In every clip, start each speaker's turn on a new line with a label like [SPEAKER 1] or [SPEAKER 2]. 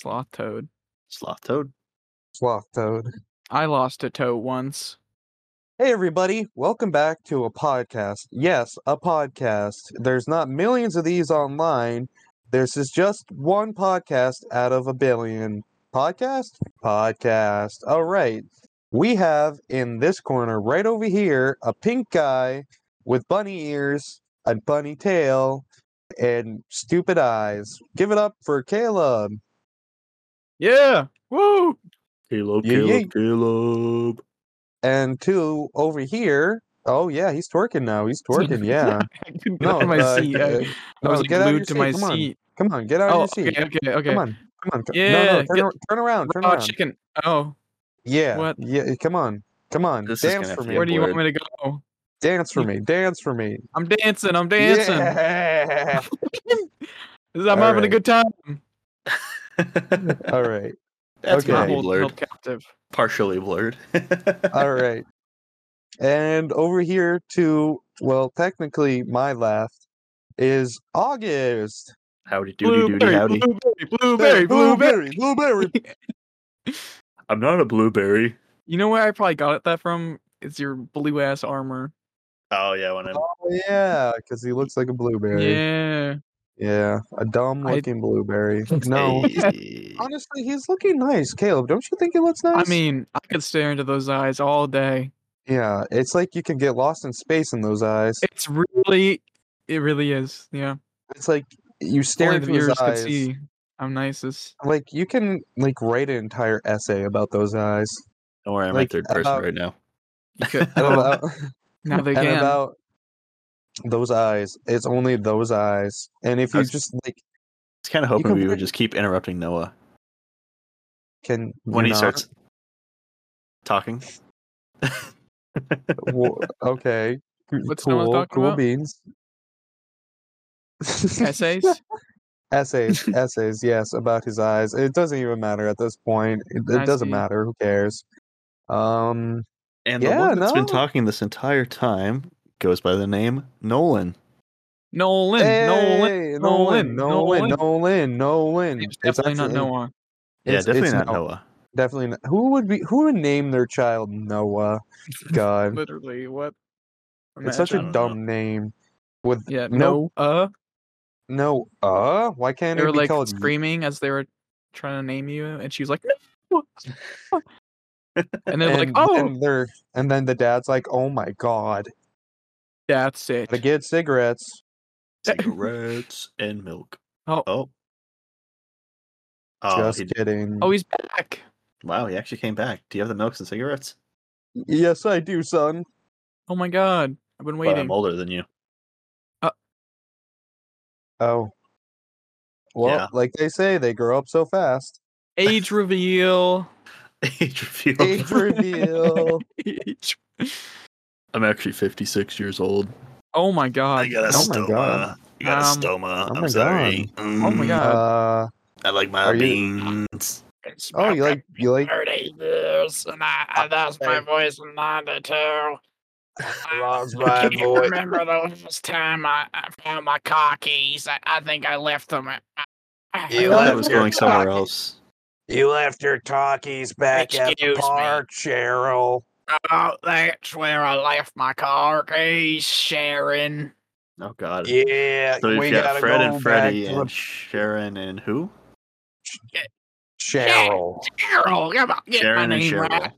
[SPEAKER 1] Sloth toad.
[SPEAKER 2] Sloth toad.
[SPEAKER 3] Sloth Toad.
[SPEAKER 1] I lost a toe once.
[SPEAKER 3] Hey, everybody. Welcome back to a podcast. Yes, a podcast. There's not millions of these online. This is just one podcast out of a billion. Podcast? Podcast. All right. We have in this corner, right over here, a pink guy with bunny ears, a bunny tail, and stupid eyes. Give it up for Caleb.
[SPEAKER 1] Yeah. Woo.
[SPEAKER 2] Caleb,
[SPEAKER 3] Yeah,
[SPEAKER 2] Caleb,
[SPEAKER 3] yeah.
[SPEAKER 2] Caleb.
[SPEAKER 3] And two over here. Oh, yeah, he's twerking now. He's twerking. Yeah.
[SPEAKER 1] I couldn't get
[SPEAKER 3] No,
[SPEAKER 1] out of my
[SPEAKER 3] uh,
[SPEAKER 1] seat. I,
[SPEAKER 3] uh,
[SPEAKER 1] I was
[SPEAKER 3] no,
[SPEAKER 1] like
[SPEAKER 3] get out of
[SPEAKER 1] glued
[SPEAKER 3] your
[SPEAKER 1] to
[SPEAKER 3] seat,
[SPEAKER 1] my
[SPEAKER 3] come on.
[SPEAKER 1] seat.
[SPEAKER 3] Come on, get out of
[SPEAKER 1] Oh,
[SPEAKER 3] your seat.
[SPEAKER 1] okay, okay, okay.
[SPEAKER 3] Come on, come on. co- no,
[SPEAKER 1] Yeah,
[SPEAKER 3] no, turn,
[SPEAKER 1] get-
[SPEAKER 3] ar- turn around, turn
[SPEAKER 1] Raw
[SPEAKER 3] around.
[SPEAKER 1] chicken. Oh,
[SPEAKER 3] Yeah,
[SPEAKER 1] What?
[SPEAKER 3] yeah. Come on, come on.
[SPEAKER 2] This is
[SPEAKER 3] dance
[SPEAKER 2] gonna
[SPEAKER 3] for
[SPEAKER 2] have to
[SPEAKER 3] me.
[SPEAKER 2] be a
[SPEAKER 1] where do you want
[SPEAKER 2] blurred.
[SPEAKER 1] me to go?
[SPEAKER 3] Dance for me. Dance for me.
[SPEAKER 1] I'm dancing. I'm dancing.
[SPEAKER 3] Yeah.
[SPEAKER 1] I'm having a
[SPEAKER 3] Alright.
[SPEAKER 1] good time.
[SPEAKER 3] All right.
[SPEAKER 2] That's
[SPEAKER 3] Okay.
[SPEAKER 1] My
[SPEAKER 2] my
[SPEAKER 1] whole held
[SPEAKER 2] blurred.
[SPEAKER 1] captive.
[SPEAKER 2] Partially blurred.
[SPEAKER 3] All right. And over here to well, technically my left is August.
[SPEAKER 2] Howdy doody doody
[SPEAKER 1] Blueberry,
[SPEAKER 2] howdy.
[SPEAKER 1] blueberry, blueberry, blueberry.
[SPEAKER 3] blueberry.
[SPEAKER 2] I'm not a blueberry.
[SPEAKER 1] You know where I probably got it that from? It's your blue ass armor.
[SPEAKER 2] Oh yeah, when I
[SPEAKER 3] Oh, yeah, because he looks like a blueberry. Yeah,
[SPEAKER 1] Yeah.
[SPEAKER 3] a dumb
[SPEAKER 1] I-
[SPEAKER 3] looking blueberry. No,
[SPEAKER 2] Hey.
[SPEAKER 3] honestly, he's looking nice, Caleb. Don't you think he looks nice?
[SPEAKER 1] I mean, I could stare into those eyes all day.
[SPEAKER 3] Yeah, it's like you can get lost in space in those eyes.
[SPEAKER 1] It's really, it really is. Yeah.
[SPEAKER 3] It's like you stare
[SPEAKER 1] Only
[SPEAKER 3] into
[SPEAKER 1] the
[SPEAKER 3] those
[SPEAKER 1] viewers could
[SPEAKER 3] eyes.
[SPEAKER 1] see. I'm nicest.
[SPEAKER 3] Like you can like write an entire essay about those eyes.
[SPEAKER 2] Don't worry, I'm
[SPEAKER 3] Like, uh,
[SPEAKER 2] in third person
[SPEAKER 3] about-
[SPEAKER 2] right now.
[SPEAKER 1] You could-
[SPEAKER 3] And about,
[SPEAKER 1] now they
[SPEAKER 3] and
[SPEAKER 1] can.
[SPEAKER 3] about those eyes. It's only those eyes. And if
[SPEAKER 2] I
[SPEAKER 3] you
[SPEAKER 2] was-
[SPEAKER 3] just like
[SPEAKER 2] It's kind of hoping
[SPEAKER 3] can
[SPEAKER 2] we
[SPEAKER 3] put-
[SPEAKER 2] would just keep interrupting Noah
[SPEAKER 3] can
[SPEAKER 2] when
[SPEAKER 3] you
[SPEAKER 2] he
[SPEAKER 3] not?
[SPEAKER 2] starts talking.
[SPEAKER 3] Wo- okay.
[SPEAKER 1] What's
[SPEAKER 3] cool,
[SPEAKER 1] Noah talking
[SPEAKER 3] cool
[SPEAKER 1] about?
[SPEAKER 3] beans.
[SPEAKER 1] Essays?
[SPEAKER 3] essays, essays, yes, about his eyes. It doesn't even matter at this point. It, it
[SPEAKER 1] I
[SPEAKER 3] doesn't
[SPEAKER 1] see.
[SPEAKER 3] matter. Who cares? Um,
[SPEAKER 2] And the
[SPEAKER 3] Yeah,
[SPEAKER 2] one that's been
[SPEAKER 3] no.
[SPEAKER 2] talking this entire time goes by the name Nolan.
[SPEAKER 1] Nolan. Nolan.
[SPEAKER 3] hey,
[SPEAKER 1] Nolan,
[SPEAKER 3] Nolan, Nolan, Nolan, Nolan.
[SPEAKER 1] It's definitely not
[SPEAKER 3] actually-
[SPEAKER 1] Noah.
[SPEAKER 2] Yeah,
[SPEAKER 3] it's-
[SPEAKER 2] definitely
[SPEAKER 3] it's
[SPEAKER 2] not
[SPEAKER 3] Noah.
[SPEAKER 2] Noah.
[SPEAKER 3] Definitely not. Who would be? Who would name their child Noah? God,
[SPEAKER 1] Literally, what?
[SPEAKER 3] it's such a
[SPEAKER 1] Imagine.
[SPEAKER 2] I don't know.
[SPEAKER 3] dumb name. With
[SPEAKER 1] Yeah,
[SPEAKER 3] no-
[SPEAKER 1] no. Uh,
[SPEAKER 3] no, uh, why can't
[SPEAKER 1] they
[SPEAKER 3] it
[SPEAKER 1] were
[SPEAKER 3] be
[SPEAKER 1] like
[SPEAKER 3] called?
[SPEAKER 1] screaming as they were trying to name you, and she was like, "No!" and they're like,
[SPEAKER 3] and-
[SPEAKER 1] "Oh,
[SPEAKER 3] and they're and then the dad's like, oh my god,
[SPEAKER 1] that's it."
[SPEAKER 3] to get cigarettes.
[SPEAKER 2] Cigarettes and milk.
[SPEAKER 1] Oh.
[SPEAKER 2] Oh. Oh,
[SPEAKER 3] Just
[SPEAKER 2] he-
[SPEAKER 3] kidding.
[SPEAKER 1] Oh, he's back.
[SPEAKER 2] wow, he actually came back. Do you have the milks and cigarettes?
[SPEAKER 3] yes, I do, son.
[SPEAKER 1] Oh my god, I've been
[SPEAKER 2] But
[SPEAKER 1] waiting.
[SPEAKER 2] I'm older than you.
[SPEAKER 3] Oh, well,
[SPEAKER 2] Yeah.
[SPEAKER 3] like they say, they grow up so fast.
[SPEAKER 1] Age reveal.
[SPEAKER 2] Age review.
[SPEAKER 3] Age
[SPEAKER 1] Oh
[SPEAKER 3] reveal.
[SPEAKER 1] Age-
[SPEAKER 2] I'm actually 56 years old.
[SPEAKER 1] Oh my
[SPEAKER 2] I
[SPEAKER 1] god.
[SPEAKER 2] got a
[SPEAKER 3] oh my
[SPEAKER 2] stoma.
[SPEAKER 3] God.
[SPEAKER 2] I got a
[SPEAKER 1] Um,
[SPEAKER 2] stoma.
[SPEAKER 3] oh my
[SPEAKER 2] I'm sorry.
[SPEAKER 1] Oh my
[SPEAKER 2] Mm,
[SPEAKER 1] God.
[SPEAKER 3] Uh,
[SPEAKER 2] I like my
[SPEAKER 3] Are you-
[SPEAKER 2] beans.
[SPEAKER 3] oh, you like you like Oh,
[SPEAKER 1] 30 years, and I, I lost
[SPEAKER 3] my
[SPEAKER 1] voice in 92.
[SPEAKER 3] Lost my voice.
[SPEAKER 1] remember the last time I, I found my car keys. I, I think I left them at.
[SPEAKER 3] You
[SPEAKER 2] I
[SPEAKER 3] left
[SPEAKER 2] was
[SPEAKER 3] your
[SPEAKER 2] going somewhere
[SPEAKER 3] pocket.
[SPEAKER 2] else.
[SPEAKER 3] You left your talkies back at the
[SPEAKER 1] Excuse me.
[SPEAKER 3] bar, Cheryl.
[SPEAKER 1] Oh, that's where I left my car keys, Sharon.
[SPEAKER 2] Oh God.
[SPEAKER 3] Yeah,
[SPEAKER 2] So
[SPEAKER 3] we
[SPEAKER 2] we've got
[SPEAKER 3] gotta
[SPEAKER 2] Fred
[SPEAKER 3] go
[SPEAKER 2] and Freddy
[SPEAKER 3] back to
[SPEAKER 2] and
[SPEAKER 3] the
[SPEAKER 2] Sharon and who?
[SPEAKER 3] Cheryl.
[SPEAKER 1] Cheryl, come on, get
[SPEAKER 2] Sharon
[SPEAKER 1] my
[SPEAKER 2] and
[SPEAKER 1] name
[SPEAKER 2] Cheryl.
[SPEAKER 1] right.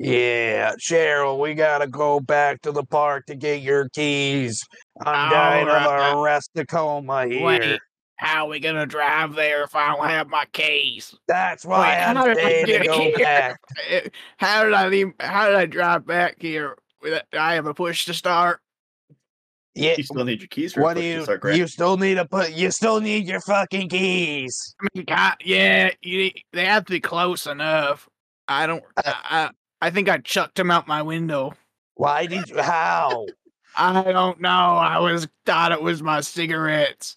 [SPEAKER 3] Yeah, Cheryl, we gotta go back to the park to get your keys. I'm
[SPEAKER 1] All
[SPEAKER 3] dying
[SPEAKER 1] right.
[SPEAKER 3] of arrestacoma here.
[SPEAKER 1] Wait, how are we gonna drive there if I don't have my keys?
[SPEAKER 3] That's why
[SPEAKER 1] Wait, how
[SPEAKER 3] I'm
[SPEAKER 1] did I
[SPEAKER 3] saying to
[SPEAKER 1] get
[SPEAKER 3] go
[SPEAKER 1] here?
[SPEAKER 3] back.
[SPEAKER 1] Eh, How did I leave? How did I drive back here? With- uh, I have a push to start.
[SPEAKER 3] Yeah.
[SPEAKER 2] You still need your keys for
[SPEAKER 3] What do
[SPEAKER 2] push to
[SPEAKER 3] you?
[SPEAKER 2] start
[SPEAKER 3] You still need to put. You still need your fucking keys.
[SPEAKER 1] I mean, God, yeah, you, they have to be close enough. I don't.
[SPEAKER 3] Uh,
[SPEAKER 1] I, I I think I chucked them out my window.
[SPEAKER 3] Why did you? How?
[SPEAKER 1] I don't know. I was thought it was my cigarettes.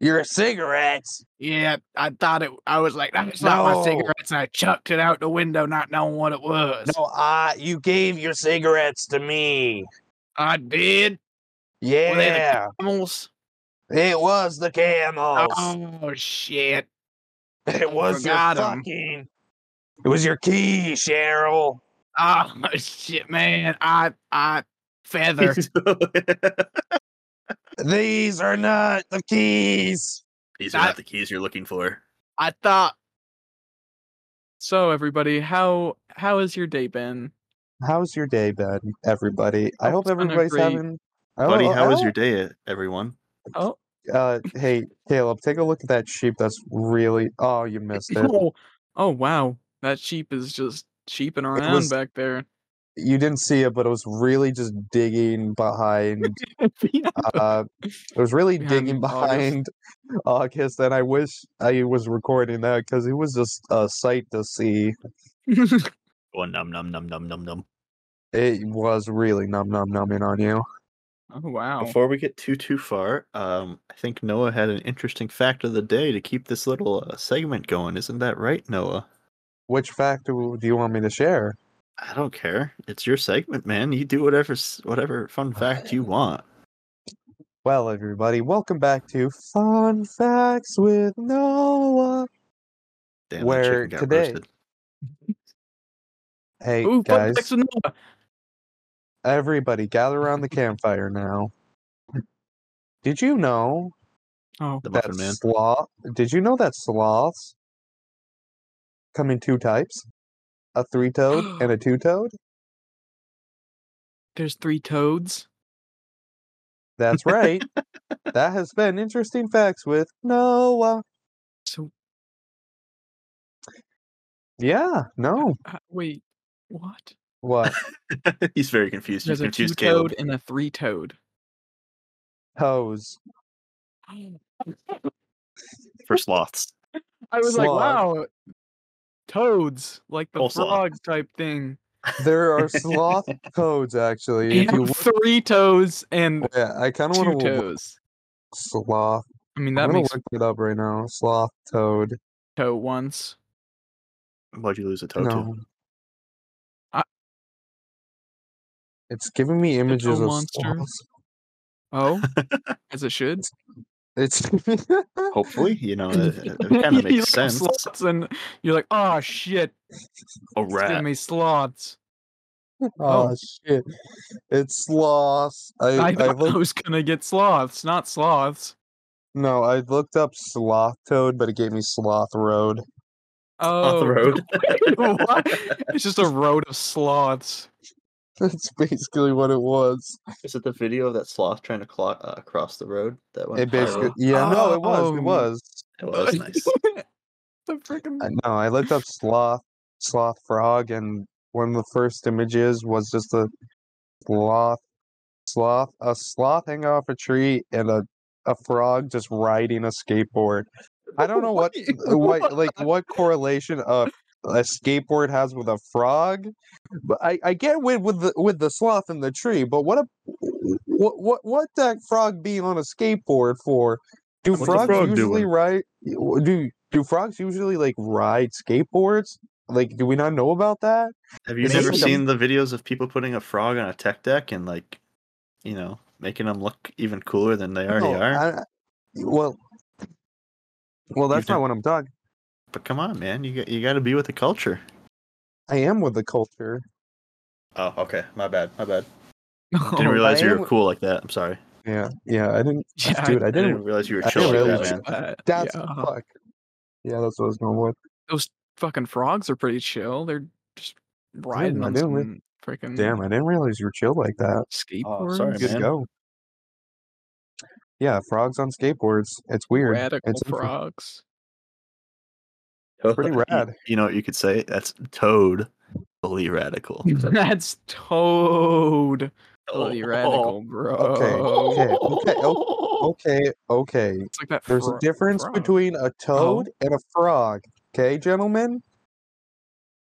[SPEAKER 3] Your cigarettes.
[SPEAKER 1] Yeah, I thought it. I was like, that's not my
[SPEAKER 3] No.
[SPEAKER 1] cigarettes, and I chucked it out the window, not knowing what it was.
[SPEAKER 3] No, I. You gave your cigarettes to me.
[SPEAKER 1] I did.
[SPEAKER 3] Yeah.
[SPEAKER 1] they the Almost.
[SPEAKER 3] It was the camels.
[SPEAKER 1] Oh shit!
[SPEAKER 3] It was your
[SPEAKER 4] Forgot 'em.
[SPEAKER 3] fucking. It was your key, Cheryl.
[SPEAKER 4] Oh shit, man! I I feather.
[SPEAKER 3] These are not the keys.
[SPEAKER 5] These are
[SPEAKER 4] I-
[SPEAKER 5] not the keys you're looking for.
[SPEAKER 4] I thought
[SPEAKER 1] So everybody, how how has your day been?
[SPEAKER 3] How's your day been, everybody? I hope
[SPEAKER 1] It's been a
[SPEAKER 3] everybody's
[SPEAKER 1] great-
[SPEAKER 3] having. I
[SPEAKER 2] Buddy,
[SPEAKER 3] don't-
[SPEAKER 2] how
[SPEAKER 3] I
[SPEAKER 2] was
[SPEAKER 3] don't-
[SPEAKER 2] your day, everyone?
[SPEAKER 3] Uh, hey, Caleb, take a look at that sheep. That's really. Oh, you missed it.
[SPEAKER 1] Oh, oh wow, that sheep is just sheeping around
[SPEAKER 3] was-
[SPEAKER 1] back there.
[SPEAKER 3] You didn't see it, but it was really just digging behind
[SPEAKER 1] Oh,
[SPEAKER 3] uh, I was really
[SPEAKER 1] Behind
[SPEAKER 3] digging
[SPEAKER 1] August.
[SPEAKER 3] behind August. and I wish I was recording that because it was just a sight to see.
[SPEAKER 5] Go on, num num num num num num.
[SPEAKER 3] It was really numb, numb, numbing on you.
[SPEAKER 1] Oh wow.
[SPEAKER 2] Before we get too too far, um, I think Noah had an interesting fact of the day to keep this little uh, segment going. Isn't that right, Noah?
[SPEAKER 3] Which fact do do you want me to share?
[SPEAKER 2] I don't care. It's your segment, man. You do whatever s- whatever fun fact you want.
[SPEAKER 3] Well, everybody, welcome back to Fun Facts with Noah.
[SPEAKER 2] Damn, that
[SPEAKER 3] Where
[SPEAKER 2] chicken got
[SPEAKER 3] today-
[SPEAKER 2] roasted.
[SPEAKER 3] Hey,
[SPEAKER 1] Ooh, fun
[SPEAKER 3] guys,
[SPEAKER 1] facts with Noah.
[SPEAKER 3] everybody, gather around the campfire now. Did you know
[SPEAKER 1] Oh,
[SPEAKER 2] the
[SPEAKER 3] that
[SPEAKER 2] muffin man.
[SPEAKER 3] sloth? Did you know that sloths come in two types? A three-toed and a two-toed?
[SPEAKER 1] there's three toads.
[SPEAKER 3] That's right. that has been interesting facts with Noah.
[SPEAKER 1] So
[SPEAKER 3] Yeah, no.
[SPEAKER 1] uh, wait, what?
[SPEAKER 3] What?
[SPEAKER 5] He's very confused. He's
[SPEAKER 1] There's a
[SPEAKER 5] confused,
[SPEAKER 1] two-toed
[SPEAKER 5] Caleb.
[SPEAKER 1] and a three-toed.
[SPEAKER 3] Toes.
[SPEAKER 5] For sloths.
[SPEAKER 1] I was like,
[SPEAKER 3] Sloth.
[SPEAKER 1] wow, toads, like the
[SPEAKER 5] Oh, sloth.
[SPEAKER 1] frog type thing.
[SPEAKER 3] There are sloth toads actually. If you
[SPEAKER 1] And
[SPEAKER 3] look
[SPEAKER 1] three toes and
[SPEAKER 3] yeah, I kind of
[SPEAKER 1] two
[SPEAKER 3] want to look
[SPEAKER 1] toes.
[SPEAKER 3] sloth.
[SPEAKER 1] I mean,
[SPEAKER 3] I'm
[SPEAKER 1] that
[SPEAKER 3] gonna
[SPEAKER 1] makes
[SPEAKER 3] look it up right now. Sloth toad.
[SPEAKER 1] a toe once.
[SPEAKER 2] Why'd you lose a toe
[SPEAKER 3] No.
[SPEAKER 2] to?
[SPEAKER 1] I-
[SPEAKER 3] It's giving me images of
[SPEAKER 1] monster.
[SPEAKER 3] sloths.
[SPEAKER 1] Oh, as it should.
[SPEAKER 3] It's
[SPEAKER 2] Hopefully, you know, it, kind of
[SPEAKER 1] You
[SPEAKER 2] makes
[SPEAKER 1] look up
[SPEAKER 2] sense.
[SPEAKER 1] slots and you're like, oh shit,
[SPEAKER 5] A
[SPEAKER 1] it's giving
[SPEAKER 5] rat.
[SPEAKER 1] me slots.
[SPEAKER 3] oh shit. It's sloths. I,
[SPEAKER 1] I
[SPEAKER 3] I,
[SPEAKER 1] thought
[SPEAKER 3] looked
[SPEAKER 1] I was gonna get sloths, not sloths.
[SPEAKER 3] no, I looked up sloth toad, but it gave me sloth road.
[SPEAKER 1] Oh,
[SPEAKER 5] road.
[SPEAKER 1] what? It's just a road of sloths.
[SPEAKER 3] That's basically what it was.
[SPEAKER 2] Is it the video of that sloth trying to clo- uh, cross the road? That one.
[SPEAKER 3] It basically, yeah, no, it was,
[SPEAKER 1] Oh.
[SPEAKER 3] it was.
[SPEAKER 5] That was nice.
[SPEAKER 1] the freaking
[SPEAKER 3] I- No, I looked up sloth, sloth frog, and one of the first images was just a sloth, sloth, a sloth hanging off a tree, and a a frog just riding a skateboard. I don't know what, what, like what correlation a a skateboard has with a frog, but I I get with with the with the sloth and the tree, but what a what what what that frog being on a skateboard for? Do
[SPEAKER 2] What's the
[SPEAKER 3] frogs
[SPEAKER 2] frog
[SPEAKER 3] usually
[SPEAKER 2] doing?
[SPEAKER 3] ride? Do do frogs usually like ride skateboards? Like, do we not know about that?
[SPEAKER 2] Have you
[SPEAKER 3] Is
[SPEAKER 1] this
[SPEAKER 2] never
[SPEAKER 1] like a-
[SPEAKER 2] seen the videos of people putting a frog on a tech deck and like, you know, making them look even cooler than they already
[SPEAKER 3] No,
[SPEAKER 2] are?
[SPEAKER 3] I- well, well, that's not
[SPEAKER 2] don't-
[SPEAKER 3] what I'm talking.
[SPEAKER 2] But come on, man, you got, you got to be with the culture.
[SPEAKER 3] I am with the culture.
[SPEAKER 2] Oh, okay, my bad, my bad.
[SPEAKER 1] Oh,
[SPEAKER 2] Didn't realize
[SPEAKER 3] I
[SPEAKER 2] you
[SPEAKER 3] am-
[SPEAKER 2] were cool like that. I'm sorry,
[SPEAKER 3] Yeah, yeah. I didn't,
[SPEAKER 1] yeah,
[SPEAKER 3] dude. I
[SPEAKER 2] I didn't
[SPEAKER 3] didn't.
[SPEAKER 2] realize you were
[SPEAKER 3] I
[SPEAKER 2] chill
[SPEAKER 3] didn't
[SPEAKER 2] like that,
[SPEAKER 3] realize-
[SPEAKER 2] man.
[SPEAKER 1] uh,
[SPEAKER 3] That's
[SPEAKER 1] yeah.
[SPEAKER 3] fuck. Yeah, that's what I was going with.
[SPEAKER 1] Fucking frogs are pretty chill. They're just riding
[SPEAKER 3] I
[SPEAKER 1] on
[SPEAKER 3] didn't re-
[SPEAKER 1] some freaking
[SPEAKER 3] Damn, I didn't realize you were chilled like that.
[SPEAKER 1] skateboards.
[SPEAKER 2] sorry,
[SPEAKER 3] Good
[SPEAKER 2] man.
[SPEAKER 3] to go. Yeah, frogs on skateboards. It's weird.
[SPEAKER 1] Radical
[SPEAKER 3] it's inter-
[SPEAKER 1] frogs.
[SPEAKER 3] pretty
[SPEAKER 2] You-
[SPEAKER 3] rad.
[SPEAKER 2] You, know what you could say? That's toad. Fully radical.
[SPEAKER 1] That's toad. Totally
[SPEAKER 5] Oh,
[SPEAKER 1] radical, bro.
[SPEAKER 3] okay, okay, Okay, okay.
[SPEAKER 1] It's like that.
[SPEAKER 3] Oh, There's a
[SPEAKER 1] fro-
[SPEAKER 3] difference
[SPEAKER 1] frog.
[SPEAKER 3] between a toad and a frog. Okay, gentlemen.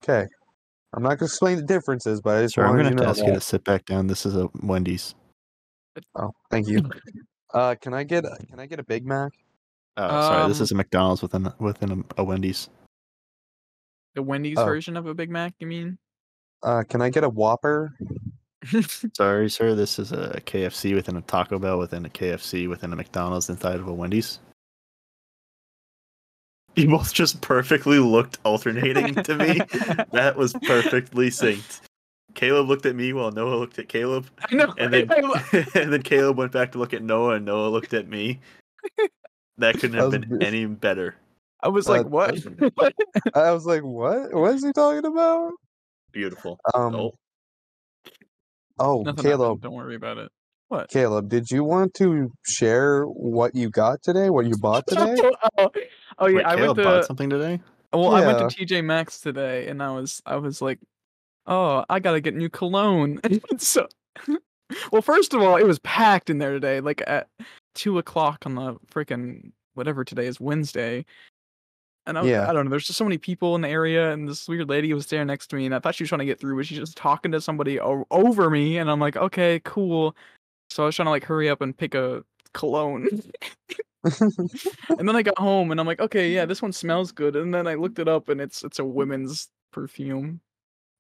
[SPEAKER 3] Okay, I'm not gonna explain the differences, but I just
[SPEAKER 2] Sir, I'm
[SPEAKER 3] wanted
[SPEAKER 2] gonna
[SPEAKER 3] you
[SPEAKER 2] have
[SPEAKER 3] to
[SPEAKER 2] to ask
[SPEAKER 3] know
[SPEAKER 2] you
[SPEAKER 3] that.
[SPEAKER 2] to sit back down. This is a Wendy's.
[SPEAKER 3] Oh, thank you. Uh, can I get a, can I get a Big Mac?
[SPEAKER 2] Oh, sorry, this
[SPEAKER 1] Um,
[SPEAKER 2] is a McDonald's within a- within a, a Wendy's.
[SPEAKER 1] The Wendy's
[SPEAKER 3] Oh.
[SPEAKER 1] version of a Big Mac, you mean?
[SPEAKER 3] Uh, can I get a Whopper?
[SPEAKER 2] Sorry, sir, this is a KFC within a Taco Bell within a KFC within a McDonald's inside of a Wendy's. You both just perfectly looked alternating to me. that was perfectly synced. Caleb looked at me while Noah looked at Caleb,
[SPEAKER 1] I know.
[SPEAKER 2] and then
[SPEAKER 1] I lo-
[SPEAKER 2] and then Caleb went back to look at Noah, and Noah looked at me. That couldn't have
[SPEAKER 3] That was
[SPEAKER 2] been
[SPEAKER 3] beautiful.
[SPEAKER 2] any better.
[SPEAKER 1] I was
[SPEAKER 3] Uh,
[SPEAKER 1] like, what? what?
[SPEAKER 3] I was like, what? What is he talking about?
[SPEAKER 2] Beautiful.
[SPEAKER 3] Um,
[SPEAKER 2] oh,
[SPEAKER 3] oh,
[SPEAKER 1] Nothing happened,
[SPEAKER 3] Caleb,
[SPEAKER 1] Don't worry about it. What?
[SPEAKER 3] Caleb, did you want to share what you got today? What you bought today?
[SPEAKER 1] oh, oh, yeah,
[SPEAKER 6] Wait,
[SPEAKER 1] I
[SPEAKER 6] Caleb
[SPEAKER 1] went to
[SPEAKER 6] bought something today.
[SPEAKER 1] well, I went to TJ Maxx today, and I was I was like, oh, I gotta get new cologne. so, well, first of all, it was packed in there today, like at two o'clock on the freaking whatever today is Wednesday. And I,
[SPEAKER 3] Yeah.
[SPEAKER 1] I don't know. There's just so many people in the area, and this weird lady was there next to me, and I thought she was trying to get through, but she's just talking to somebody o- over me, and I'm like, okay, cool. So I was trying to like hurry up and pick a cologne. and then I got home and I'm like, okay, yeah, this one smells good. And then I looked it up and it's it's a women's perfume.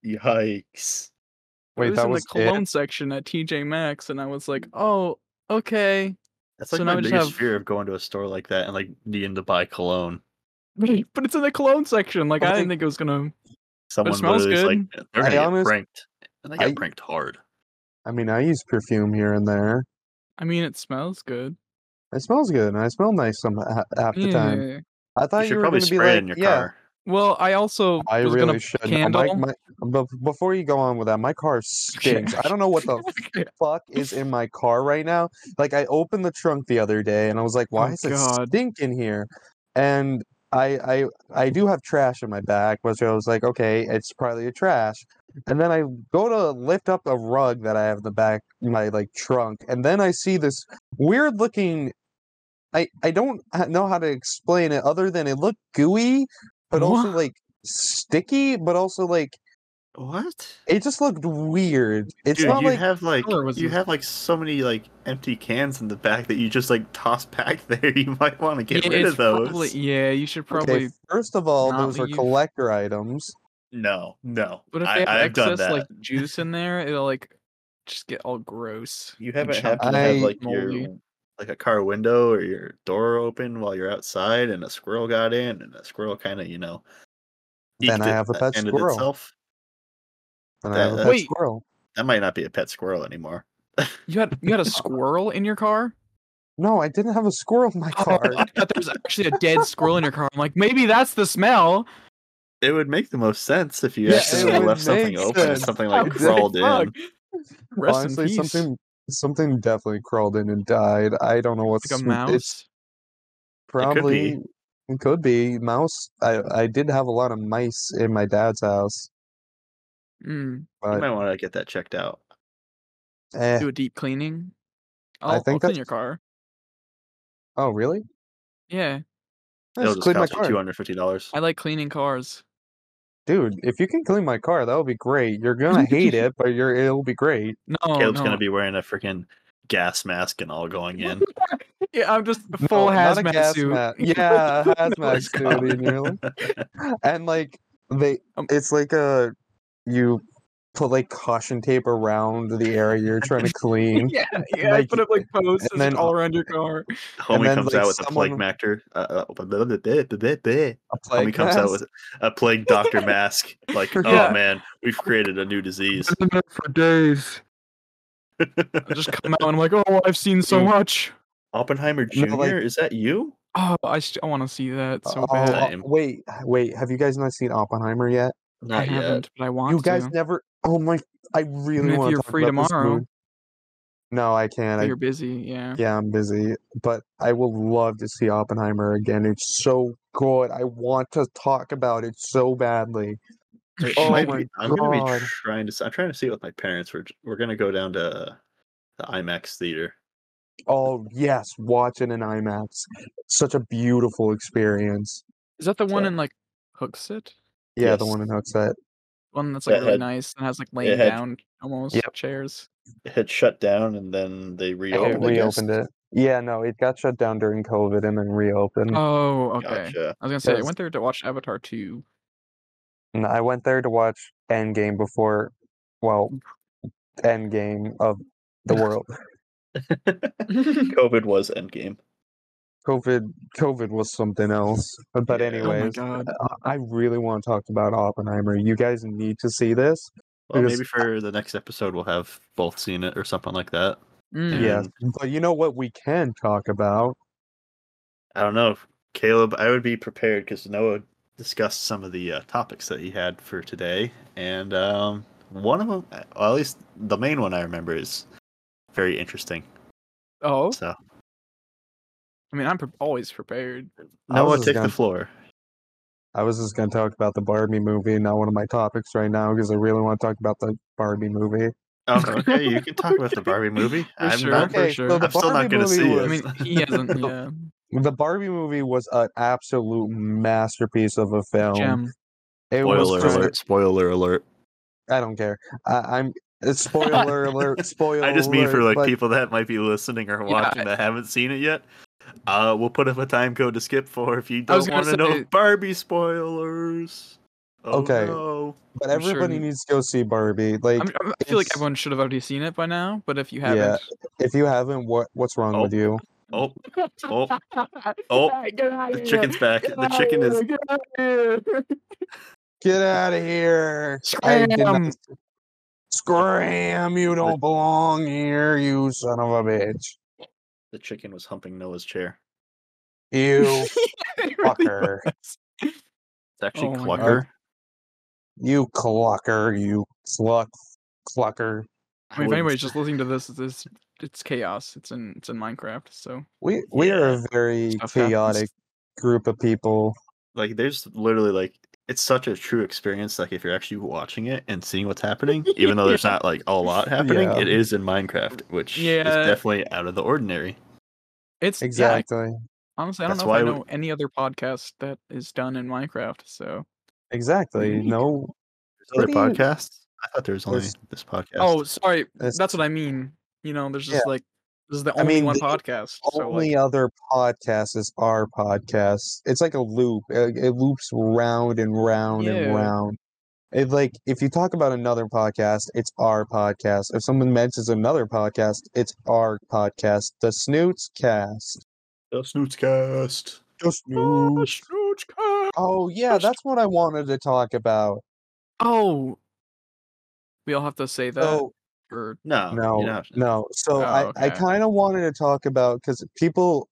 [SPEAKER 2] yikes!
[SPEAKER 1] it
[SPEAKER 3] Wait,
[SPEAKER 1] was
[SPEAKER 3] that
[SPEAKER 1] in
[SPEAKER 3] was Mm.
[SPEAKER 1] the cologne section at TJ Maxx, and I was like, oh, okay.
[SPEAKER 2] That's
[SPEAKER 1] So
[SPEAKER 2] like
[SPEAKER 1] now
[SPEAKER 2] my
[SPEAKER 1] I just
[SPEAKER 2] biggest
[SPEAKER 1] have-
[SPEAKER 2] fear of going to a store like that and like needing to buy cologne.
[SPEAKER 1] But it's in the cologne section. Like I
[SPEAKER 3] I
[SPEAKER 1] didn't
[SPEAKER 3] think-
[SPEAKER 1] think it was gonna.
[SPEAKER 2] Someone
[SPEAKER 1] smells
[SPEAKER 2] literally is
[SPEAKER 1] good.
[SPEAKER 2] like they're
[SPEAKER 3] I
[SPEAKER 2] gonna get
[SPEAKER 3] honest-
[SPEAKER 2] pranked, and they got
[SPEAKER 3] I-
[SPEAKER 2] pranked hard.
[SPEAKER 3] it. I mean, I use perfume here and there.
[SPEAKER 1] I mean, it smells good.
[SPEAKER 3] It smells good, and I smell nice some ha- half the time.
[SPEAKER 1] Yeah.
[SPEAKER 3] I
[SPEAKER 2] You
[SPEAKER 3] thought you,
[SPEAKER 2] should
[SPEAKER 3] were
[SPEAKER 2] probably
[SPEAKER 3] going to be
[SPEAKER 2] spray
[SPEAKER 3] like,
[SPEAKER 2] it in your
[SPEAKER 3] yeah,
[SPEAKER 2] car.
[SPEAKER 1] Well, I also
[SPEAKER 3] I
[SPEAKER 1] was
[SPEAKER 3] really
[SPEAKER 1] gonna
[SPEAKER 3] should. Oh,
[SPEAKER 1] candle.
[SPEAKER 3] My, my, but before you go on with that, my car stinks. I don't know what the fuck is in my car right now. Like I opened the trunk the other day and I was like, why
[SPEAKER 1] Oh,
[SPEAKER 3] is it
[SPEAKER 1] God.
[SPEAKER 3] stink in here? And I I I do have trash in my back, which I was like, okay, it's probably a trash. And then I go to lift up a rug that I have in the back my like trunk, and then I see this weird looking I I don't h- know how to explain it other than it looked gooey, but also
[SPEAKER 1] What?
[SPEAKER 3] like sticky, but also like
[SPEAKER 6] What?
[SPEAKER 3] it just looked weird. It's
[SPEAKER 2] Dude,
[SPEAKER 3] not
[SPEAKER 2] you
[SPEAKER 3] like
[SPEAKER 2] have like
[SPEAKER 1] color was
[SPEAKER 2] you
[SPEAKER 1] this?
[SPEAKER 2] have like so many like empty cans in the back that you just like toss back there. You might want to get
[SPEAKER 1] Yeah,
[SPEAKER 2] rid
[SPEAKER 1] it's
[SPEAKER 2] of those.
[SPEAKER 1] Probably, yeah, you should probably.
[SPEAKER 3] Okay, first of all,
[SPEAKER 1] not
[SPEAKER 3] those are
[SPEAKER 1] leave.
[SPEAKER 3] collector items.
[SPEAKER 2] No, no.
[SPEAKER 1] But if
[SPEAKER 2] I,
[SPEAKER 1] they have
[SPEAKER 2] I've done
[SPEAKER 1] excess
[SPEAKER 2] that.
[SPEAKER 1] like juice in there, it'll like just get all gross.
[SPEAKER 2] you
[SPEAKER 1] and
[SPEAKER 2] haven't happened
[SPEAKER 1] chunky.
[SPEAKER 2] to have
[SPEAKER 3] I-
[SPEAKER 2] like your
[SPEAKER 1] moldy.
[SPEAKER 2] like a car window or your door open while you're outside and a squirrel got in and a squirrel kind of you know.
[SPEAKER 3] Then
[SPEAKER 2] eked
[SPEAKER 3] I
[SPEAKER 2] it-
[SPEAKER 3] have a
[SPEAKER 2] uh,
[SPEAKER 3] pet
[SPEAKER 2] ended
[SPEAKER 3] squirrel.
[SPEAKER 2] Itself.
[SPEAKER 3] And I have a
[SPEAKER 2] That-
[SPEAKER 3] pet
[SPEAKER 1] Wait.
[SPEAKER 3] squirrel.
[SPEAKER 2] That might not be a pet squirrel anymore.
[SPEAKER 1] You had you had a squirrel in your car?
[SPEAKER 3] No, I didn't have a squirrel in my
[SPEAKER 1] Oh,
[SPEAKER 3] car.
[SPEAKER 1] I thought there was actually a dead squirrel in your car. I'm like, maybe that's the smell.
[SPEAKER 2] It would make the most sense if you
[SPEAKER 1] Yeah, it
[SPEAKER 2] actually
[SPEAKER 1] would
[SPEAKER 2] left something
[SPEAKER 3] make
[SPEAKER 2] open and
[SPEAKER 3] sense.
[SPEAKER 2] something
[SPEAKER 1] Oh,
[SPEAKER 2] like
[SPEAKER 1] great
[SPEAKER 2] crawled
[SPEAKER 1] fuck.
[SPEAKER 2] in.
[SPEAKER 1] Rest
[SPEAKER 3] Honestly,
[SPEAKER 1] in peace.
[SPEAKER 3] something something definitely crawled in and died. I don't know what's
[SPEAKER 1] like a
[SPEAKER 3] it
[SPEAKER 1] mouse.
[SPEAKER 3] probably
[SPEAKER 2] be.
[SPEAKER 3] it could be mouse. I I did have a lot of mice in my dad's house.
[SPEAKER 1] Mm,
[SPEAKER 2] You
[SPEAKER 3] But
[SPEAKER 2] might want to get that checked out.
[SPEAKER 3] eh.
[SPEAKER 1] do a deep cleaning. I'll,
[SPEAKER 3] I
[SPEAKER 1] I
[SPEAKER 3] think
[SPEAKER 1] will clean
[SPEAKER 3] that's-
[SPEAKER 1] your car.
[SPEAKER 3] oh really?
[SPEAKER 1] Yeah,
[SPEAKER 3] I
[SPEAKER 2] It'll
[SPEAKER 3] just
[SPEAKER 2] just
[SPEAKER 3] cleaned my
[SPEAKER 2] cost you
[SPEAKER 3] car.
[SPEAKER 2] two hundred fifty dollars.
[SPEAKER 1] I like cleaning cars.
[SPEAKER 3] Dude, if you can clean my car, that would be great. You're gonna hate it, but you're it'll be great.
[SPEAKER 1] No,
[SPEAKER 2] Caleb's
[SPEAKER 1] no.
[SPEAKER 2] gonna be wearing a freaking gas mask and all going in.
[SPEAKER 1] Yeah, I'm just full
[SPEAKER 3] No, not a
[SPEAKER 1] hazmat
[SPEAKER 3] gas
[SPEAKER 1] suit. Oh
[SPEAKER 3] ma- Yeah, a
[SPEAKER 1] No,
[SPEAKER 3] hazmat
[SPEAKER 1] it's
[SPEAKER 3] suit.
[SPEAKER 2] not.
[SPEAKER 3] And you're like- and like they,
[SPEAKER 1] Um,
[SPEAKER 3] it's like a you put like caution tape around the area you're trying to clean.
[SPEAKER 1] Yeah, yeah.
[SPEAKER 3] Like,
[SPEAKER 1] put up like posts
[SPEAKER 3] and
[SPEAKER 1] and
[SPEAKER 3] then-
[SPEAKER 1] all around your car.
[SPEAKER 2] Homie
[SPEAKER 3] then,
[SPEAKER 2] comes
[SPEAKER 3] like,
[SPEAKER 2] out with a plague
[SPEAKER 3] someone-
[SPEAKER 2] mactor. Uh, uh, blah, blah, blah, blah, blah, blah.
[SPEAKER 3] A
[SPEAKER 2] Homie
[SPEAKER 3] plague
[SPEAKER 2] comes out
[SPEAKER 3] mask.
[SPEAKER 2] with a plague doctor mask. Like,
[SPEAKER 1] Yeah.
[SPEAKER 2] oh man, we've created a new disease.
[SPEAKER 1] for days. I just come out and I'm like, oh, I've seen so
[SPEAKER 2] Dude.
[SPEAKER 1] much.
[SPEAKER 2] Oppenheimer Jr.
[SPEAKER 3] No, like-
[SPEAKER 2] is that you?
[SPEAKER 1] Oh, I, st- I want to see that so
[SPEAKER 3] Oh,
[SPEAKER 1] bad.
[SPEAKER 3] uh,
[SPEAKER 2] Same.
[SPEAKER 3] wait, wait. Have you guys not seen Oppenheimer yet?
[SPEAKER 1] I
[SPEAKER 2] Not yet.
[SPEAKER 1] haven't, but I want
[SPEAKER 3] you guys
[SPEAKER 1] to.
[SPEAKER 3] never. Oh my! I really
[SPEAKER 1] if
[SPEAKER 3] want to
[SPEAKER 1] you're
[SPEAKER 3] talk
[SPEAKER 1] free
[SPEAKER 3] about this
[SPEAKER 1] tomorrow.
[SPEAKER 3] movie. No, I can't.
[SPEAKER 1] But
[SPEAKER 3] I
[SPEAKER 1] you're busy, yeah.
[SPEAKER 3] Yeah, I'm busy, but I will love to see Oppenheimer again. It's so good. I want to talk about it so badly.
[SPEAKER 2] It
[SPEAKER 3] Oh
[SPEAKER 2] might
[SPEAKER 3] my
[SPEAKER 2] be- I'm gonna
[SPEAKER 3] God.
[SPEAKER 2] be trying to. s- I'm trying to see it with my parents. We're we're gonna go down to the IMAX theater.
[SPEAKER 3] Oh, yes, watch it in IMAX. Such a beautiful experience.
[SPEAKER 1] Is that the one
[SPEAKER 2] Yeah.
[SPEAKER 1] in like Hooksett?
[SPEAKER 3] Yeah, the
[SPEAKER 2] Yes.
[SPEAKER 3] one in Hooksett.
[SPEAKER 1] One that's like
[SPEAKER 2] That
[SPEAKER 1] really
[SPEAKER 2] had-
[SPEAKER 1] nice and has like laying
[SPEAKER 2] had-
[SPEAKER 1] down almost
[SPEAKER 3] Yep.
[SPEAKER 1] chairs.
[SPEAKER 2] It had shut down and then they
[SPEAKER 3] It
[SPEAKER 2] reopened. I guess.
[SPEAKER 3] reopened it. Yeah, no, it got shut down during COVID and then reopened.
[SPEAKER 1] Oh, okay.
[SPEAKER 2] Gotcha.
[SPEAKER 1] I was gonna say I
[SPEAKER 3] Mm-hmm. Yes.
[SPEAKER 1] went there to watch Avatar 2.
[SPEAKER 3] And I went there to watch Endgame before, well, Endgame of the world.
[SPEAKER 2] COVID was Endgame.
[SPEAKER 3] COVID COVID was something else. Uh, But
[SPEAKER 1] Oh my
[SPEAKER 3] anyways, uh,
[SPEAKER 1] god.
[SPEAKER 3] I I really want to talk about Oppenheimer. You guys need to see this.
[SPEAKER 6] Well,
[SPEAKER 3] Because-
[SPEAKER 6] maybe for the next episode we'll have both seen it or something like that.
[SPEAKER 1] Mm.
[SPEAKER 3] Yes. But you know what we can talk about?
[SPEAKER 2] I don't know, Caleb. I would be prepared because Noah discussed some of the uh, topics that he had for today, and um, one of them, well, at least the main one I remember is very interesting.
[SPEAKER 1] Oh,
[SPEAKER 2] So
[SPEAKER 1] I mean, I'm pre- always prepared.
[SPEAKER 3] I was
[SPEAKER 2] Noah,
[SPEAKER 3] just
[SPEAKER 2] take
[SPEAKER 3] gonna-
[SPEAKER 2] the floor.
[SPEAKER 3] I was just going to talk about the Barbie movie, not one of my topics right now because I really want to talk about the Barbie movie.
[SPEAKER 2] Oh, okay, you can talk about the Barbie movie.
[SPEAKER 1] For
[SPEAKER 2] I'm
[SPEAKER 1] sure.
[SPEAKER 2] not.
[SPEAKER 1] Okay, sure.
[SPEAKER 3] so the
[SPEAKER 2] I'm still not
[SPEAKER 3] Barbie
[SPEAKER 2] gonna
[SPEAKER 3] movie
[SPEAKER 2] see it.
[SPEAKER 1] I mean, he hasn't. Yeah,
[SPEAKER 3] was- the Barbie movie was an absolute masterpiece of a film.
[SPEAKER 1] gem.
[SPEAKER 3] It
[SPEAKER 6] Spoiler
[SPEAKER 3] was just,
[SPEAKER 6] alert! Spoiler alert!
[SPEAKER 3] I don't care. I, I'm it's spoiler alert. Spoiler.
[SPEAKER 2] I just mean for
[SPEAKER 3] alert,
[SPEAKER 2] like
[SPEAKER 3] but-
[SPEAKER 2] people that might be listening or watching that haven't seen it yet. Uh, we'll put up a time code to skip for if you
[SPEAKER 1] I was
[SPEAKER 2] don't want
[SPEAKER 1] gonna
[SPEAKER 2] to know
[SPEAKER 1] say-
[SPEAKER 2] Barbie spoilers. Oh,
[SPEAKER 3] Okay.
[SPEAKER 2] no.
[SPEAKER 3] But
[SPEAKER 1] I'm sure
[SPEAKER 3] everybody
[SPEAKER 1] you-
[SPEAKER 3] needs to go see Barbie. Like,
[SPEAKER 1] I'm, I'm- I feel like
[SPEAKER 3] it's-
[SPEAKER 1] everyone should have already seen it by now, but if you haven't,
[SPEAKER 3] Yeah. if you haven't, what what's wrong
[SPEAKER 2] Oh.
[SPEAKER 3] with you?
[SPEAKER 2] Oh, oh, oh, the chicken's back. The chicken is.
[SPEAKER 3] Get out of here! I did not-
[SPEAKER 1] Scram.
[SPEAKER 3] Scram! You don't belong here, you son of a bitch!
[SPEAKER 2] The chicken was humping Noah's chair.
[SPEAKER 3] You
[SPEAKER 1] It really
[SPEAKER 3] fucker!
[SPEAKER 1] was.
[SPEAKER 6] It's actually
[SPEAKER 1] Oh my God.
[SPEAKER 6] Clucker.
[SPEAKER 3] You clucker! You cluck clucker!
[SPEAKER 1] I mean, if
[SPEAKER 6] wouldn't
[SPEAKER 1] anybody's
[SPEAKER 6] say-
[SPEAKER 1] just listening to this, it's it's chaos. It's in it's in Minecraft. So
[SPEAKER 3] We we are a very
[SPEAKER 1] Stuff happens.
[SPEAKER 3] chaotic group of people.
[SPEAKER 2] Like, there's literally like. It's such a true experience. Like, if you're actually watching it and seeing what's happening, even though there's not like a lot happening,
[SPEAKER 3] Yeah.
[SPEAKER 2] it is in Minecraft, which
[SPEAKER 1] Yeah.
[SPEAKER 2] is definitely out of the ordinary.
[SPEAKER 1] it's exactly.
[SPEAKER 3] Exactly.
[SPEAKER 1] honestly, I don't
[SPEAKER 2] That's
[SPEAKER 1] know if I
[SPEAKER 2] why we-
[SPEAKER 1] know any other podcast that is done in Minecraft. So
[SPEAKER 3] Exactly.
[SPEAKER 1] Mm-hmm.
[SPEAKER 2] Unique.
[SPEAKER 3] No.
[SPEAKER 2] There's other
[SPEAKER 3] What do you-
[SPEAKER 2] podcasts? I thought there was only
[SPEAKER 3] There's-
[SPEAKER 2] this podcast.
[SPEAKER 1] oh, sorry,
[SPEAKER 3] It's-
[SPEAKER 1] that's what I mean. You know, there's
[SPEAKER 3] Yeah.
[SPEAKER 1] just like this is the
[SPEAKER 3] I
[SPEAKER 1] only
[SPEAKER 3] mean,
[SPEAKER 1] one
[SPEAKER 3] the
[SPEAKER 1] podcast. So like,
[SPEAKER 3] only other podcast is our podcast. It's like a loop. It, it loops round and round
[SPEAKER 1] Yeah.
[SPEAKER 3] and round. It like if you talk about another podcast, it's our podcast. If someone mentions another podcast, it's our podcast, the Snoots Cast.
[SPEAKER 2] The Snootcast.
[SPEAKER 3] The Snoots. Oh yeah, that's what I wanted to talk about.
[SPEAKER 1] oh, we all have to say that.
[SPEAKER 3] So
[SPEAKER 1] or
[SPEAKER 2] No, you
[SPEAKER 3] Oh, no,
[SPEAKER 2] don't-
[SPEAKER 3] no. So I,
[SPEAKER 1] Oh,
[SPEAKER 3] I
[SPEAKER 1] okay.
[SPEAKER 3] kind of wanted to talk about because people,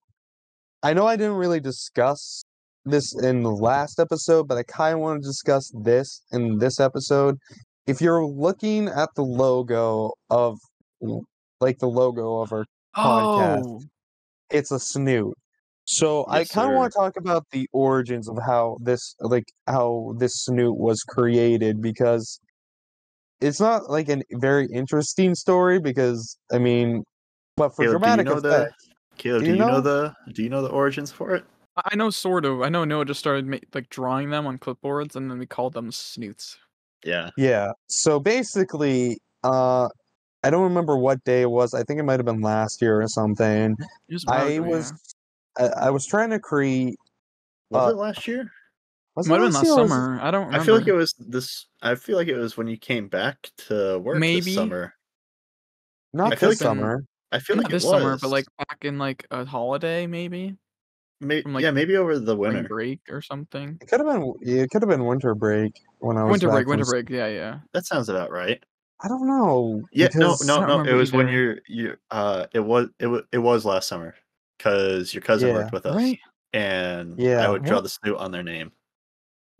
[SPEAKER 3] I know I didn't really discuss this in the last episode, but I kind of want to discuss this in this episode. If you're looking at the logo of, w- like the logo of our, podcast.
[SPEAKER 1] oh,
[SPEAKER 3] it's a snoot. So I
[SPEAKER 2] Yes,
[SPEAKER 3] kind of want to talk about the origins of how this, like how this snoot was created because it's not like a very interesting story because I mean, but
[SPEAKER 2] Caleb, do
[SPEAKER 3] for
[SPEAKER 2] you
[SPEAKER 3] dramatic
[SPEAKER 2] know
[SPEAKER 3] effect,
[SPEAKER 2] the Caleb,
[SPEAKER 3] Do
[SPEAKER 2] do
[SPEAKER 3] you
[SPEAKER 2] you, know?
[SPEAKER 3] know-
[SPEAKER 2] the do you know the origins for it?
[SPEAKER 1] I I know sort of. I know Noah just started ma- like drawing them on clipboards, and then we called them snoots.
[SPEAKER 2] Yeah.
[SPEAKER 3] Yeah. So basically, uh I don't remember what day it was. I think it might have been last year or something.
[SPEAKER 1] It was
[SPEAKER 3] I
[SPEAKER 1] wild,
[SPEAKER 3] was
[SPEAKER 1] yeah.
[SPEAKER 3] I, I was trying to create
[SPEAKER 2] Was
[SPEAKER 3] Uh,
[SPEAKER 2] it last year?
[SPEAKER 3] was it
[SPEAKER 1] might have been last
[SPEAKER 3] last year or was it-
[SPEAKER 1] summer. I don't. Remember.
[SPEAKER 2] I feel like it was this I feel like it was when you came back to work
[SPEAKER 1] Maybe.
[SPEAKER 2] this summer.
[SPEAKER 3] Not
[SPEAKER 2] I feel
[SPEAKER 3] this
[SPEAKER 2] like
[SPEAKER 1] in-
[SPEAKER 3] summer.
[SPEAKER 2] I feel
[SPEAKER 1] not
[SPEAKER 2] like
[SPEAKER 1] this
[SPEAKER 2] it was
[SPEAKER 1] summer, but like back in like a holiday, maybe
[SPEAKER 2] May-
[SPEAKER 1] from, like,
[SPEAKER 2] yeah, maybe over the
[SPEAKER 1] spring
[SPEAKER 2] winter.
[SPEAKER 1] break or something.
[SPEAKER 3] It could have been w- yeah, it could have been winter break when I was
[SPEAKER 1] Winter
[SPEAKER 3] back
[SPEAKER 1] break,
[SPEAKER 3] from
[SPEAKER 1] winter
[SPEAKER 3] s-
[SPEAKER 1] break. Yeah, yeah.
[SPEAKER 2] That sounds about right.
[SPEAKER 3] I don't know.
[SPEAKER 2] Yeah,
[SPEAKER 3] because
[SPEAKER 2] no,
[SPEAKER 1] I
[SPEAKER 2] no,
[SPEAKER 1] don't
[SPEAKER 2] no. It
[SPEAKER 1] remember
[SPEAKER 2] was when
[SPEAKER 1] either.
[SPEAKER 2] you're you uh it was it was it was last summer because your cousin
[SPEAKER 3] Yeah.
[SPEAKER 2] worked with us.
[SPEAKER 1] Right.
[SPEAKER 2] and
[SPEAKER 3] Yeah,
[SPEAKER 2] I would draw
[SPEAKER 3] what-
[SPEAKER 2] the snoot on their name.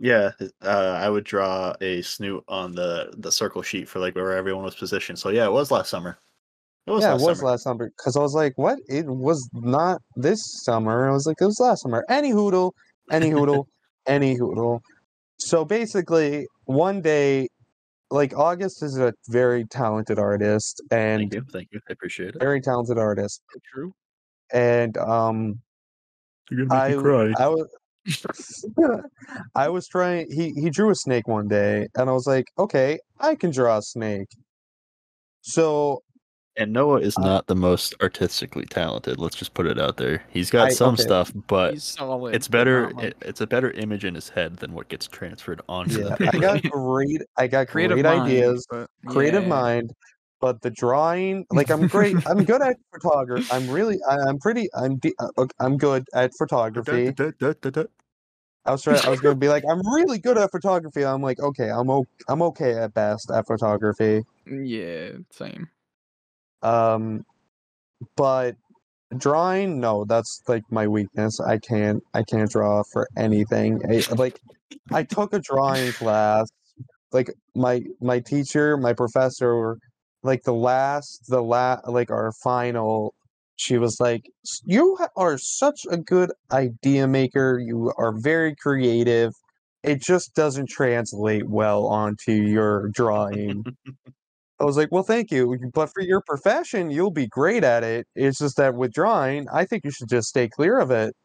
[SPEAKER 2] Yeah, uh, I would draw a snoot on the the circle sheet for like where everyone was positioned. So yeah, it was last summer. It was
[SPEAKER 3] yeah,
[SPEAKER 2] last
[SPEAKER 3] it was
[SPEAKER 2] summer.
[SPEAKER 3] last summer because I was like, "What? It was not this summer." I was like, "It was last summer." Any hoodle, any hoodle, any hoodle. So basically, one day, like August is a very talented artist
[SPEAKER 2] Thank
[SPEAKER 3] and
[SPEAKER 2] you, thank you, I appreciate it.
[SPEAKER 3] very talented artist,
[SPEAKER 1] True.
[SPEAKER 3] and um,
[SPEAKER 2] You're
[SPEAKER 3] I I was I was trying. He he drew a snake one day, and I was like, "Okay, I can draw a snake." So
[SPEAKER 6] And Noah is
[SPEAKER 3] Uh,
[SPEAKER 6] not the most artistically talented. Let's just put it out there. He's got
[SPEAKER 3] I-
[SPEAKER 6] some
[SPEAKER 3] okay.
[SPEAKER 6] stuff, but
[SPEAKER 1] He's solid.
[SPEAKER 6] it's
[SPEAKER 1] but not
[SPEAKER 6] better.
[SPEAKER 1] like-
[SPEAKER 6] It, it's a better image in his head than what gets transferred onto
[SPEAKER 3] Yeah,
[SPEAKER 6] the
[SPEAKER 3] I
[SPEAKER 6] paper.
[SPEAKER 3] got great. I got
[SPEAKER 1] creative
[SPEAKER 3] great
[SPEAKER 1] mind,
[SPEAKER 3] ideas,
[SPEAKER 1] but-
[SPEAKER 3] creative
[SPEAKER 1] yeah.
[SPEAKER 3] mind, but the drawing, like I'm great, I'm good at photography. I'm really, I, I'm pretty, I'm, de- uh, ok, I'm good at photography. I was trying, I was gonna be like, I'm really good at photography. I'm like, okay, I'm o- I'm okay at best at photography.
[SPEAKER 1] mm, Yeah, same.
[SPEAKER 3] Um, but drawing, no, that's like my weakness. I can't, I can't draw for anything. I, like, I took a drawing class. Like my my teacher, my professor, like the last, the last, like our final, she was like, "S- "You ha- are such a good idea maker. You are very creative. It just doesn't translate well onto your drawing." I was like, well, thank you. But for your profession, you'll be great at it. It's just that with drawing, I think you should just stay clear of it.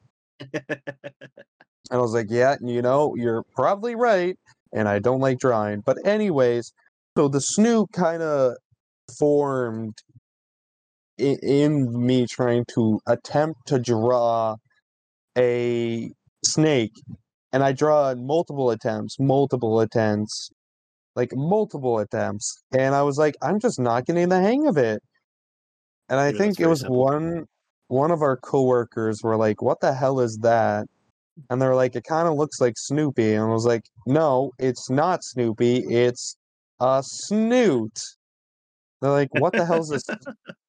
[SPEAKER 3] And I was like, yeah, you know, you're probably right. And I don't like drawing. But, anyways, so the snoo kind of formed in, in me trying to attempt to draw a snake. And I draw in multiple attempts, multiple attempts, like multiple attempts. And I was like, I'm just not getting the hang of it. And I
[SPEAKER 2] Yeah, that's
[SPEAKER 3] think it
[SPEAKER 2] very
[SPEAKER 3] was
[SPEAKER 2] simple.
[SPEAKER 3] one one of our coworkers were like, What the hell is that? and they're like, it kind of looks like Snoopy. And I was like, no, it's not Snoopy. It's a snoot. They're like, what the hell's this?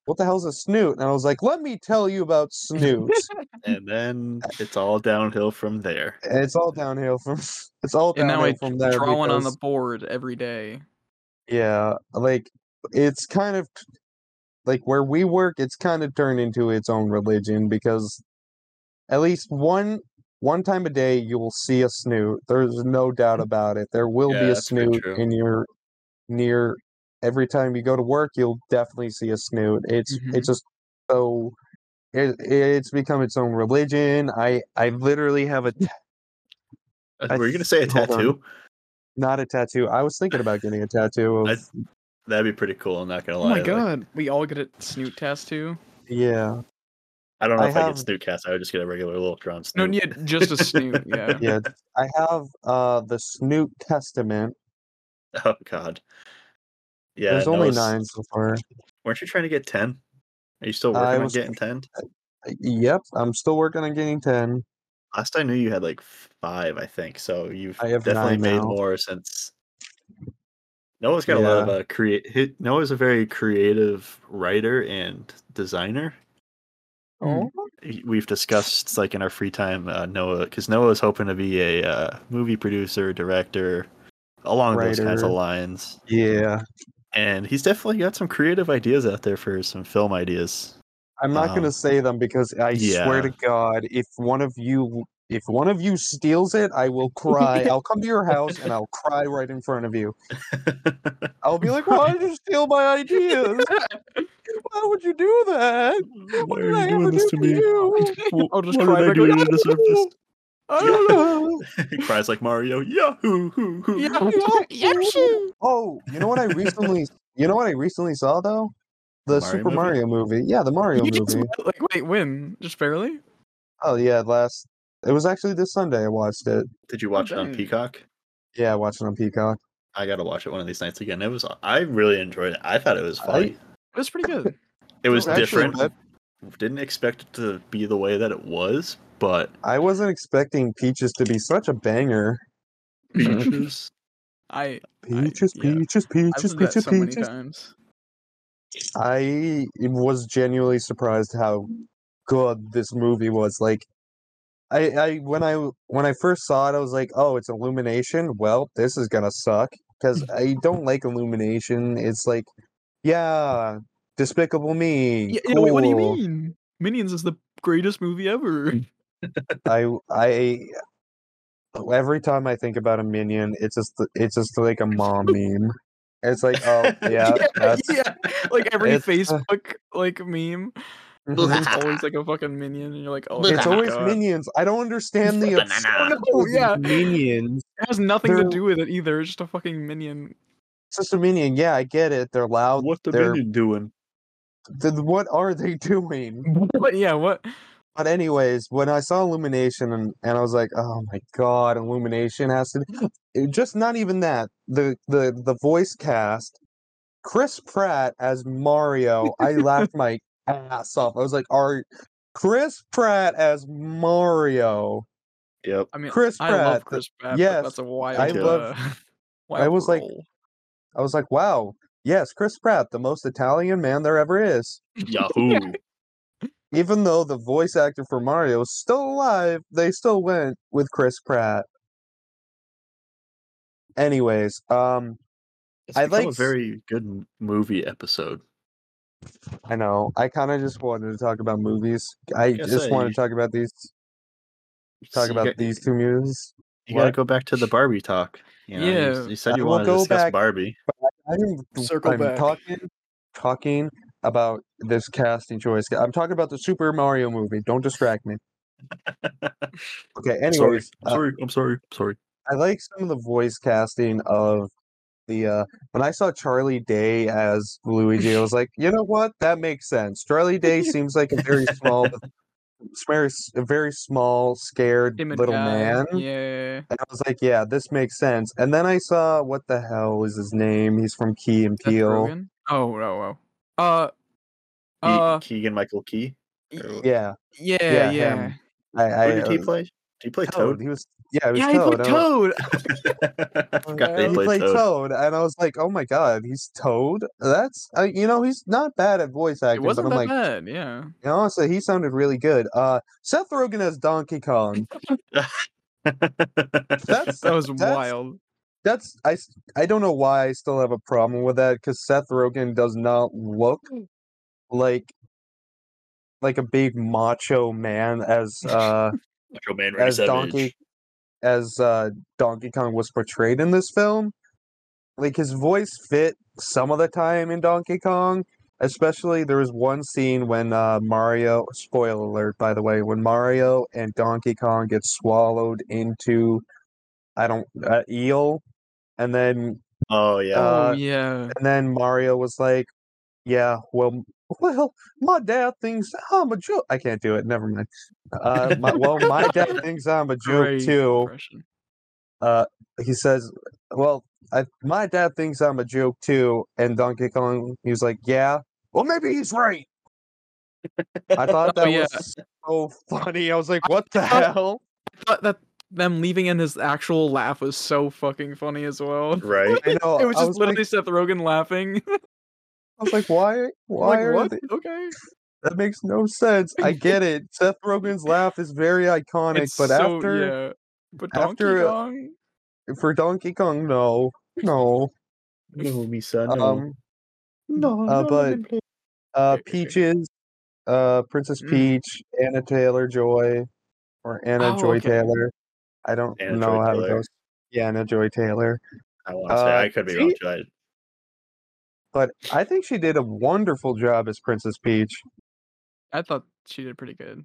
[SPEAKER 3] What the hell's a snoot? And I was like, let me tell you about snoot.
[SPEAKER 2] and then it's all downhill from there.
[SPEAKER 3] and it's all downhill from. It's all
[SPEAKER 1] And now
[SPEAKER 3] downhill
[SPEAKER 1] I
[SPEAKER 3] from there.
[SPEAKER 1] draw one on the
[SPEAKER 3] because-
[SPEAKER 1] board every day.
[SPEAKER 3] yeah, like it's kind of like where we work. It's kind of turned into its own religion because at least one one time a day you will see a snoot. There's no doubt about it. There will be
[SPEAKER 2] Mm. Yeah,
[SPEAKER 3] a
[SPEAKER 2] that's pretty
[SPEAKER 3] snoot
[SPEAKER 2] true.
[SPEAKER 3] in your near every time you go to work. You'll definitely see a snoot. It's
[SPEAKER 2] Mm-hmm.
[SPEAKER 3] it's just so it, it's become its own religion. I I literally have a ta-
[SPEAKER 2] Uh,
[SPEAKER 3] I
[SPEAKER 2] Were you gonna say a
[SPEAKER 3] hold on.
[SPEAKER 2] tattoo?
[SPEAKER 3] not a tattoo. I was thinking about getting a tattoo of
[SPEAKER 2] I- That'd be pretty cool. I'm not gonna
[SPEAKER 1] Oh
[SPEAKER 2] lie.
[SPEAKER 1] my
[SPEAKER 2] like,
[SPEAKER 1] god, we all get a snoot tast too.
[SPEAKER 3] yeah
[SPEAKER 2] I don't know
[SPEAKER 3] I
[SPEAKER 2] if I
[SPEAKER 3] have-
[SPEAKER 2] get snoot cast. I would just get a regular little drawn
[SPEAKER 1] No,
[SPEAKER 2] snoot.
[SPEAKER 1] yeah, just a snoot. Yeah.
[SPEAKER 3] yeah. I have uh the snoot testament.
[SPEAKER 2] Oh god. Yeah.
[SPEAKER 3] There's only
[SPEAKER 2] Noah's-
[SPEAKER 3] nine so far.
[SPEAKER 2] Weren't you trying to get ten? Are you still working
[SPEAKER 3] I
[SPEAKER 2] on
[SPEAKER 3] was-
[SPEAKER 2] getting ten?
[SPEAKER 3] Yep, I'm still working on getting ten.
[SPEAKER 2] Last I knew, you had like five, I think. So you've
[SPEAKER 3] I have
[SPEAKER 2] definitely
[SPEAKER 3] nine
[SPEAKER 2] made
[SPEAKER 3] now.
[SPEAKER 2] more since. Noah's got a lot of uh, create. he- Noah's a very creative writer and designer. Hmm.
[SPEAKER 1] Oh.
[SPEAKER 2] He- We've discussed like in our free time, uh, Noah, because Noah is hoping to be a uh, movie producer, director, along those kinds of
[SPEAKER 3] Writer.
[SPEAKER 2] lines.
[SPEAKER 3] Yeah,
[SPEAKER 2] And he's definitely got some creative ideas out there for some film ideas.
[SPEAKER 3] I'm not
[SPEAKER 2] Um,
[SPEAKER 3] gonna say them because I swear to God, if one of you if one of you steals it, I will cry. I'll come to your house and I'll cry right in front of you. I'll be like, "Why did you steal my ideas? Why would you do that? What did I ever do to, you?"
[SPEAKER 1] I'll just
[SPEAKER 2] what
[SPEAKER 1] cry
[SPEAKER 2] did I
[SPEAKER 1] back,
[SPEAKER 2] do
[SPEAKER 1] like, "Ah,
[SPEAKER 2] to deserve this?
[SPEAKER 1] I
[SPEAKER 2] Yeah.
[SPEAKER 1] don't know.
[SPEAKER 2] he cries like Mario. Yahoo! Hoo, hoo.
[SPEAKER 1] Yeah,
[SPEAKER 3] Oh,
[SPEAKER 1] yeah,
[SPEAKER 3] oh, Oh, you know what I recently you know what I recently saw though? The
[SPEAKER 2] Mario
[SPEAKER 3] Super
[SPEAKER 2] movie?
[SPEAKER 3] Mario movie. Yeah, the Mario
[SPEAKER 1] You
[SPEAKER 3] movie.
[SPEAKER 1] just met- like wait, when? Just barely?
[SPEAKER 3] Oh yeah, last it was actually this Sunday I watched it.
[SPEAKER 2] Did you watch it on
[SPEAKER 1] dang.
[SPEAKER 2] Peacock?
[SPEAKER 3] Yeah, I watched it on Peacock.
[SPEAKER 2] I gotta watch it one of these nights again. It was I really enjoyed it. I thought it was
[SPEAKER 3] I-
[SPEAKER 2] funny.
[SPEAKER 1] It was pretty good.
[SPEAKER 2] it was
[SPEAKER 3] actually,
[SPEAKER 2] different.
[SPEAKER 3] that-
[SPEAKER 2] Didn't expect it to be the way that it was, but
[SPEAKER 3] I wasn't expecting Peaches to be such a banger.
[SPEAKER 2] Mm-hmm. Peaches.
[SPEAKER 1] I I-
[SPEAKER 3] Peaches,
[SPEAKER 1] yeah.
[SPEAKER 3] peaches,
[SPEAKER 1] I've
[SPEAKER 3] peaches,
[SPEAKER 1] done that
[SPEAKER 3] peaches,
[SPEAKER 1] so many
[SPEAKER 3] peaches.
[SPEAKER 1] times.
[SPEAKER 3] I was genuinely surprised how good this movie was. Like, I, I when I when I first saw it, I was like, "Oh, it's Illumination. Well, this is gonna suck because
[SPEAKER 1] Mm-hmm.
[SPEAKER 3] I don't like Illumination. It's like, yeah, Despicable Me.
[SPEAKER 1] Yeah, yeah, wait, what do you
[SPEAKER 3] cool.
[SPEAKER 1] mean? Minions is the greatest movie ever.
[SPEAKER 3] I I every time I think about a minion, it's just it's just like a mom meme. It's like, oh yeah, that's
[SPEAKER 1] yeah. Like every
[SPEAKER 3] it's, uh,
[SPEAKER 1] Facebook like meme. There's always like a fucking minion and you're like, oh
[SPEAKER 3] it's
[SPEAKER 1] my
[SPEAKER 3] always
[SPEAKER 1] God.
[SPEAKER 3] minions. I don't understand the obsession
[SPEAKER 1] Oh, no,
[SPEAKER 3] with
[SPEAKER 1] yeah.
[SPEAKER 3] minions.
[SPEAKER 1] It has nothing to
[SPEAKER 3] They're-
[SPEAKER 1] do with it either. It's just a fucking minion.
[SPEAKER 3] It's just a minion. Yeah, I get it. They're loud.
[SPEAKER 2] what the
[SPEAKER 3] they're-
[SPEAKER 2] minion doing?
[SPEAKER 3] Th- what are they doing?
[SPEAKER 1] But yeah, what?
[SPEAKER 3] But anyways, when I saw Illumination and, and I was like, oh my god, Illumination has to be it- just not even that. The the the voice cast Chris Pratt as Mario. I laughed my ass off. I was like, "Are Chris Pratt as Mario?"
[SPEAKER 2] Yep.
[SPEAKER 1] I mean,
[SPEAKER 3] Chris
[SPEAKER 1] I love
[SPEAKER 3] Pratt.
[SPEAKER 1] Chris Pratt.
[SPEAKER 3] yes,
[SPEAKER 1] Yes, that's a wild.
[SPEAKER 3] I
[SPEAKER 2] love-
[SPEAKER 1] uh,
[SPEAKER 3] I was like-
[SPEAKER 1] role.
[SPEAKER 3] I was like, "Wow, yes, Chris Pratt, the most Italian man there ever is."
[SPEAKER 2] Yahoo.
[SPEAKER 3] Even though the voice actor for Mario is still alive, they still went with Chris Pratt. Anyways, um,
[SPEAKER 2] It's
[SPEAKER 3] I
[SPEAKER 2] become
[SPEAKER 3] like
[SPEAKER 2] a
[SPEAKER 3] s-
[SPEAKER 2] very good m- movie episode.
[SPEAKER 3] I know. I kind of just wanted to talk about movies. I
[SPEAKER 2] Yes,
[SPEAKER 3] just
[SPEAKER 2] I-
[SPEAKER 3] want to talk about these. Talk
[SPEAKER 2] So
[SPEAKER 3] about
[SPEAKER 2] you got-
[SPEAKER 3] these two movies.
[SPEAKER 2] You gotta
[SPEAKER 3] what?
[SPEAKER 2] go back to the Barbie talk. You know, you s-
[SPEAKER 1] Yeah.
[SPEAKER 2] You, said
[SPEAKER 3] I
[SPEAKER 2] you
[SPEAKER 3] will
[SPEAKER 2] wanted to
[SPEAKER 3] go
[SPEAKER 2] discuss
[SPEAKER 3] back-
[SPEAKER 2] Barbie.
[SPEAKER 3] I'm,
[SPEAKER 4] Circle
[SPEAKER 3] I'm
[SPEAKER 4] back.
[SPEAKER 3] talking, talking about this casting choice. I'm talking about the Super Mario movie. Don't distract me. Okay.
[SPEAKER 2] sorry.
[SPEAKER 3] Anyways,
[SPEAKER 2] I'm
[SPEAKER 3] uh,
[SPEAKER 2] sorry. I'm sorry. I'm sorry.
[SPEAKER 3] I like some of the voice casting of the uh when I saw Charlie Day as Luigi, I was like, you know what? That makes sense. Charlie Day seems like a very small, very, s- a very small, scared
[SPEAKER 1] Timid
[SPEAKER 3] little
[SPEAKER 1] guy.
[SPEAKER 3] man.
[SPEAKER 1] Yeah.
[SPEAKER 3] And I was like, yeah, this makes sense. And then I saw what the hell is his name? He's from Key and
[SPEAKER 1] Seth
[SPEAKER 3] Peele.
[SPEAKER 1] Rogen? Oh, oh, oh. Uh,
[SPEAKER 2] Ke-
[SPEAKER 1] uh,
[SPEAKER 2] Keegan Michael Key.
[SPEAKER 1] y-
[SPEAKER 2] or-
[SPEAKER 3] Yeah,
[SPEAKER 1] yeah,
[SPEAKER 3] yeah,
[SPEAKER 1] yeah.
[SPEAKER 3] him. I, I
[SPEAKER 2] Who did he
[SPEAKER 3] uh,
[SPEAKER 2] play? Did he play
[SPEAKER 3] Toad.
[SPEAKER 2] Toad?
[SPEAKER 3] He was yeah, he was
[SPEAKER 1] Yeah, he
[SPEAKER 3] Toad.
[SPEAKER 1] played
[SPEAKER 3] I was-
[SPEAKER 1] Toad.
[SPEAKER 2] I forgot they
[SPEAKER 1] He
[SPEAKER 3] he
[SPEAKER 2] played,
[SPEAKER 3] played
[SPEAKER 2] Toad.
[SPEAKER 3] Toad, and I was like, "Oh my god, he's Toad." That's uh, you know, he's not bad at voice
[SPEAKER 1] It
[SPEAKER 3] acting, but
[SPEAKER 1] wasn't
[SPEAKER 3] I'm
[SPEAKER 1] that
[SPEAKER 3] like,
[SPEAKER 1] bad. Yeah.
[SPEAKER 3] honestly, he sounded really good. Uh, Seth Rogen as Donkey Kong. That's
[SPEAKER 1] That was
[SPEAKER 3] that's-
[SPEAKER 1] wild.
[SPEAKER 3] that's I s- I don't know why I still have a problem with that because Seth Rogen does not look like like a big macho man as uh
[SPEAKER 2] Macho Man Randy
[SPEAKER 3] as Donkey as uh Donkey Kong was portrayed in this film. Like his voice fit some of the time in Donkey Kong. Especially there was one scene when uh Mario spoiler alert by the way, when Mario and Donkey Kong get swallowed into I don't uh, eel and then
[SPEAKER 2] Oh yeah.
[SPEAKER 1] oh
[SPEAKER 3] uh,
[SPEAKER 1] yeah.
[SPEAKER 3] and then Mario was like, "Yeah, well, well, my dad thinks I'm a joke. I can't do it. Never mind. Uh, my, well, my dad thinks I'm a joke
[SPEAKER 1] Great
[SPEAKER 3] too.
[SPEAKER 1] impression.
[SPEAKER 3] Uh, He says, "Well, I, my dad thinks I'm a joke too." And Donkey Kong, he was like, "Yeah, well, maybe he's right." I thought
[SPEAKER 1] Oh,
[SPEAKER 3] that
[SPEAKER 1] yeah.
[SPEAKER 3] was so funny. I was like, "What the
[SPEAKER 1] thought-
[SPEAKER 3] hell?"
[SPEAKER 1] But that them leaving in his actual laugh was so fucking funny as well.
[SPEAKER 2] right.
[SPEAKER 3] I know.
[SPEAKER 1] It was
[SPEAKER 3] I
[SPEAKER 1] just
[SPEAKER 3] was
[SPEAKER 1] literally
[SPEAKER 3] Like,
[SPEAKER 1] Seth Rogen laughing.
[SPEAKER 3] I was like, "Why? Why
[SPEAKER 1] like
[SPEAKER 3] are
[SPEAKER 1] what?
[SPEAKER 3] they-
[SPEAKER 1] Okay.
[SPEAKER 3] That makes no sense. I get it. Seth Rogen's laugh is very iconic,
[SPEAKER 1] It's
[SPEAKER 3] but
[SPEAKER 1] so-
[SPEAKER 3] after
[SPEAKER 1] yeah. But Donkey
[SPEAKER 3] after, uh,
[SPEAKER 1] Kong.
[SPEAKER 3] for Donkey Kong, no, no,
[SPEAKER 2] No, me son. No.
[SPEAKER 3] um,
[SPEAKER 2] no,
[SPEAKER 3] uh,
[SPEAKER 2] no,
[SPEAKER 3] but-
[SPEAKER 2] let me play.
[SPEAKER 3] uh,
[SPEAKER 1] Okay, okay.
[SPEAKER 3] Peaches, uh, Princess
[SPEAKER 1] Mm.
[SPEAKER 3] Peach, Anna Taylor Joy, or Anna
[SPEAKER 1] Oh,
[SPEAKER 3] Joy
[SPEAKER 1] okay.
[SPEAKER 3] Taylor. I don't
[SPEAKER 2] Anna
[SPEAKER 3] know
[SPEAKER 2] Joy
[SPEAKER 3] how
[SPEAKER 2] Taylor.
[SPEAKER 3] to go. Yeah, Anna Joy Taylor.
[SPEAKER 2] I want to
[SPEAKER 3] uh,
[SPEAKER 2] say I could be wrong.
[SPEAKER 3] see-
[SPEAKER 2] too. I-
[SPEAKER 3] But I think she did a wonderful job as Princess Peach.
[SPEAKER 1] I thought she did pretty good.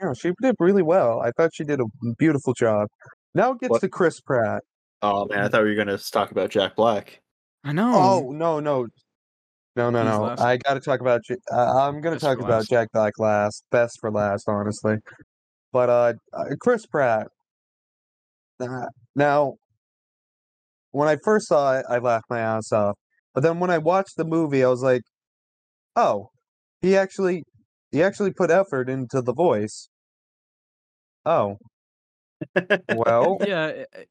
[SPEAKER 3] Yeah, she did really well. I thought she did a beautiful job. Now it gets
[SPEAKER 2] What-
[SPEAKER 3] to Chris Pratt.
[SPEAKER 2] Oh
[SPEAKER 3] Mm.
[SPEAKER 2] man, I thought we were gonna talk about Jack Black.
[SPEAKER 1] I know.
[SPEAKER 3] Oh no no, no no
[SPEAKER 1] He's
[SPEAKER 3] no!
[SPEAKER 1] Hmm. last.
[SPEAKER 3] I got to talk about. J- Uh, I'm going
[SPEAKER 1] Best
[SPEAKER 3] to
[SPEAKER 1] for
[SPEAKER 3] talk about
[SPEAKER 1] last.
[SPEAKER 3] Jack Black last, best for last, honestly. But uh, uh, Chris Pratt. Uh, now, when I first saw it, I laughed my ass off. But then when I watched the movie, I was like, "Oh, he actually, he actually put effort into the voice." Oh, well,
[SPEAKER 1] Yeah. it- it-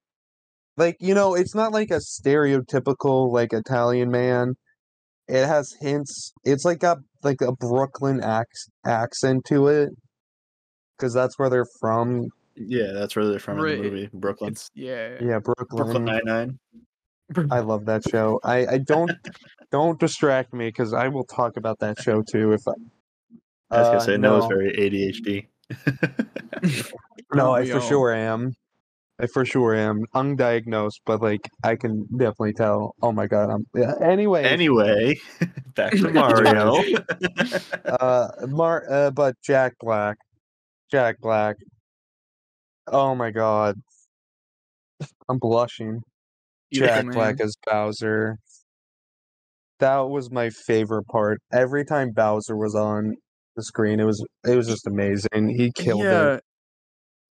[SPEAKER 3] like you know it's not like a stereotypical like italian man it has hints it's like got like a brooklyn ac- accent to it because that's where they're from
[SPEAKER 2] Yeah, that's where they're from
[SPEAKER 1] Right.
[SPEAKER 2] in the movie Brooklyn.
[SPEAKER 1] It's yeah.
[SPEAKER 3] yeah brooklyn,
[SPEAKER 2] Brooklyn Nine Nine.
[SPEAKER 3] i love that show i i don't don't distract me because i will talk about that show too if i
[SPEAKER 2] I was
[SPEAKER 3] Uh,
[SPEAKER 2] gonna say no. Noah's
[SPEAKER 3] no.
[SPEAKER 2] very ADHD.
[SPEAKER 3] No,
[SPEAKER 1] Aren't
[SPEAKER 3] I
[SPEAKER 1] we
[SPEAKER 3] for
[SPEAKER 1] all?
[SPEAKER 3] sure am. I for sure am. Undiagnosed, but like I can definitely tell. Oh my god, I'm yeah. Anyway,
[SPEAKER 2] anyway, back to Mario.
[SPEAKER 1] Mario.
[SPEAKER 3] uh Mar uh, but Jack Black. Jack Black. Oh my god. I'm blushing.
[SPEAKER 1] Beautiful
[SPEAKER 3] Jack Black
[SPEAKER 1] man.
[SPEAKER 3] as Bowser. That was my favorite part. Every time Bowser was on the screen, it was it was just amazing. He killed
[SPEAKER 1] yeah.
[SPEAKER 3] it.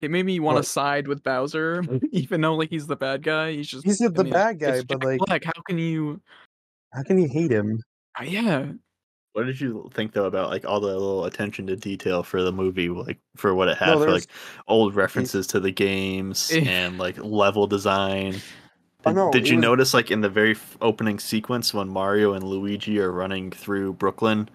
[SPEAKER 1] It. made me want to
[SPEAKER 3] What?
[SPEAKER 1] side with Bowser, even though like he's the bad guy. He's just
[SPEAKER 3] He's
[SPEAKER 1] I
[SPEAKER 3] the
[SPEAKER 1] mean,
[SPEAKER 3] bad guy,
[SPEAKER 1] it's
[SPEAKER 3] but
[SPEAKER 1] Jack
[SPEAKER 3] like
[SPEAKER 1] Black. How can you?
[SPEAKER 3] How can you hate him?
[SPEAKER 1] Uh, yeah.
[SPEAKER 2] What did you think though about like all the little attention to detail for the movie, like for what it had
[SPEAKER 3] No,
[SPEAKER 2] for
[SPEAKER 3] there's-
[SPEAKER 2] like old references to the games
[SPEAKER 1] Eh.
[SPEAKER 2] and like level design?
[SPEAKER 3] I
[SPEAKER 2] Did,
[SPEAKER 3] know,
[SPEAKER 2] did
[SPEAKER 3] it
[SPEAKER 2] you
[SPEAKER 3] was-
[SPEAKER 2] notice like in the very f- opening sequence when Mario and Luigi are running through Brooklyn?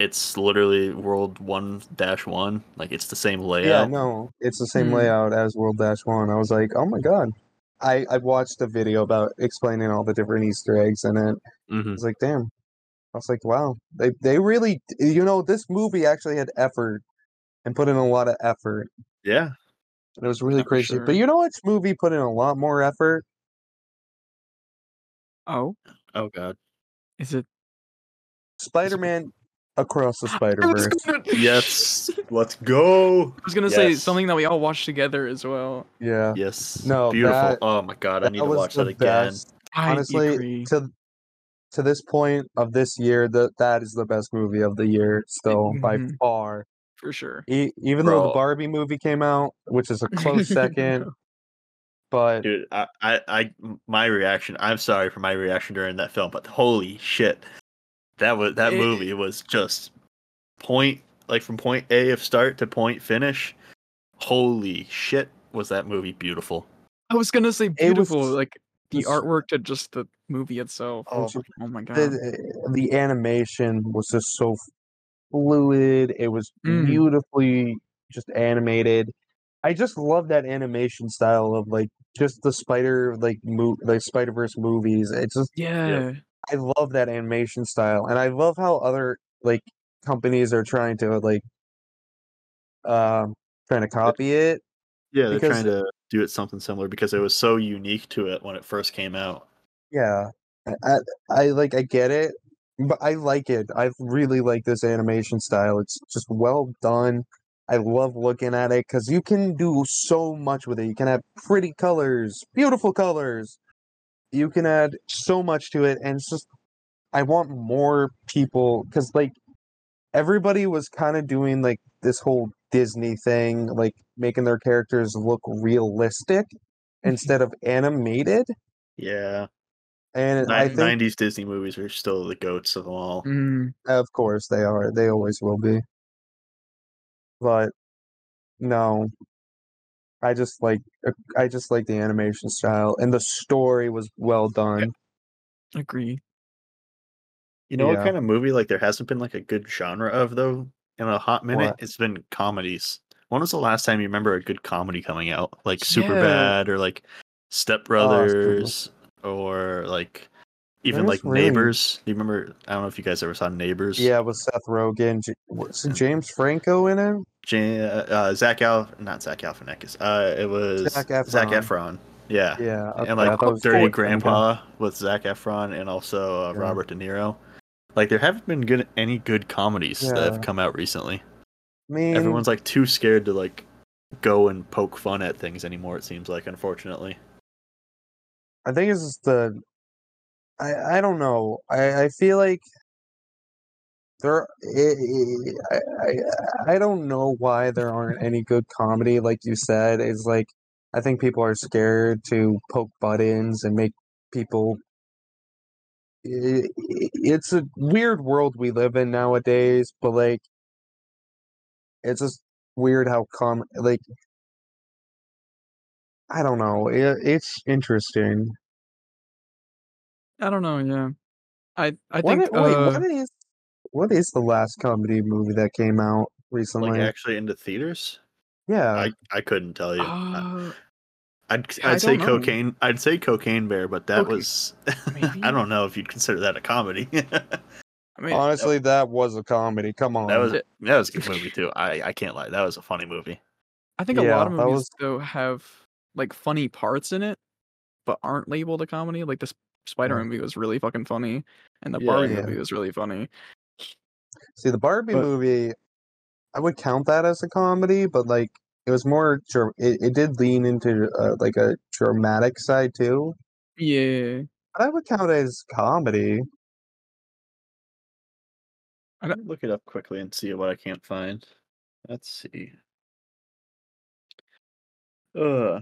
[SPEAKER 2] It's literally World One Dash One, like it's the same
[SPEAKER 3] Yeah,
[SPEAKER 2] layout.
[SPEAKER 3] no, it's the same
[SPEAKER 1] Hmm.
[SPEAKER 3] layout as World Dash One. I was like, oh my god. I I watched a video about explaining all the different Easter eggs in it. I
[SPEAKER 2] Mhm.
[SPEAKER 3] was like, damn. I was like, wow. They they really, you know, this movie actually had effort and put in a lot of effort.
[SPEAKER 2] yeah,
[SPEAKER 3] It was really
[SPEAKER 1] Oh, for
[SPEAKER 3] crazy.
[SPEAKER 1] sure.
[SPEAKER 3] But you know which movie put in a lot more effort?
[SPEAKER 1] Oh,
[SPEAKER 2] Oh god.
[SPEAKER 1] is it?
[SPEAKER 3] Spider-Man Across the
[SPEAKER 1] I was
[SPEAKER 3] Spider-Verse.
[SPEAKER 1] gonna,
[SPEAKER 2] Yes. Let's go.
[SPEAKER 1] I was gonna say
[SPEAKER 2] Yes.
[SPEAKER 1] something that we all watched together as well.
[SPEAKER 3] Yeah.
[SPEAKER 2] Yes.
[SPEAKER 3] No,
[SPEAKER 2] Beautiful.
[SPEAKER 3] that-
[SPEAKER 2] oh my god, I need to
[SPEAKER 3] was
[SPEAKER 2] watch
[SPEAKER 3] the
[SPEAKER 2] that again.
[SPEAKER 3] best.
[SPEAKER 1] I
[SPEAKER 3] Honestly,
[SPEAKER 1] agree.
[SPEAKER 3] to to this point of this year, that that is the best movie of the year still by
[SPEAKER 1] Mhm.
[SPEAKER 3] far.
[SPEAKER 1] for sure.
[SPEAKER 3] E- even though the
[SPEAKER 2] Bro.
[SPEAKER 3] Barbie movie came out, which is a close second, but
[SPEAKER 2] Dude, I, I, I, my reaction. I'm sorry for my reaction during that film, but holy shit, that was that
[SPEAKER 1] It-
[SPEAKER 2] movie was just point like from point A of start to point finish. Holy shit, was that movie beautiful?
[SPEAKER 1] I was gonna say beautiful,
[SPEAKER 3] just-
[SPEAKER 1] like the
[SPEAKER 3] this-
[SPEAKER 1] artwork to just the movie itself.
[SPEAKER 3] Oh
[SPEAKER 1] Oh, my god.
[SPEAKER 3] the, the animation was just so fluid. It was
[SPEAKER 1] Mm.
[SPEAKER 3] beautifully just animated. I just love that animation style of like just the spider like mo- like Spider Verse movies. It's just
[SPEAKER 1] yeah.
[SPEAKER 3] I love that animation style, and I love how other like companies are trying to like um trying to copy it.
[SPEAKER 2] Yeah, they're
[SPEAKER 3] Because-
[SPEAKER 2] trying to do it something similar because it was so unique to it when it first came out.
[SPEAKER 3] Yeah, I, I, I like I get it, but I like it. I really like this animation style. It's just well done. I love looking at it because you can do so much with it. You can have pretty colors, beautiful colors. You can add so much to it, and it's just I want more people because like everybody was kind of doing like this whole Disney thing, like making their characters look realistic instead of animated.
[SPEAKER 2] Yeah,
[SPEAKER 3] And I
[SPEAKER 2] Nin-
[SPEAKER 3] think
[SPEAKER 2] 90s Disney movies are still the goats of them all.
[SPEAKER 1] Mm,
[SPEAKER 3] Of course they are. They always will be. But no. I just like uh, I just like the animation style and the story was well done.
[SPEAKER 1] agree.
[SPEAKER 2] You know
[SPEAKER 3] Yeah.
[SPEAKER 2] what kind of movie like there hasn't been like a good genre of though in a hot minute?
[SPEAKER 3] What?
[SPEAKER 2] It's been comedies. When was the last time you remember a good comedy coming out? Like
[SPEAKER 1] Yeah.
[SPEAKER 2] Super Bad or like
[SPEAKER 3] Oh,
[SPEAKER 2] Step Brothers or like even
[SPEAKER 3] There's
[SPEAKER 2] like
[SPEAKER 3] really-
[SPEAKER 2] Neighbors. Do you remember I don't know if you guys ever saw Neighbors.
[SPEAKER 3] Yeah, with Seth Rogen, J- was James Franco in it?
[SPEAKER 2] Ja- uh, Zach Al not Zach Galifianakis. Uh it was
[SPEAKER 3] Zach
[SPEAKER 2] Zach
[SPEAKER 3] Efron.
[SPEAKER 2] Efron. Yeah.
[SPEAKER 3] Yeah, okay,
[SPEAKER 2] And
[SPEAKER 3] I
[SPEAKER 2] like
[SPEAKER 3] thought it was
[SPEAKER 2] Dirty
[SPEAKER 3] James Franco.
[SPEAKER 2] Grandpa with Zach Efron and also uh,
[SPEAKER 3] Yeah.
[SPEAKER 2] Robert De Niro. Like there haven't been good any good comedies that
[SPEAKER 3] Yeah.
[SPEAKER 2] have come out recently.
[SPEAKER 3] I mean,
[SPEAKER 2] everyone's like too scared to like go and poke fun at things anymore it seems like unfortunately
[SPEAKER 3] I think it's just the I I don't know. I I feel like there I I, I I don't know why there aren't any good comedy like you said. It's like I think people are scared to poke buttons and make people i- i- it's a weird world we live in nowadays, but like it's just weird how com like I don't know. It, it's interesting.
[SPEAKER 1] I don't know. Yeah. I I
[SPEAKER 3] What
[SPEAKER 1] think
[SPEAKER 3] i- wait,
[SPEAKER 1] uh,
[SPEAKER 3] what is what is the last comedy movie that came out recently?
[SPEAKER 2] like actually into theaters
[SPEAKER 3] yeah,
[SPEAKER 2] i i couldn't tell you I-
[SPEAKER 1] uh,
[SPEAKER 2] i'd
[SPEAKER 1] I
[SPEAKER 2] i'd say
[SPEAKER 1] don't know.
[SPEAKER 2] cocaine i'd say cocaine bear but that
[SPEAKER 1] Okay.
[SPEAKER 2] was
[SPEAKER 1] Maybe?
[SPEAKER 2] i don't know if you'd consider that a comedy that
[SPEAKER 1] I mean,
[SPEAKER 3] honestly, that was a comedy. Come on,
[SPEAKER 2] was
[SPEAKER 1] it-
[SPEAKER 2] that was a good movie too i i can't lie that was a funny movie
[SPEAKER 1] I think a
[SPEAKER 3] Yeah,
[SPEAKER 1] lot of
[SPEAKER 3] that
[SPEAKER 1] movies
[SPEAKER 3] was-
[SPEAKER 1] though have like funny parts in it, but aren't labeled a comedy. Like this Spider-Man movie was really fucking funny, and the
[SPEAKER 2] Yeah,
[SPEAKER 1] Barbie
[SPEAKER 3] yeah.
[SPEAKER 1] movie was really funny.
[SPEAKER 3] see the Barbie
[SPEAKER 1] but-
[SPEAKER 3] movie. I would count that as a comedy, but like it was more. dra- It, it did lean into uh, like a dramatic side too,
[SPEAKER 1] Yeah.
[SPEAKER 3] but I would count it as comedy.
[SPEAKER 1] I
[SPEAKER 2] Let me look it up quickly and see what i can't find let's see uh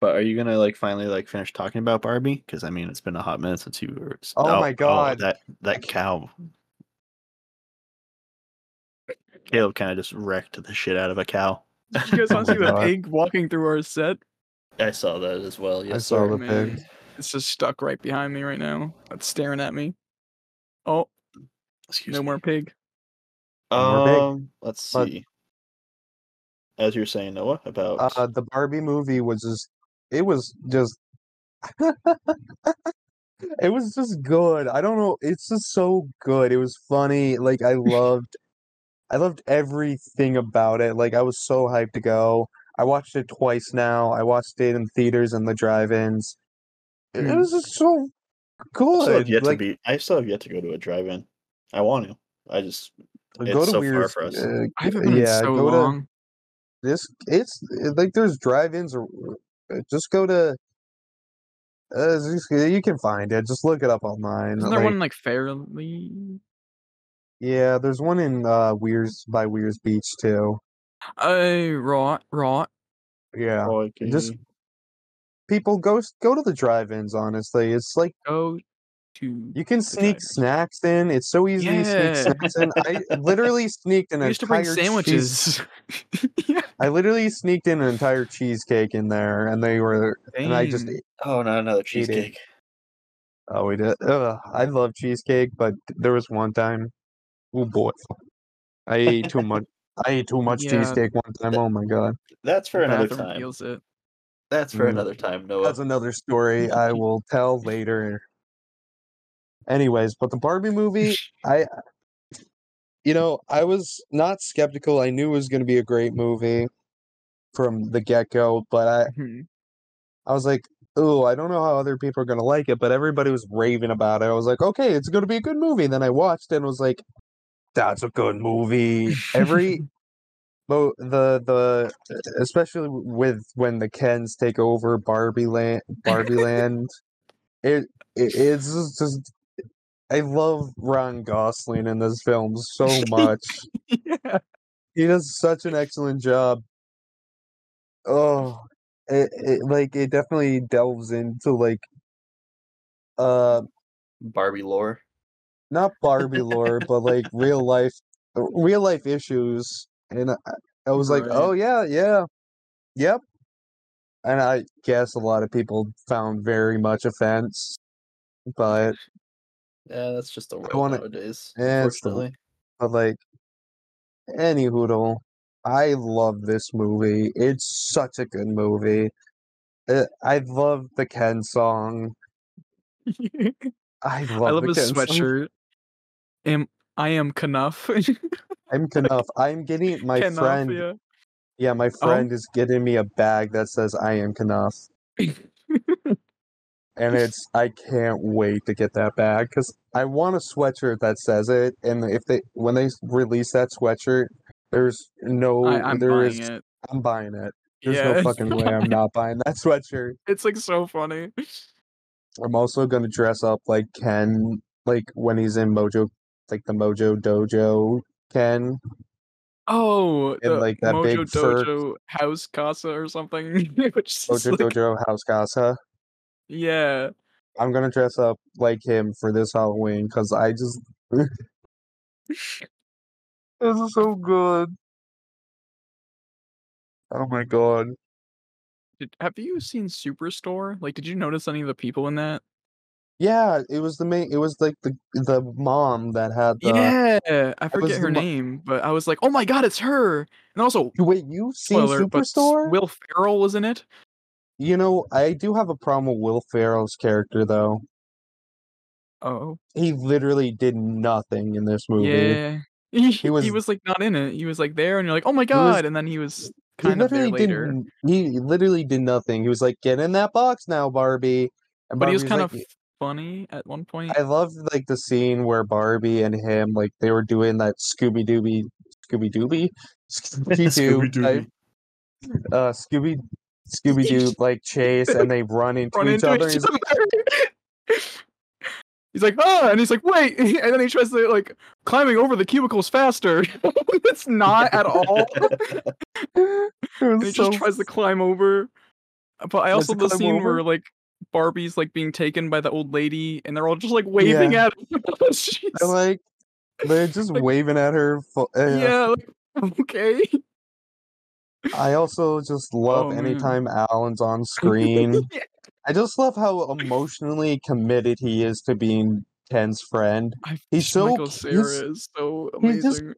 [SPEAKER 2] But are you gonna like finally like finish talking about Barbie? Because I mean, it's been a hot minute since you were.
[SPEAKER 3] Oh my God.
[SPEAKER 2] that that cow. Caleb kind of just wrecked the shit out of a cow.
[SPEAKER 1] Did you guys want to see
[SPEAKER 3] Oh my
[SPEAKER 1] the
[SPEAKER 3] God.
[SPEAKER 1] pig walking through our set?
[SPEAKER 2] I saw that as well.
[SPEAKER 3] I
[SPEAKER 2] Yes,
[SPEAKER 3] saw
[SPEAKER 2] sir.
[SPEAKER 3] Oh, the
[SPEAKER 1] man.
[SPEAKER 3] pig.
[SPEAKER 1] It's just stuck right behind me right now. It's staring at me. Oh,
[SPEAKER 2] Excuse
[SPEAKER 1] no
[SPEAKER 2] me.
[SPEAKER 1] more pig.
[SPEAKER 3] One more pig.
[SPEAKER 2] Um, let's
[SPEAKER 3] But-
[SPEAKER 2] see. As you were saying, Noah, about
[SPEAKER 3] Uh, the Barbie movie was just, it was just, it was just good. I don't know. It's just so good. It was funny. Like I loved, I loved everything about it. Like I was so hyped to go. I watched it twice now. I watched it in theaters and the drive-ins. It- It
[SPEAKER 1] Mm.
[SPEAKER 3] was just so
[SPEAKER 2] I still
[SPEAKER 3] good.
[SPEAKER 2] have Hmm. yet
[SPEAKER 3] like
[SPEAKER 2] to be. I still have yet to go to a drive-in. I want to. I just it's
[SPEAKER 3] go to
[SPEAKER 2] so
[SPEAKER 3] weird.
[SPEAKER 2] far for us.
[SPEAKER 3] uh,
[SPEAKER 1] I haven't been in
[SPEAKER 3] yeah,
[SPEAKER 1] so
[SPEAKER 3] go to-
[SPEAKER 1] long.
[SPEAKER 3] this it's uh, like there's drive-ins or uh, just go to uh, just- you can find it just look it up online
[SPEAKER 1] Isn't there
[SPEAKER 3] like-
[SPEAKER 1] one in, like fairly?
[SPEAKER 3] yeah there's one in uh weirs by weirs beach too
[SPEAKER 1] Oh, right, right.
[SPEAKER 3] yeah
[SPEAKER 6] Oh,
[SPEAKER 2] Okay.
[SPEAKER 3] just- people go s- go to the drive-ins honestly it's like
[SPEAKER 1] Go to.
[SPEAKER 3] you can sneak
[SPEAKER 2] drive-ins.
[SPEAKER 3] snacks in it's so easy to
[SPEAKER 1] Yeah.
[SPEAKER 3] sneak snacks in i literally sneaked an
[SPEAKER 1] We used to bring
[SPEAKER 3] entire cheese-
[SPEAKER 1] sandwiches. yeah.
[SPEAKER 3] i literally sneaked in an entire cheesecake in there and they were and i just
[SPEAKER 1] Dang.
[SPEAKER 2] oh, not another
[SPEAKER 3] Eating.
[SPEAKER 2] cheesecake.
[SPEAKER 3] Oh, we did. Ugh, I love cheesecake, but there was one time, oh boy, I ate too much. I ate too much
[SPEAKER 1] Yeah.
[SPEAKER 3] cheesecake one time. Oh my god,
[SPEAKER 2] That's for another
[SPEAKER 1] Bathroom
[SPEAKER 2] time.
[SPEAKER 1] feels it.
[SPEAKER 2] That's for
[SPEAKER 3] Mm.
[SPEAKER 2] another time, Noah.
[SPEAKER 3] that's another story I will tell later. Anyways, but the Barbie movie, I, you know, I was not skeptical. I knew it was going to be a great movie from the get go, but I,
[SPEAKER 1] Mhm.
[SPEAKER 3] I was like, oh, I don't know how other people are going to like it, but everybody was raving about it. I was like, okay, it's going to be a good movie. Then I watched it and was like, that's a good movie. Every, mo- the, the, especially with when the Kens take over Barbie Land, Barbie Land, it, it, it's just, just, I love Ron Gosling in this film so much.
[SPEAKER 1] yeah.
[SPEAKER 3] he does such an excellent job. Oh, it, it like it definitely delves into like uh
[SPEAKER 2] Barbie lore.
[SPEAKER 3] not Barbie lore, but like real life uh, real life issues. And I, I was like,
[SPEAKER 1] Right.
[SPEAKER 3] oh yeah, yeah, yep. And I guess a lot of people found very much offense, but
[SPEAKER 2] Yeah, that's just the world
[SPEAKER 3] wanna-
[SPEAKER 2] nowadays.
[SPEAKER 3] Yeah, it's the-
[SPEAKER 2] unfortunately,
[SPEAKER 3] But like, any hoodle, I love this movie. It's such a good movie. Uh, I love the Ken song. I love,
[SPEAKER 1] I love
[SPEAKER 3] the
[SPEAKER 1] his
[SPEAKER 3] Ken song.
[SPEAKER 1] sweatshirt. Am I am Knuff.
[SPEAKER 3] I'm Knuff. I'm getting my
[SPEAKER 1] Knuff,
[SPEAKER 3] friend. Yeah. my
[SPEAKER 1] Oh.
[SPEAKER 3] friend is getting me a bag that says I am Knuff,
[SPEAKER 1] yeah.
[SPEAKER 3] and it's I can't wait to get that bag because I want a sweatshirt that says it. And if they when they s- release that sweatshirt, there's no
[SPEAKER 1] I, I'm
[SPEAKER 3] there
[SPEAKER 1] buying
[SPEAKER 3] is-
[SPEAKER 1] it.
[SPEAKER 3] I'm buying it. There's
[SPEAKER 1] Yeah,
[SPEAKER 3] no fucking way I'm not buying that sweatshirt.
[SPEAKER 1] it's like so funny.
[SPEAKER 3] I'm also gonna dress up like Ken, like when he's in Mojo, like the Mojo Dojo Ken.
[SPEAKER 1] Oh, the
[SPEAKER 3] like, that
[SPEAKER 1] Mojo
[SPEAKER 3] big fur-
[SPEAKER 1] Dojo House Casa or something. Which is
[SPEAKER 3] Mojo
[SPEAKER 1] like-
[SPEAKER 3] Dojo House Casa.
[SPEAKER 1] Yeah,
[SPEAKER 3] I'm gonna dress up like him for this Halloween because I just this is so good. Oh my god!
[SPEAKER 1] Did, have you seen Superstore? Like, did you notice any of the people in that?
[SPEAKER 3] Yeah, it was the main. It was like the the mom that had the.
[SPEAKER 1] yeah, I
[SPEAKER 3] was
[SPEAKER 1] forget
[SPEAKER 3] the
[SPEAKER 1] her
[SPEAKER 3] mo-
[SPEAKER 1] name, but I was like, oh my god, it's her. And also,
[SPEAKER 3] Wait, you seen
[SPEAKER 1] spoiler, but s-
[SPEAKER 3] Superstore?
[SPEAKER 1] Will Ferrell was in it.
[SPEAKER 3] you know, I do have a problem with Will Ferrell's character though.
[SPEAKER 1] Oh,
[SPEAKER 3] He literally did nothing in this movie.
[SPEAKER 1] Yeah. He, he was
[SPEAKER 3] was-
[SPEAKER 1] like not in it. He was like there and you're like, "Oh my god." and then he was
[SPEAKER 3] he
[SPEAKER 1] kind of there
[SPEAKER 3] literally did.
[SPEAKER 1] later.
[SPEAKER 3] n- He literally did nothing. He was like, "Get in that box now, Barbie." And
[SPEAKER 1] But he was
[SPEAKER 3] Barbie
[SPEAKER 1] kind
[SPEAKER 3] like,
[SPEAKER 1] of funny at one point.
[SPEAKER 3] I love like the scene where Barbie and him like they were doing that Scooby Dooby Scooby Dooby Scooby Doo type, uh Scooby Scooby Doo like chase and they run into
[SPEAKER 1] Run
[SPEAKER 3] each
[SPEAKER 1] into
[SPEAKER 3] other. and
[SPEAKER 1] each
[SPEAKER 3] he's-
[SPEAKER 1] other. He's like, ah, and he's like, wait, and then he tries to like climbing over the cubicles faster. it's not at all.
[SPEAKER 3] it was
[SPEAKER 1] And he
[SPEAKER 3] so
[SPEAKER 1] just tries to climb over. But I
[SPEAKER 3] Was
[SPEAKER 1] also
[SPEAKER 3] the
[SPEAKER 1] the
[SPEAKER 3] club
[SPEAKER 1] scene
[SPEAKER 3] over?
[SPEAKER 1] where like Barbie's like being taken by the old lady, and they're all just like waving at her. She's-
[SPEAKER 3] And, like they're just
[SPEAKER 1] Like-
[SPEAKER 3] waving at her. fo- uh,
[SPEAKER 1] yeah, like, okay.
[SPEAKER 3] I also just love
[SPEAKER 1] Oh, man.
[SPEAKER 3] anytime Alan's on screen.
[SPEAKER 1] Yeah.
[SPEAKER 3] I just love how emotionally committed he is to being Ken's friend.
[SPEAKER 1] I-
[SPEAKER 3] He's so
[SPEAKER 1] Michael
[SPEAKER 3] c- he's-
[SPEAKER 1] Cera is so
[SPEAKER 3] he's just
[SPEAKER 1] amazing.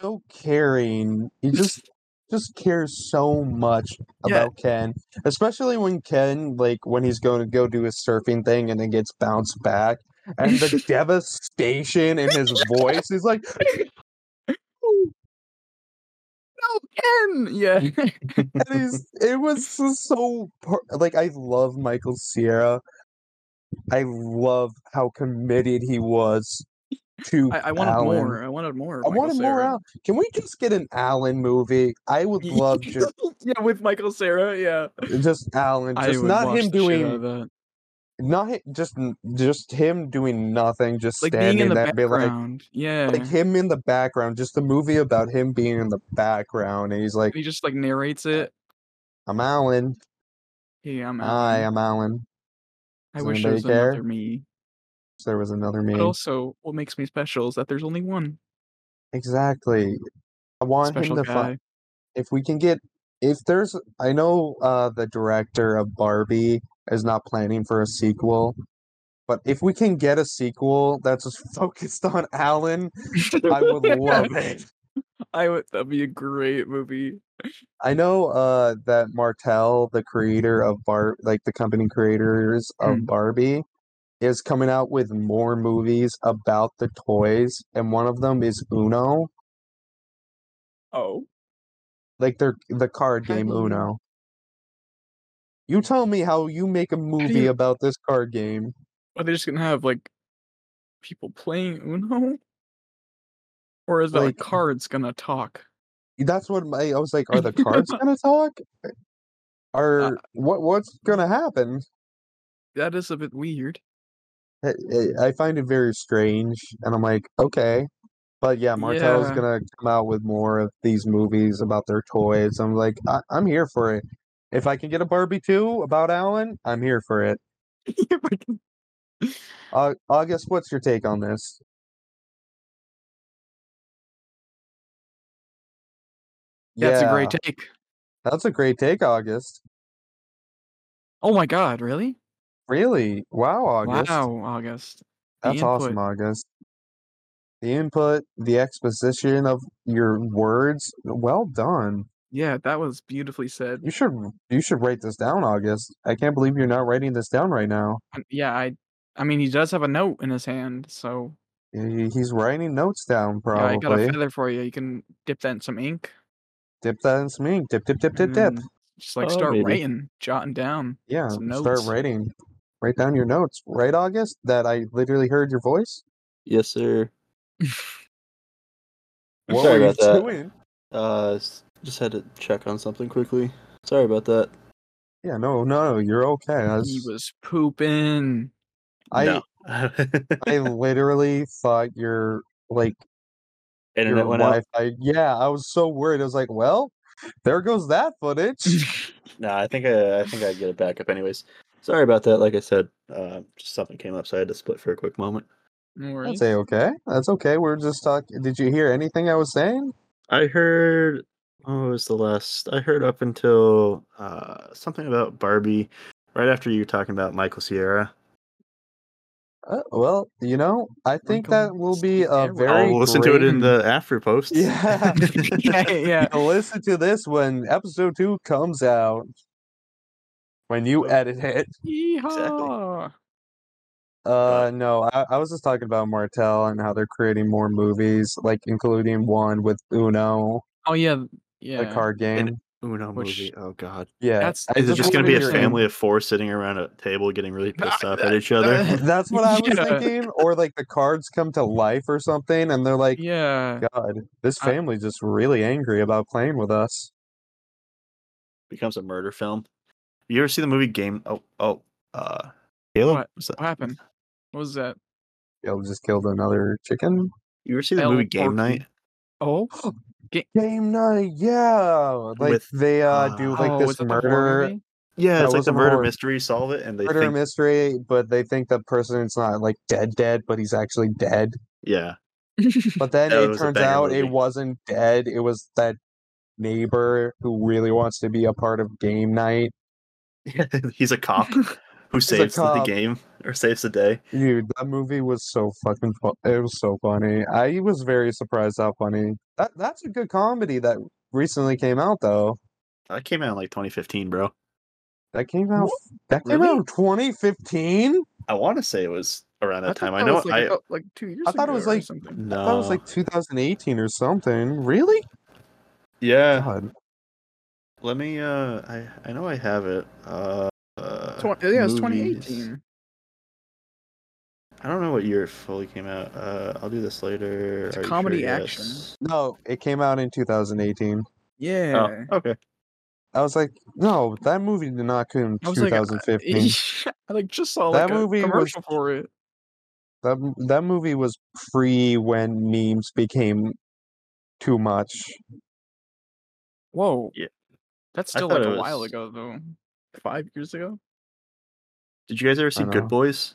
[SPEAKER 3] So caring. He just just cares so much
[SPEAKER 1] Yeah.
[SPEAKER 3] about Ken, especially when Ken like when he's going to go do his surfing thing and then gets bounced back and the devastation in his voice is like
[SPEAKER 1] No, Ken. Yeah.
[SPEAKER 3] and he's, it was just so per- like I love Michael Sierra. I love how committed he was to.
[SPEAKER 1] I, I wanted
[SPEAKER 3] Alan.
[SPEAKER 1] more. I wanted more.
[SPEAKER 3] I
[SPEAKER 1] Michael
[SPEAKER 3] wanted more
[SPEAKER 1] Cera.
[SPEAKER 3] out. Can we just get an Alan movie? I would love just
[SPEAKER 1] yeah, with Michael Sarah. Yeah,
[SPEAKER 3] just Alan,
[SPEAKER 1] I
[SPEAKER 3] just
[SPEAKER 1] would
[SPEAKER 3] not
[SPEAKER 1] watch
[SPEAKER 3] him
[SPEAKER 1] the shit out of
[SPEAKER 3] doing
[SPEAKER 1] that.
[SPEAKER 3] not hi- just n- just him doing nothing, just
[SPEAKER 1] like
[SPEAKER 3] standing
[SPEAKER 1] being in the
[SPEAKER 3] there, be like
[SPEAKER 1] background. yeah,
[SPEAKER 3] like him in the background. Just a movie about him being in the background, and he's like,
[SPEAKER 1] he just like narrates it.
[SPEAKER 3] "I'm Alan.
[SPEAKER 1] Yeah, I'm.
[SPEAKER 3] Hi,
[SPEAKER 1] Alan.
[SPEAKER 3] I'm Alan."
[SPEAKER 1] I
[SPEAKER 3] does
[SPEAKER 1] wish there was
[SPEAKER 3] anybody care?
[SPEAKER 1] another me.
[SPEAKER 3] So there was another
[SPEAKER 1] But
[SPEAKER 3] me.
[SPEAKER 1] also, what makes me special is that there's only one
[SPEAKER 3] Exactly. I want him
[SPEAKER 1] special
[SPEAKER 3] to
[SPEAKER 1] guy.
[SPEAKER 3] find. If we can get, if there's, I know uh, the director of Barbie is not planning for a sequel, but if we can get a sequel that's just focused on Alan, I would love it.
[SPEAKER 1] I would. That'd be a great movie.
[SPEAKER 3] I know uh, that Martel, the creator of Bar, like the company creators of
[SPEAKER 1] Mm.
[SPEAKER 3] Barbie, is coming out with more movies about the toys, and one of them is Uno,
[SPEAKER 1] Oh,
[SPEAKER 3] like their the card
[SPEAKER 1] How
[SPEAKER 3] game
[SPEAKER 1] do you-
[SPEAKER 3] Uno. You tell me how you make a movie
[SPEAKER 1] you-
[SPEAKER 3] about this card game.
[SPEAKER 1] are they just gonna have like people playing Uno, or is that like,
[SPEAKER 3] Like-
[SPEAKER 1] cards gonna talk?
[SPEAKER 3] That's what my, I was like. Are the cards gonna talk?
[SPEAKER 1] Uh
[SPEAKER 3] Are what what's gonna happen?
[SPEAKER 1] That is a bit weird.
[SPEAKER 3] I, I- I find it very strange, and I'm like, okay, but yeah, Martel's
[SPEAKER 1] Yeah.
[SPEAKER 3] gonna come out with more of these movies about their toys. I'm like, I, I'm here for it. If I can get a Barbie too about Alan, I'm here for it.
[SPEAKER 1] If I can-
[SPEAKER 3] Au- August, what's your take on this?
[SPEAKER 1] That's
[SPEAKER 3] yeah,
[SPEAKER 1] a great take.
[SPEAKER 3] that's a great take, August.
[SPEAKER 1] Oh my god, really?
[SPEAKER 3] Really? Wow, August.
[SPEAKER 1] Wow, August. the
[SPEAKER 3] That's awesome,
[SPEAKER 1] input.
[SPEAKER 3] August. The input, the exposition of your words, well done.
[SPEAKER 1] Yeah, that was beautifully said.
[SPEAKER 3] You should you should write this down, August. I can't believe you're not writing this down right now.
[SPEAKER 1] Um, Yeah, I I mean he does have a note in his hand, so
[SPEAKER 3] He- He's writing notes down,
[SPEAKER 1] yeah, I got
[SPEAKER 3] probably.
[SPEAKER 1] a feather for you. You can dip that in some ink.
[SPEAKER 3] dip that in some ink. Dip, dip, dip, dip,
[SPEAKER 1] and
[SPEAKER 3] dip.
[SPEAKER 1] then Just like
[SPEAKER 6] Oh,
[SPEAKER 1] start
[SPEAKER 6] maybe.
[SPEAKER 1] writing, jotting down.
[SPEAKER 3] Yeah,
[SPEAKER 1] Mm, some
[SPEAKER 3] start
[SPEAKER 1] notes.
[SPEAKER 3] writing. Write down your notes, right, August? That I literally heard your voice.
[SPEAKER 6] Yes, sir. I'm
[SPEAKER 3] What
[SPEAKER 6] sorry
[SPEAKER 3] were you
[SPEAKER 6] about that.
[SPEAKER 3] doing?
[SPEAKER 6] Uh, s- just had to check on something quickly. Sorry about that.
[SPEAKER 3] Yeah, no, no, you're okay. I
[SPEAKER 1] He
[SPEAKER 3] was,
[SPEAKER 1] was pooping.
[SPEAKER 3] I,
[SPEAKER 2] No.
[SPEAKER 3] I literally thought your like your
[SPEAKER 6] Internet went out.
[SPEAKER 3] Wi-Fi. Yeah, I was so worried. I was like, well, there goes that footage.
[SPEAKER 6] Nah, I think I, I think I'd get it back up anyways. Sorry about that. Like I said, uh, just something came up, so I had to split for a quick moment.
[SPEAKER 1] No
[SPEAKER 3] I'd
[SPEAKER 1] worries.
[SPEAKER 3] say okay. That's okay. We're just talking. Did you hear anything I was saying?
[SPEAKER 6] I heard what was the last? I heard up until uh, something about Barbie, right after you were talking about Michael Sierra.
[SPEAKER 3] Uh, well, you know, I think
[SPEAKER 1] Michael
[SPEAKER 3] that will be a
[SPEAKER 1] Cera.
[SPEAKER 3] very.
[SPEAKER 6] I'll listen to it
[SPEAKER 3] great-
[SPEAKER 6] in the after post.
[SPEAKER 3] Yeah.
[SPEAKER 1] yeah, yeah.
[SPEAKER 3] You'll listen to this when episode two comes out. When you edit it.
[SPEAKER 1] Yeehaw.
[SPEAKER 3] Uh, no, I, I was just talking about Martel and how they're creating more movies, like including one with Uno,
[SPEAKER 1] Oh yeah, yeah.
[SPEAKER 3] the card game.
[SPEAKER 6] Uno
[SPEAKER 1] Which-
[SPEAKER 6] movie. Oh God.
[SPEAKER 3] yeah,
[SPEAKER 1] That's-
[SPEAKER 3] I
[SPEAKER 1] Is
[SPEAKER 6] Is it
[SPEAKER 1] just
[SPEAKER 6] just going to be a
[SPEAKER 3] wanted your in-
[SPEAKER 6] family of four sitting around a table getting really pissed off at each other?
[SPEAKER 3] That's what I was
[SPEAKER 1] Yeah.
[SPEAKER 3] thinking, or like the cards come to life or something, and they're like,
[SPEAKER 1] yeah.
[SPEAKER 3] God, this
[SPEAKER 1] I-
[SPEAKER 3] family's just really angry about playing with us.
[SPEAKER 6] Becomes a murder film. You ever see the movie Game? Oh, oh, uh, Caleb,
[SPEAKER 1] What?
[SPEAKER 6] what's that?
[SPEAKER 1] What happened? What was that?
[SPEAKER 3] Yo, just killed another chicken.
[SPEAKER 6] You ever see the
[SPEAKER 1] El
[SPEAKER 6] movie Game
[SPEAKER 1] Porky.
[SPEAKER 6] Night?
[SPEAKER 1] Oh,
[SPEAKER 3] Game night, yeah. Like
[SPEAKER 6] With,
[SPEAKER 3] they uh, do
[SPEAKER 6] uh,
[SPEAKER 3] like
[SPEAKER 1] oh,
[SPEAKER 3] this
[SPEAKER 2] uh,
[SPEAKER 1] was that Oh, the horror
[SPEAKER 3] murder.
[SPEAKER 1] movie?
[SPEAKER 2] Yeah,
[SPEAKER 3] That
[SPEAKER 2] it's like
[SPEAKER 3] was
[SPEAKER 2] the
[SPEAKER 3] a
[SPEAKER 2] murder
[SPEAKER 3] horror.
[SPEAKER 2] mystery. Solve it, and they
[SPEAKER 3] murder
[SPEAKER 2] think.
[SPEAKER 3] mystery, but they think the person's not like dead dead, but he's actually dead.
[SPEAKER 2] yeah,
[SPEAKER 3] But then
[SPEAKER 2] Yeah, it
[SPEAKER 3] it,
[SPEAKER 2] was a
[SPEAKER 3] turns
[SPEAKER 2] banger
[SPEAKER 3] out it
[SPEAKER 2] movie.
[SPEAKER 3] wasn't dead. It was that neighbor who really wants to be a part of game night.
[SPEAKER 2] he's a cop who
[SPEAKER 3] a
[SPEAKER 2] saves
[SPEAKER 3] cop.
[SPEAKER 2] the game or saves the day.
[SPEAKER 3] Dude, that movie was so fucking fun. It was so funny. I was very surprised how funny. That that's a good comedy that recently came out though.
[SPEAKER 2] That came out in like 2015, bro.
[SPEAKER 3] That came out that came
[SPEAKER 2] Really?
[SPEAKER 3] out in 2015?
[SPEAKER 2] I want to say it was around that time. I
[SPEAKER 1] thought
[SPEAKER 2] know.
[SPEAKER 1] was, like,
[SPEAKER 2] I
[SPEAKER 1] a cou- Oh, like two years.
[SPEAKER 3] I thought it
[SPEAKER 1] ago
[SPEAKER 3] was,
[SPEAKER 1] or
[SPEAKER 3] like,
[SPEAKER 1] something.
[SPEAKER 2] no.
[SPEAKER 3] I thought it was
[SPEAKER 1] Oh.
[SPEAKER 3] like 2018 or something. Really?
[SPEAKER 1] Eh.
[SPEAKER 2] yeah.
[SPEAKER 3] God.
[SPEAKER 2] Let me. Uh, I I know I have it. Uh, uh
[SPEAKER 1] Twen- yeah, it's
[SPEAKER 2] movies. Oh,
[SPEAKER 1] 2018.
[SPEAKER 2] I don't know what year it fully came out. Uh, I'll do this later.
[SPEAKER 1] It's a
[SPEAKER 2] Are you
[SPEAKER 1] comedy action.
[SPEAKER 2] curious?
[SPEAKER 3] No, it came out in 2018.
[SPEAKER 1] Yeah.
[SPEAKER 2] Oh, okay.
[SPEAKER 3] I was like, no, that movie did not come in
[SPEAKER 1] I was like, uh,
[SPEAKER 3] 2015.
[SPEAKER 1] I like just saw
[SPEAKER 3] That
[SPEAKER 1] like a
[SPEAKER 3] movie was-
[SPEAKER 1] commercial for it.
[SPEAKER 3] That m- that movie was pre when memes became too much.
[SPEAKER 1] Whoa.
[SPEAKER 2] Yeah.
[SPEAKER 1] That's
[SPEAKER 2] I
[SPEAKER 1] still
[SPEAKER 2] thought
[SPEAKER 1] like a
[SPEAKER 2] it
[SPEAKER 1] while
[SPEAKER 2] was-
[SPEAKER 1] ago though. Five years ago.
[SPEAKER 2] Did you guys ever see
[SPEAKER 3] know.
[SPEAKER 2] Good Boys?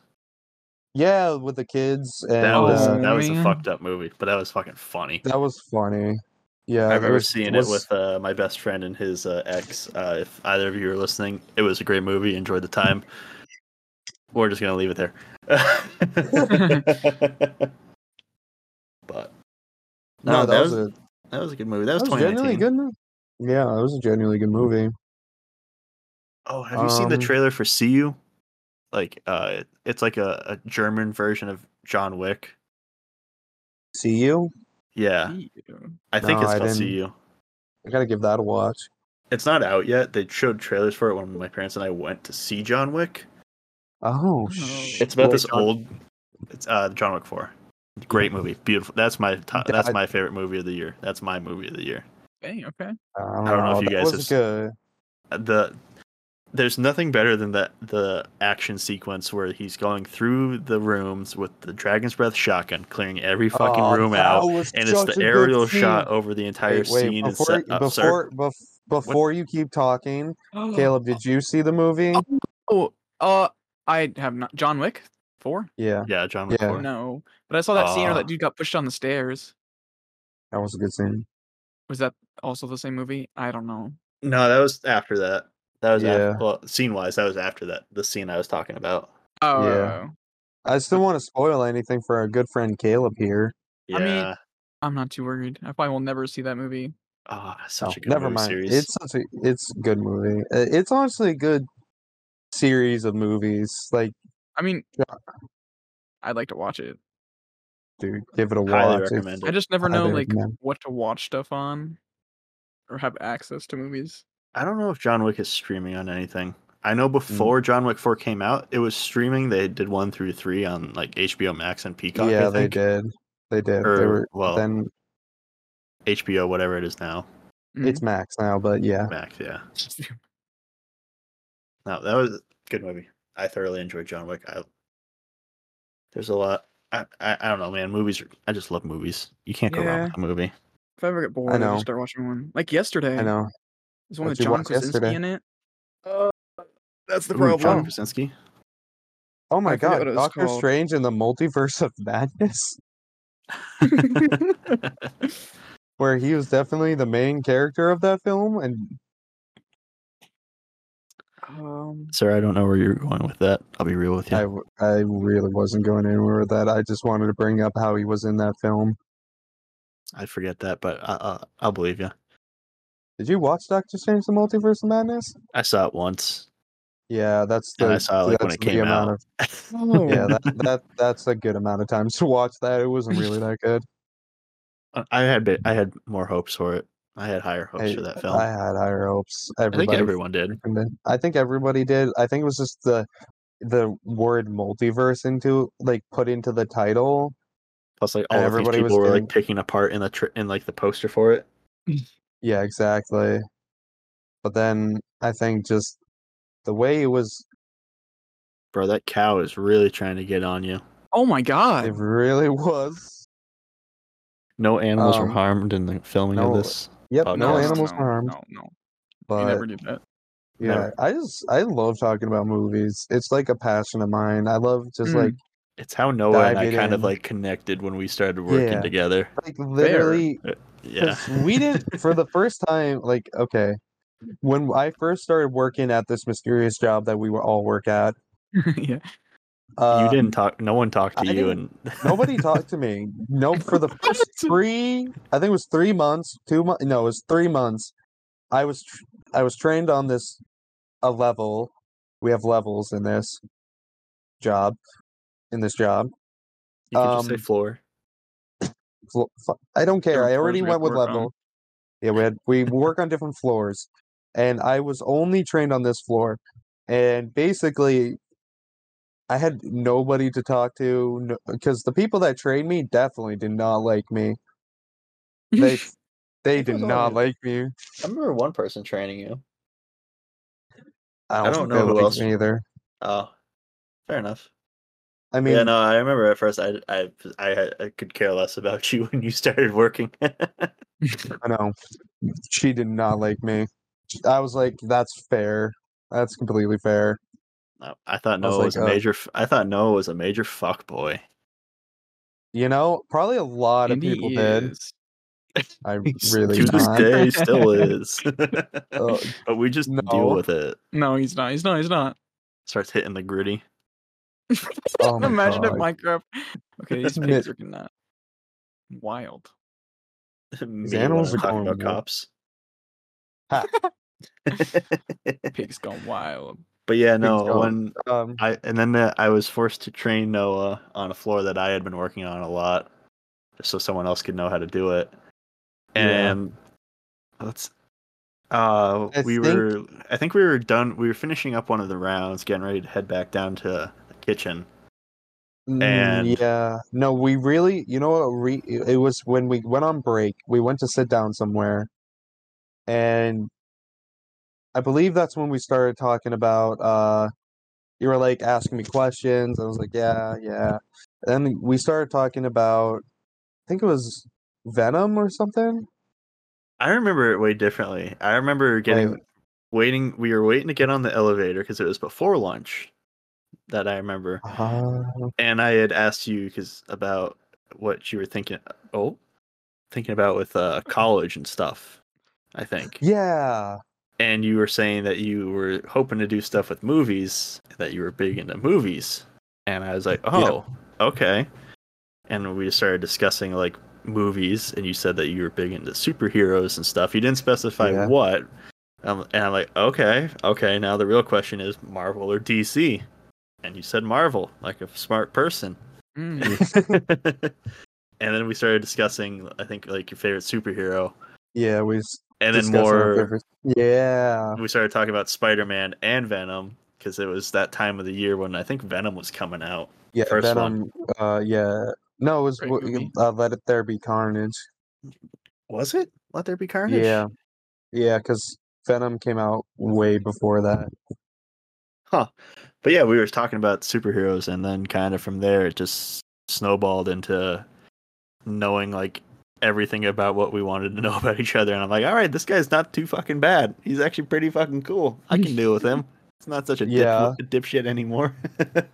[SPEAKER 3] Yeah, with the kids and
[SPEAKER 2] That was
[SPEAKER 1] Oh,
[SPEAKER 3] uh,
[SPEAKER 2] that was a
[SPEAKER 1] man.
[SPEAKER 2] fucked up movie, but that was fucking funny.
[SPEAKER 3] that was funny. Yeah,
[SPEAKER 2] I
[SPEAKER 3] there
[SPEAKER 2] remember
[SPEAKER 3] was-
[SPEAKER 2] seeing
[SPEAKER 3] was-
[SPEAKER 2] it with uh, my best friend and his uh, ex. Uh, if either of you are listening, it was a great movie. Enjoyed the time. We're just gonna leave it there. but
[SPEAKER 3] no, that, was, a
[SPEAKER 2] oh, that was a good movie. That
[SPEAKER 3] that
[SPEAKER 2] was,
[SPEAKER 3] was genuinely
[SPEAKER 2] 2019.
[SPEAKER 3] good. mo- Yeah, that was a genuinely good movie.
[SPEAKER 2] Oh, have you seen the
[SPEAKER 3] Um,
[SPEAKER 2] trailer for See You? Like, uh, it- it's like a, a German version of John Wick.
[SPEAKER 3] See you.
[SPEAKER 2] Yeah,
[SPEAKER 1] Ew.
[SPEAKER 2] I think
[SPEAKER 3] No,
[SPEAKER 2] it's
[SPEAKER 3] I
[SPEAKER 2] called See
[SPEAKER 3] didn't.
[SPEAKER 2] You.
[SPEAKER 3] I gotta give that a watch.
[SPEAKER 2] It's not out yet. They showed trailers for it when my parents and I went to see John Wick.
[SPEAKER 3] Oh,
[SPEAKER 1] Oh.
[SPEAKER 3] sh-
[SPEAKER 2] It's about
[SPEAKER 3] well,
[SPEAKER 2] this
[SPEAKER 3] John-
[SPEAKER 2] old. It's uh, John Wick Four. Great movie, beautiful. That's my to- that's
[SPEAKER 3] That-
[SPEAKER 2] my favorite movie of the year. That's my movie of the year.
[SPEAKER 1] Dang, okay.
[SPEAKER 3] I don't,
[SPEAKER 2] I don't know if you guys
[SPEAKER 3] that was
[SPEAKER 2] have s-
[SPEAKER 3] good.
[SPEAKER 2] Uh, The there's nothing better than that the action sequence where he's going through the rooms with the dragon's breath shotgun, clearing every fucking
[SPEAKER 3] Oh,
[SPEAKER 2] room
[SPEAKER 3] that
[SPEAKER 2] out,
[SPEAKER 3] was
[SPEAKER 2] and it's
[SPEAKER 3] such a
[SPEAKER 2] the
[SPEAKER 3] good
[SPEAKER 2] aerial
[SPEAKER 3] scene.
[SPEAKER 2] shot over the entire
[SPEAKER 3] Wait, wait,
[SPEAKER 2] scene uh, and
[SPEAKER 3] before
[SPEAKER 2] set up, sir. Oh.
[SPEAKER 3] before bef- before you keep talking, Caleb, did you see the movie?
[SPEAKER 1] Oh, uh, I have not. John Wick four?
[SPEAKER 3] Yeah,
[SPEAKER 2] Yeah, John Wick
[SPEAKER 3] Yeah.
[SPEAKER 2] Four.
[SPEAKER 1] No, but I saw that scene where
[SPEAKER 2] Ah.
[SPEAKER 1] that dude got pushed down the stairs.
[SPEAKER 3] that was a good scene.
[SPEAKER 1] Was that also the same movie? I don't know.
[SPEAKER 2] No, that was after that. That was
[SPEAKER 3] Yeah.
[SPEAKER 2] after, well, scene wise. That was after that. The scene I was talking about.
[SPEAKER 1] Oh,
[SPEAKER 3] Yeah. I still want to spoil anything for our good friend Caleb here.
[SPEAKER 1] I mean,
[SPEAKER 2] Yeah.
[SPEAKER 1] I'm not too worried. I probably will never see that movie.
[SPEAKER 2] Ah, such
[SPEAKER 3] Oh,
[SPEAKER 2] a good
[SPEAKER 3] never
[SPEAKER 2] movie
[SPEAKER 3] mind.
[SPEAKER 2] series.
[SPEAKER 3] It's such a it's a good movie. Uh, It's honestly a good series of movies. Like,
[SPEAKER 1] I mean,
[SPEAKER 3] Yeah.
[SPEAKER 1] I'd like to watch it.
[SPEAKER 3] dude, give it a
[SPEAKER 2] Highly
[SPEAKER 3] watch. It's-
[SPEAKER 2] recommend
[SPEAKER 1] I
[SPEAKER 2] it.
[SPEAKER 1] just never
[SPEAKER 3] highly
[SPEAKER 1] know like
[SPEAKER 3] recommend.
[SPEAKER 1] what to watch stuff on, or have access to movies.
[SPEAKER 2] I don't know if John Wick is streaming on anything. I
[SPEAKER 3] Mm.
[SPEAKER 2] know before John Wick 4 came out, it was streaming. They did one through three on like HBO Max and Peacock.
[SPEAKER 3] yeah,
[SPEAKER 2] I
[SPEAKER 3] they
[SPEAKER 2] think.
[SPEAKER 3] did. They did. they
[SPEAKER 2] Or,
[SPEAKER 3] were,
[SPEAKER 2] well,
[SPEAKER 3] then
[SPEAKER 2] HBO, whatever it is now.
[SPEAKER 1] Mm-hmm.
[SPEAKER 3] it's Max now, but yeah,
[SPEAKER 2] Max, yeah. No, that was a good movie. I thoroughly enjoyed John Wick. I, there's a lot. I, I, I don't know, man. Movies. Are, I just love movies. You can't go wrong
[SPEAKER 1] Yeah.
[SPEAKER 2] with a movie.
[SPEAKER 1] If I ever get bored, I,
[SPEAKER 3] know.
[SPEAKER 1] just start watching one. Like yesterday,
[SPEAKER 3] I know.
[SPEAKER 1] there's one with
[SPEAKER 3] What'd you
[SPEAKER 1] John
[SPEAKER 3] watch
[SPEAKER 1] Krasinski
[SPEAKER 3] yesterday? Uh,
[SPEAKER 1] in it.
[SPEAKER 2] That's the
[SPEAKER 3] problem.
[SPEAKER 2] John Krasinski.
[SPEAKER 3] Oh my
[SPEAKER 1] I forget
[SPEAKER 3] god,
[SPEAKER 1] what it was
[SPEAKER 3] Doctor
[SPEAKER 1] called.
[SPEAKER 3] Strange and the Multiverse of Madness, where he was definitely the main character of that film, and
[SPEAKER 1] Um,
[SPEAKER 2] Sir, I don't know where you're going with that. I'll be real with you.
[SPEAKER 3] I, w- I really wasn't going anywhere with that. I just wanted to bring up how he was in that film.
[SPEAKER 2] I forget that, but I, I, I'll believe you.
[SPEAKER 3] Did you watch Doctor Strange: The Multiverse of Madness?
[SPEAKER 2] I saw it once.
[SPEAKER 3] Yeah, that's the
[SPEAKER 2] And I saw it, like, when
[SPEAKER 3] that's
[SPEAKER 2] it
[SPEAKER 3] the
[SPEAKER 2] came
[SPEAKER 3] amount
[SPEAKER 2] out.
[SPEAKER 1] oh,
[SPEAKER 3] Of, yeah, that, that that's a good amount of time to watch that. It wasn't really that good.
[SPEAKER 2] I- I had bit, I had more hopes for it. I had higher hopes for that film. I,
[SPEAKER 3] I had higher hopes.
[SPEAKER 2] think
[SPEAKER 3] Everybody,
[SPEAKER 2] everyone did.
[SPEAKER 3] freaking did. I think everybody did. I think it was just the the word multiverse into like put into the title.
[SPEAKER 2] Plus, like all
[SPEAKER 3] And
[SPEAKER 2] of these
[SPEAKER 3] everybody was
[SPEAKER 2] people were
[SPEAKER 3] getting-
[SPEAKER 2] like picking apart in the tr in like the poster for it.
[SPEAKER 3] Yeah, exactly. But then I think just the way it was,
[SPEAKER 2] Bro, that cow is really trying to get on you.
[SPEAKER 1] oh my
[SPEAKER 3] it
[SPEAKER 1] god!
[SPEAKER 3] really was.
[SPEAKER 2] No animals were
[SPEAKER 3] Um,
[SPEAKER 2] harmed in the filming
[SPEAKER 3] no,
[SPEAKER 2] of this.
[SPEAKER 3] yep,
[SPEAKER 2] Oh,
[SPEAKER 3] no
[SPEAKER 2] no,
[SPEAKER 3] animals
[SPEAKER 1] no,
[SPEAKER 3] harmed.
[SPEAKER 1] No, no, we
[SPEAKER 3] But
[SPEAKER 1] never do that.
[SPEAKER 3] Yeah,
[SPEAKER 2] Never.
[SPEAKER 3] I just I love talking about movies. It's like a passion of mine. I love just
[SPEAKER 1] Mm.
[SPEAKER 3] like
[SPEAKER 2] It's how Noah and
[SPEAKER 3] Dive
[SPEAKER 2] I
[SPEAKER 3] it
[SPEAKER 2] kind of
[SPEAKER 3] in.
[SPEAKER 2] like connected when we started working
[SPEAKER 3] Yeah.
[SPEAKER 2] together.
[SPEAKER 3] like literally
[SPEAKER 2] Yeah.
[SPEAKER 3] 'Cause we didn't for the first time like okay when i first started working at this mysterious job that we were all work at
[SPEAKER 1] yeah.
[SPEAKER 3] uh
[SPEAKER 2] you didn't talk no one talked to
[SPEAKER 3] I
[SPEAKER 2] you and
[SPEAKER 3] didn't- nobody talked to me no for the first three i think it was three months two months no it was three months i was tr- i was trained on this a level we have levels in this job in this job
[SPEAKER 2] you could just say
[SPEAKER 3] um,
[SPEAKER 2] floor.
[SPEAKER 3] flo- fu- I don't care.
[SPEAKER 1] Different
[SPEAKER 3] I
[SPEAKER 1] floors
[SPEAKER 3] already
[SPEAKER 1] we have
[SPEAKER 3] went
[SPEAKER 1] to
[SPEAKER 3] with
[SPEAKER 1] work
[SPEAKER 3] level.
[SPEAKER 1] on.
[SPEAKER 3] Yeah, we had we work on different floors, and I was only trained on this floor, and basically, I had nobody to talk to because the people that trained me definitely did not like me. They they
[SPEAKER 2] think
[SPEAKER 3] did
[SPEAKER 2] there's
[SPEAKER 3] not
[SPEAKER 2] only-
[SPEAKER 3] like me.
[SPEAKER 2] I remember one person training you.
[SPEAKER 3] I
[SPEAKER 2] don't
[SPEAKER 3] don't, think
[SPEAKER 2] know
[SPEAKER 3] they
[SPEAKER 2] who
[SPEAKER 3] liked
[SPEAKER 2] else-
[SPEAKER 3] me either.
[SPEAKER 2] Oh. Fair enough.
[SPEAKER 3] I mean,
[SPEAKER 2] yeah, no, I remember at first I I I, had- I could care less about you when you started working.
[SPEAKER 3] I know she did not like me. I was like, that's fair. That's completely fair.
[SPEAKER 2] No, I thought
[SPEAKER 3] I was
[SPEAKER 2] Noah was,
[SPEAKER 3] like,
[SPEAKER 2] a
[SPEAKER 3] uh,
[SPEAKER 2] major. f- I thought Noah was a major fuck boy.
[SPEAKER 3] You know, probably a lot
[SPEAKER 1] Andy
[SPEAKER 3] of people did.
[SPEAKER 1] is-
[SPEAKER 3] I really
[SPEAKER 2] to this
[SPEAKER 3] not.
[SPEAKER 2] day still is,
[SPEAKER 3] Uh,
[SPEAKER 2] but we just
[SPEAKER 3] no.
[SPEAKER 2] deal with it.
[SPEAKER 1] No, he's not. He's not. He's not.
[SPEAKER 2] Starts hitting the gritty.
[SPEAKER 3] oh my
[SPEAKER 1] Imagine
[SPEAKER 3] God.
[SPEAKER 1] if Minecraft. Okay, these
[SPEAKER 3] Mid-
[SPEAKER 1] pigs are not wild.
[SPEAKER 2] These
[SPEAKER 3] animals are
[SPEAKER 2] talking
[SPEAKER 3] going
[SPEAKER 2] about
[SPEAKER 3] wild.
[SPEAKER 2] cops.
[SPEAKER 3] Ha.
[SPEAKER 2] but
[SPEAKER 1] Pigs gone wild.
[SPEAKER 2] yeah, no.
[SPEAKER 3] going.
[SPEAKER 2] When
[SPEAKER 3] um,
[SPEAKER 2] I and then uh, I was forced to train Noah on a floor that I had been working on a lot, just so someone else could know how to do it.
[SPEAKER 3] Yeah.
[SPEAKER 2] And let's. Uh,
[SPEAKER 3] I
[SPEAKER 2] we
[SPEAKER 3] think-
[SPEAKER 2] were. I think we were done. We were finishing up one of the rounds, getting ready to head back down to the kitchen.
[SPEAKER 3] Mm,
[SPEAKER 2] and-
[SPEAKER 3] yeah no we really you know what re- it was when we went on break we went to sit down somewhere and i believe that's when we started talking about uh you were like asking me questions i was like yeah yeah and we started talking about i think it was venom or something
[SPEAKER 2] I remember it way differently. I remember getting
[SPEAKER 3] Like-
[SPEAKER 2] waiting. We were waiting to get on the elevator because it was before lunch. That I remember, Uh-huh.
[SPEAKER 3] uh,
[SPEAKER 2] and I had asked you because about what you were thinking. Oh, thinking about with uh, college and stuff. I think,
[SPEAKER 3] yeah
[SPEAKER 2] and you were saying that you were hoping to do stuff with movies. That you were big into movies, and I was like, oh, okay. And we started discussing like movies, and you said that you were big into superheroes and stuff. You didn't specify
[SPEAKER 3] Yeah.
[SPEAKER 2] what. Um, and I'm like, okay, okay. Now the real question is Marvel or DC? And you said Marvel, like a smart person.
[SPEAKER 1] Mm.
[SPEAKER 2] and then we started discussing, I think, like your favorite superhero,
[SPEAKER 3] yeah we s-
[SPEAKER 2] and then
[SPEAKER 3] discussed our
[SPEAKER 2] more.
[SPEAKER 3] favorites. yeah
[SPEAKER 2] We started talking about Spider-Man and Venom because it was that time of the year when I think Venom was coming out.
[SPEAKER 3] yeah
[SPEAKER 2] First
[SPEAKER 3] venom uh yeah no it was
[SPEAKER 1] Great
[SPEAKER 3] w-
[SPEAKER 1] movie.
[SPEAKER 3] uh, let it there be carnage
[SPEAKER 2] Was it? Let there be carnage.
[SPEAKER 3] Yeah, yeah, because Venom came out way before that.
[SPEAKER 2] But yeah, we were talking about superheroes, and then kind of from there, it just snowballed into knowing like everything about what we wanted to know about each other. And I'm like, all right, this guy's not too fucking bad. He's actually pretty fucking cool. I can deal with him. It's not such a dip-
[SPEAKER 3] Yeah.
[SPEAKER 2] dipshit anymore.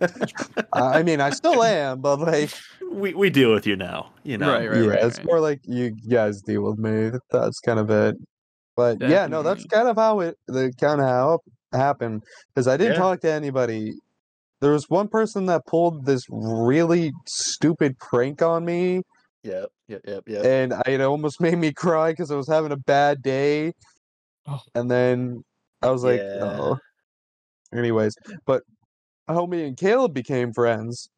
[SPEAKER 3] I, I mean, I still am, but like,
[SPEAKER 2] we we deal with you now. You know.
[SPEAKER 1] Right, right,
[SPEAKER 3] yeah,
[SPEAKER 1] right,
[SPEAKER 3] it's
[SPEAKER 1] right.
[SPEAKER 3] more like you guys deal with me. That's kind of it. But yeah, no, that's
[SPEAKER 1] Definitely.
[SPEAKER 3] kind of how it, the kind of how it happened. Because I didn't
[SPEAKER 2] Yeah.
[SPEAKER 3] talk to anybody. There was one person that pulled this really stupid prank on me,
[SPEAKER 2] Yep. Yep. Yep. Yep.
[SPEAKER 3] and I, it almost made me cry because I was having a bad day.
[SPEAKER 1] Oh.
[SPEAKER 3] And then I was like,
[SPEAKER 2] Yeah.
[SPEAKER 3] oh. Anyways, but homie and Caleb became friends.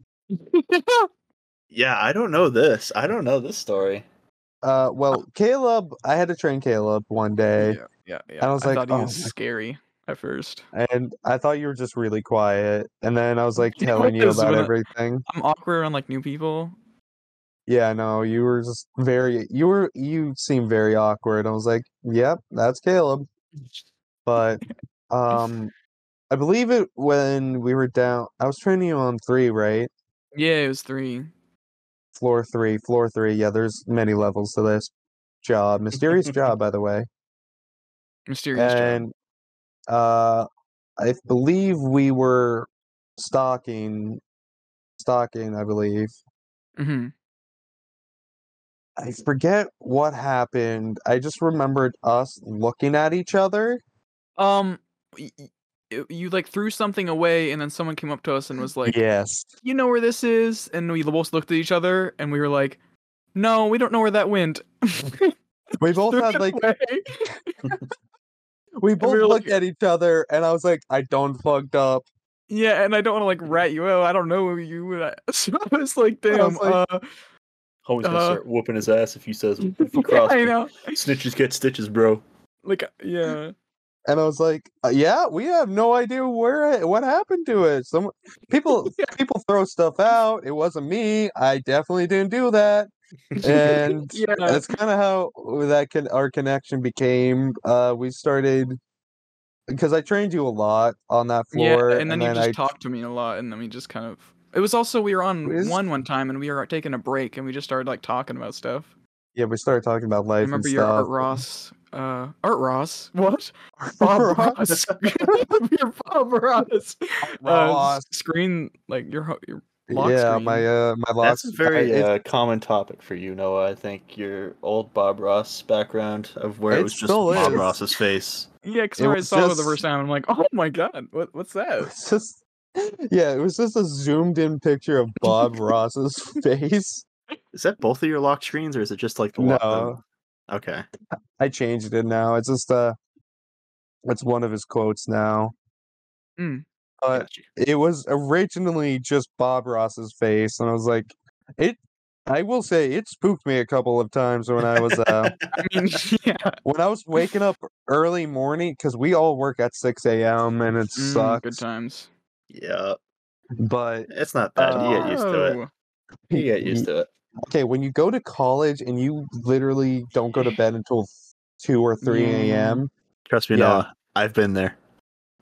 [SPEAKER 2] Yeah, I don't know this. I don't know this story.
[SPEAKER 3] Uh, well, Caleb, I had to train Caleb one day,
[SPEAKER 1] Yeah, yeah, yeah.
[SPEAKER 3] I was like,
[SPEAKER 1] thought he
[SPEAKER 3] "Oh
[SPEAKER 1] was
[SPEAKER 3] my-
[SPEAKER 1] scary at first.
[SPEAKER 3] and I thought you were just really quiet. And then I was like
[SPEAKER 1] Yeah, I
[SPEAKER 3] telling you
[SPEAKER 1] was,
[SPEAKER 3] about
[SPEAKER 1] but I-
[SPEAKER 3] everything.
[SPEAKER 1] I'm awkward around like new people.
[SPEAKER 3] Yeah, no, you were just very, you were, you seemed very awkward. I was like, yep, that's Caleb. But, um, I believe it when we were down, I was training you on three, right?
[SPEAKER 1] Yeah, it was three.
[SPEAKER 3] Floor three, floor three. Yeah, there's many levels to this job. Mysterious job, by the way.
[SPEAKER 1] Mysterious. job.
[SPEAKER 3] and Uh, I believe we were stalking, stalking. I believe
[SPEAKER 1] hmm
[SPEAKER 3] I forget what happened. I just remembered us looking at each other.
[SPEAKER 1] Um, y- y- you, like threw something away, and then someone came up to us and was like,
[SPEAKER 3] yes,
[SPEAKER 1] "You know where this is?" And we both looked at each other, and we were like, "No, we don't know where that went."
[SPEAKER 3] we both
[SPEAKER 1] Threw
[SPEAKER 3] had
[SPEAKER 1] it
[SPEAKER 3] like
[SPEAKER 1] away.
[SPEAKER 3] we both
[SPEAKER 1] were
[SPEAKER 3] looked
[SPEAKER 1] looking-
[SPEAKER 3] at each other, and I was like, I don't fucked up.
[SPEAKER 1] Yeah, and I don't want to like rat you out. I don't know you. and I- So I was like,
[SPEAKER 3] I was
[SPEAKER 1] damn.
[SPEAKER 3] like-
[SPEAKER 1] uh,
[SPEAKER 2] Homie's gonna
[SPEAKER 1] Uh,
[SPEAKER 2] start whooping his ass if he says if he crosses.
[SPEAKER 1] I know.
[SPEAKER 2] Snitches get stitches, bro.
[SPEAKER 1] Like, yeah.
[SPEAKER 3] and I was like, uh, "Yeah, we have no idea where it, what happened to it. Some people people throw stuff out. It wasn't me. I definitely didn't do that." And
[SPEAKER 1] Yeah.
[SPEAKER 3] that's kind of how that can our connection became. Uh, we started because I trained you a lot on that floor,
[SPEAKER 1] yeah, and then you just
[SPEAKER 3] I,
[SPEAKER 1] talked to me a lot, and then we just kind of. It was also we were on
[SPEAKER 3] We just-
[SPEAKER 1] one one time, and we were taking a break, and we just started like talking about stuff.
[SPEAKER 3] yeah, we started talking about
[SPEAKER 1] I
[SPEAKER 3] life and
[SPEAKER 1] remember your Art
[SPEAKER 3] stuff.
[SPEAKER 1] Ross. Uh, Art Ross. What? Bob Ross. your Bob Ross. Uh,
[SPEAKER 3] Ross.
[SPEAKER 1] s- screen like your ho- your lock
[SPEAKER 3] yeah,
[SPEAKER 1] screen.
[SPEAKER 3] my uh, my lock.
[SPEAKER 2] That's a very
[SPEAKER 3] I- it-
[SPEAKER 2] uh, common topic for you, Noah. I think your old Bob Ross background of where it,
[SPEAKER 3] It
[SPEAKER 2] was just
[SPEAKER 3] still
[SPEAKER 2] Bob
[SPEAKER 3] is.
[SPEAKER 2] Ross's face.
[SPEAKER 1] yeah, because
[SPEAKER 3] it
[SPEAKER 1] when I
[SPEAKER 3] was
[SPEAKER 1] saw it the
[SPEAKER 3] just-
[SPEAKER 1] first time, I'm like, oh my god, what what's
[SPEAKER 3] It
[SPEAKER 1] that?
[SPEAKER 3] was just yeah, it was just a zoomed in picture of Bob Ross's face.
[SPEAKER 2] Is that both of your lock screens, or is it just like the lock?
[SPEAKER 3] No,
[SPEAKER 2] Okay.
[SPEAKER 3] I changed it now. It's just uh it's one of his quotes now.
[SPEAKER 1] Mm.
[SPEAKER 3] But
[SPEAKER 2] Gotcha.
[SPEAKER 3] it was originally just Bob Ross's face, and I was like, it. I will say it spooked me a couple of times when I was uh,
[SPEAKER 1] I mean, yeah.
[SPEAKER 3] when I was waking up early morning because we all work at six a.m. and it
[SPEAKER 1] Mm, good
[SPEAKER 3] sucks.
[SPEAKER 1] times.
[SPEAKER 2] Yeah,
[SPEAKER 3] But
[SPEAKER 2] it's not bad. you get used to it.
[SPEAKER 1] Oh,
[SPEAKER 2] You get used to it.
[SPEAKER 3] okay, when you go to college and you literally don't go to bed until two or three
[SPEAKER 2] Mm,
[SPEAKER 1] Yeah.
[SPEAKER 3] a.m.
[SPEAKER 2] Trust me,
[SPEAKER 3] Yeah.
[SPEAKER 2] Noah. I've been there.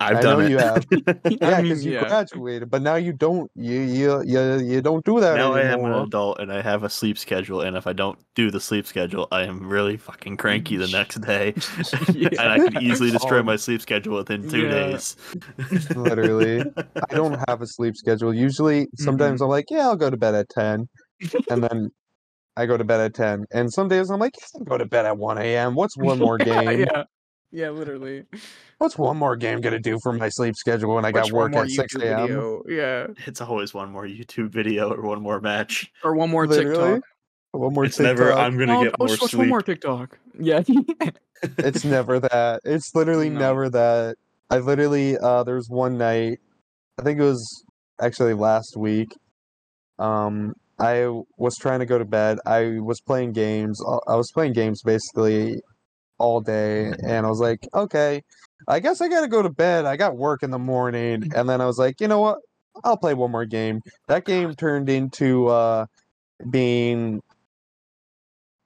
[SPEAKER 2] I've
[SPEAKER 3] I
[SPEAKER 2] done
[SPEAKER 3] know
[SPEAKER 2] it.
[SPEAKER 3] you have.
[SPEAKER 1] I
[SPEAKER 3] Yeah,
[SPEAKER 1] mean,
[SPEAKER 3] because you
[SPEAKER 1] yeah.
[SPEAKER 3] graduated, but now you don't. You you you, you don't do that
[SPEAKER 2] now I am
[SPEAKER 3] anymore.
[SPEAKER 2] an adult and I have a sleep schedule, and if I don't do the sleep schedule, I am really fucking cranky the next day, and I can easily destroy
[SPEAKER 3] Oh.
[SPEAKER 2] my sleep schedule within two
[SPEAKER 1] Yeah.
[SPEAKER 2] days.
[SPEAKER 3] Literally. I don't have a sleep schedule. Usually, sometimes I'm like, yeah, I'll go to bed at 10. And then I go to bed at 10. And some days I'm like, yeah, I'll go to bed at 1 a.m. What's one more game?
[SPEAKER 1] yeah. Yeah, literally.
[SPEAKER 3] What's one more game going to do for my sleep schedule when I got
[SPEAKER 1] Watch one
[SPEAKER 3] work
[SPEAKER 1] more
[SPEAKER 3] at 6
[SPEAKER 1] YouTube
[SPEAKER 3] a.m.?
[SPEAKER 1] video, Yeah.
[SPEAKER 2] It's always one more YouTube video or one more match.
[SPEAKER 1] Or one more
[SPEAKER 3] Literally?
[SPEAKER 1] TikTok.
[SPEAKER 3] One more
[SPEAKER 2] it's never.
[SPEAKER 3] TikTok.
[SPEAKER 2] I'm gonna
[SPEAKER 1] Oh,
[SPEAKER 2] get
[SPEAKER 1] oh,
[SPEAKER 2] more
[SPEAKER 1] just watch
[SPEAKER 2] sleep.
[SPEAKER 1] one more TikTok. Yeah.
[SPEAKER 3] it's never that. It's literally
[SPEAKER 1] No.
[SPEAKER 3] never that. I literally uh there was one night, I think it was actually last week. Um I w- was trying to go to bed. I was playing games. uh, I was playing games basically all day and I was like, "Okay, I guess I got to go to bed. I got work in the morning." And then I was like, "You know what? I'll play one more game." That game turned into uh being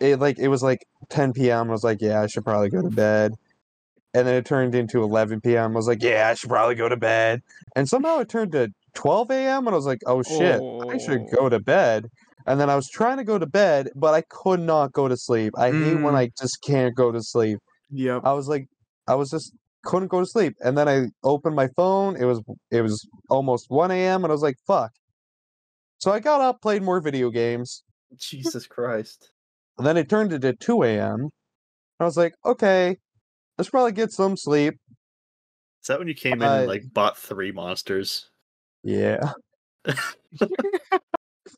[SPEAKER 3] it like it was like 10 p.m. I was like, yeah, I should probably go to bed. And then it turned into 11 p.m. I was like, yeah, I should probably go to bed. And somehow it turned to 12 a.m. and I was like, oh shit, I should
[SPEAKER 1] Oh.
[SPEAKER 3] go to bed. And then I was trying to go to bed, but I could not go to sleep. I hate when
[SPEAKER 1] Mm.
[SPEAKER 3] I just can't go to sleep.
[SPEAKER 1] yep.
[SPEAKER 3] I was like, I was just couldn't go to sleep. And then I opened my phone. It was it was almost 1 a.m. and I was like, fuck. So I got up, played more video games.
[SPEAKER 2] Jesus Christ.
[SPEAKER 3] And then it turned into 2 a.m. I was like, okay, let's probably get some sleep.
[SPEAKER 2] Is that when you came in
[SPEAKER 3] Uh,
[SPEAKER 2] and like bought three monsters?
[SPEAKER 3] Yeah.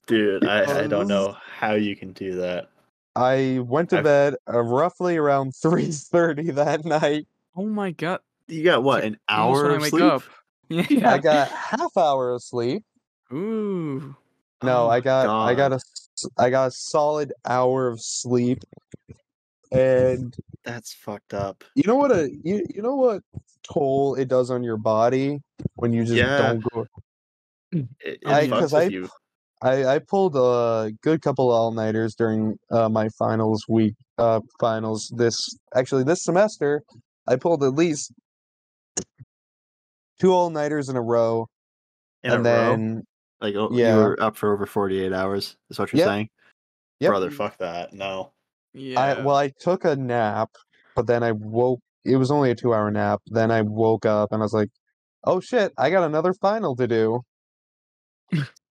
[SPEAKER 2] Dude, I, I don't
[SPEAKER 3] Because-
[SPEAKER 2] know how you can do that.
[SPEAKER 3] I went to
[SPEAKER 2] I've-
[SPEAKER 3] bed uh, roughly around 3.30 that night.
[SPEAKER 1] Oh my god.
[SPEAKER 2] You got what an
[SPEAKER 1] almost
[SPEAKER 2] hour
[SPEAKER 1] when
[SPEAKER 2] of
[SPEAKER 1] I wake
[SPEAKER 2] sleep?
[SPEAKER 1] up. Yeah.
[SPEAKER 3] I got half hour of sleep.
[SPEAKER 1] Ooh.
[SPEAKER 3] No,
[SPEAKER 2] Oh
[SPEAKER 3] I
[SPEAKER 2] my
[SPEAKER 3] got I got
[SPEAKER 2] God.
[SPEAKER 3] a s- I got a solid hour of sleep. And
[SPEAKER 2] That's fucked up.
[SPEAKER 3] you know what a
[SPEAKER 2] Mm.
[SPEAKER 3] you, you know what toll it does on your body when you just
[SPEAKER 2] Yeah.
[SPEAKER 3] don't go
[SPEAKER 2] It, it
[SPEAKER 3] I-
[SPEAKER 2] fucks
[SPEAKER 3] 'cause
[SPEAKER 2] with
[SPEAKER 3] I-
[SPEAKER 2] you.
[SPEAKER 3] I, I pulled a good couple all nighters during uh, my finals week, uh, finals this actually this semester. I pulled at least two all nighters in a row,
[SPEAKER 2] In
[SPEAKER 3] and
[SPEAKER 2] a row?
[SPEAKER 3] then
[SPEAKER 2] Like oh,
[SPEAKER 3] Yeah.
[SPEAKER 2] you were up for over forty eight hours. Is what you're
[SPEAKER 3] Yep.
[SPEAKER 2] saying?
[SPEAKER 3] Yep.
[SPEAKER 2] Brother, fuck that. No.
[SPEAKER 1] Yeah.
[SPEAKER 3] I well, I took a nap, but then I woke it was only a two hour nap. Then I woke up and I was like, oh shit, I got another final to do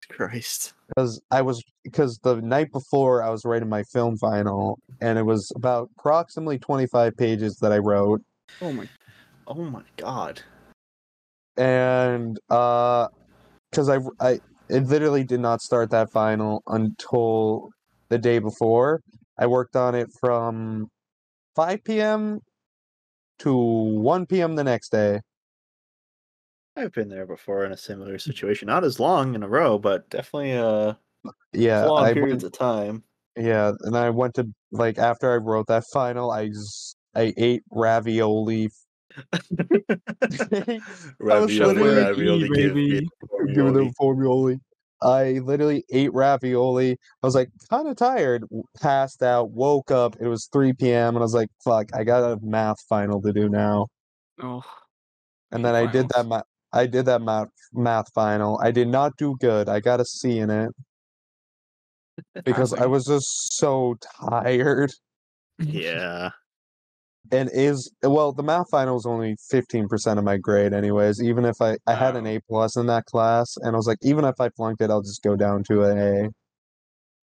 [SPEAKER 2] Christ.
[SPEAKER 3] because I was because the night before I was writing my film final and it was about approximately twenty five pages that I wrote
[SPEAKER 1] Oh my.
[SPEAKER 2] Oh my god.
[SPEAKER 3] and uh because I I it literally did not start that final until the day before. I worked on it from five p.m. to one p.m. the next day.
[SPEAKER 2] I've been there before in a similar situation. Not as long in a row, but definitely uh
[SPEAKER 3] Yeah,
[SPEAKER 2] long
[SPEAKER 3] I
[SPEAKER 2] periods of time.
[SPEAKER 3] Yeah, and I went to like after I wrote that final, I s- I ate ravioli. Give literally
[SPEAKER 1] E, baby.
[SPEAKER 3] them ravioli. I literally ate ravioli. I was like kind of tired, w- passed out, woke up. It was 3 p.m. and I was like, "Fuck, I got a math final to do now."
[SPEAKER 1] Oh.
[SPEAKER 3] And
[SPEAKER 1] Hate
[SPEAKER 3] then I did that math. I did that math math final. I did not do good. I got a C in it because I
[SPEAKER 1] Classic.
[SPEAKER 3] was just so tired.
[SPEAKER 2] Yeah.
[SPEAKER 3] and is well the math final was only 15% of my grade anyways even if i i had an
[SPEAKER 4] Oh.
[SPEAKER 3] a plus in that class and i was like even if i flunked it i'll just go down to an a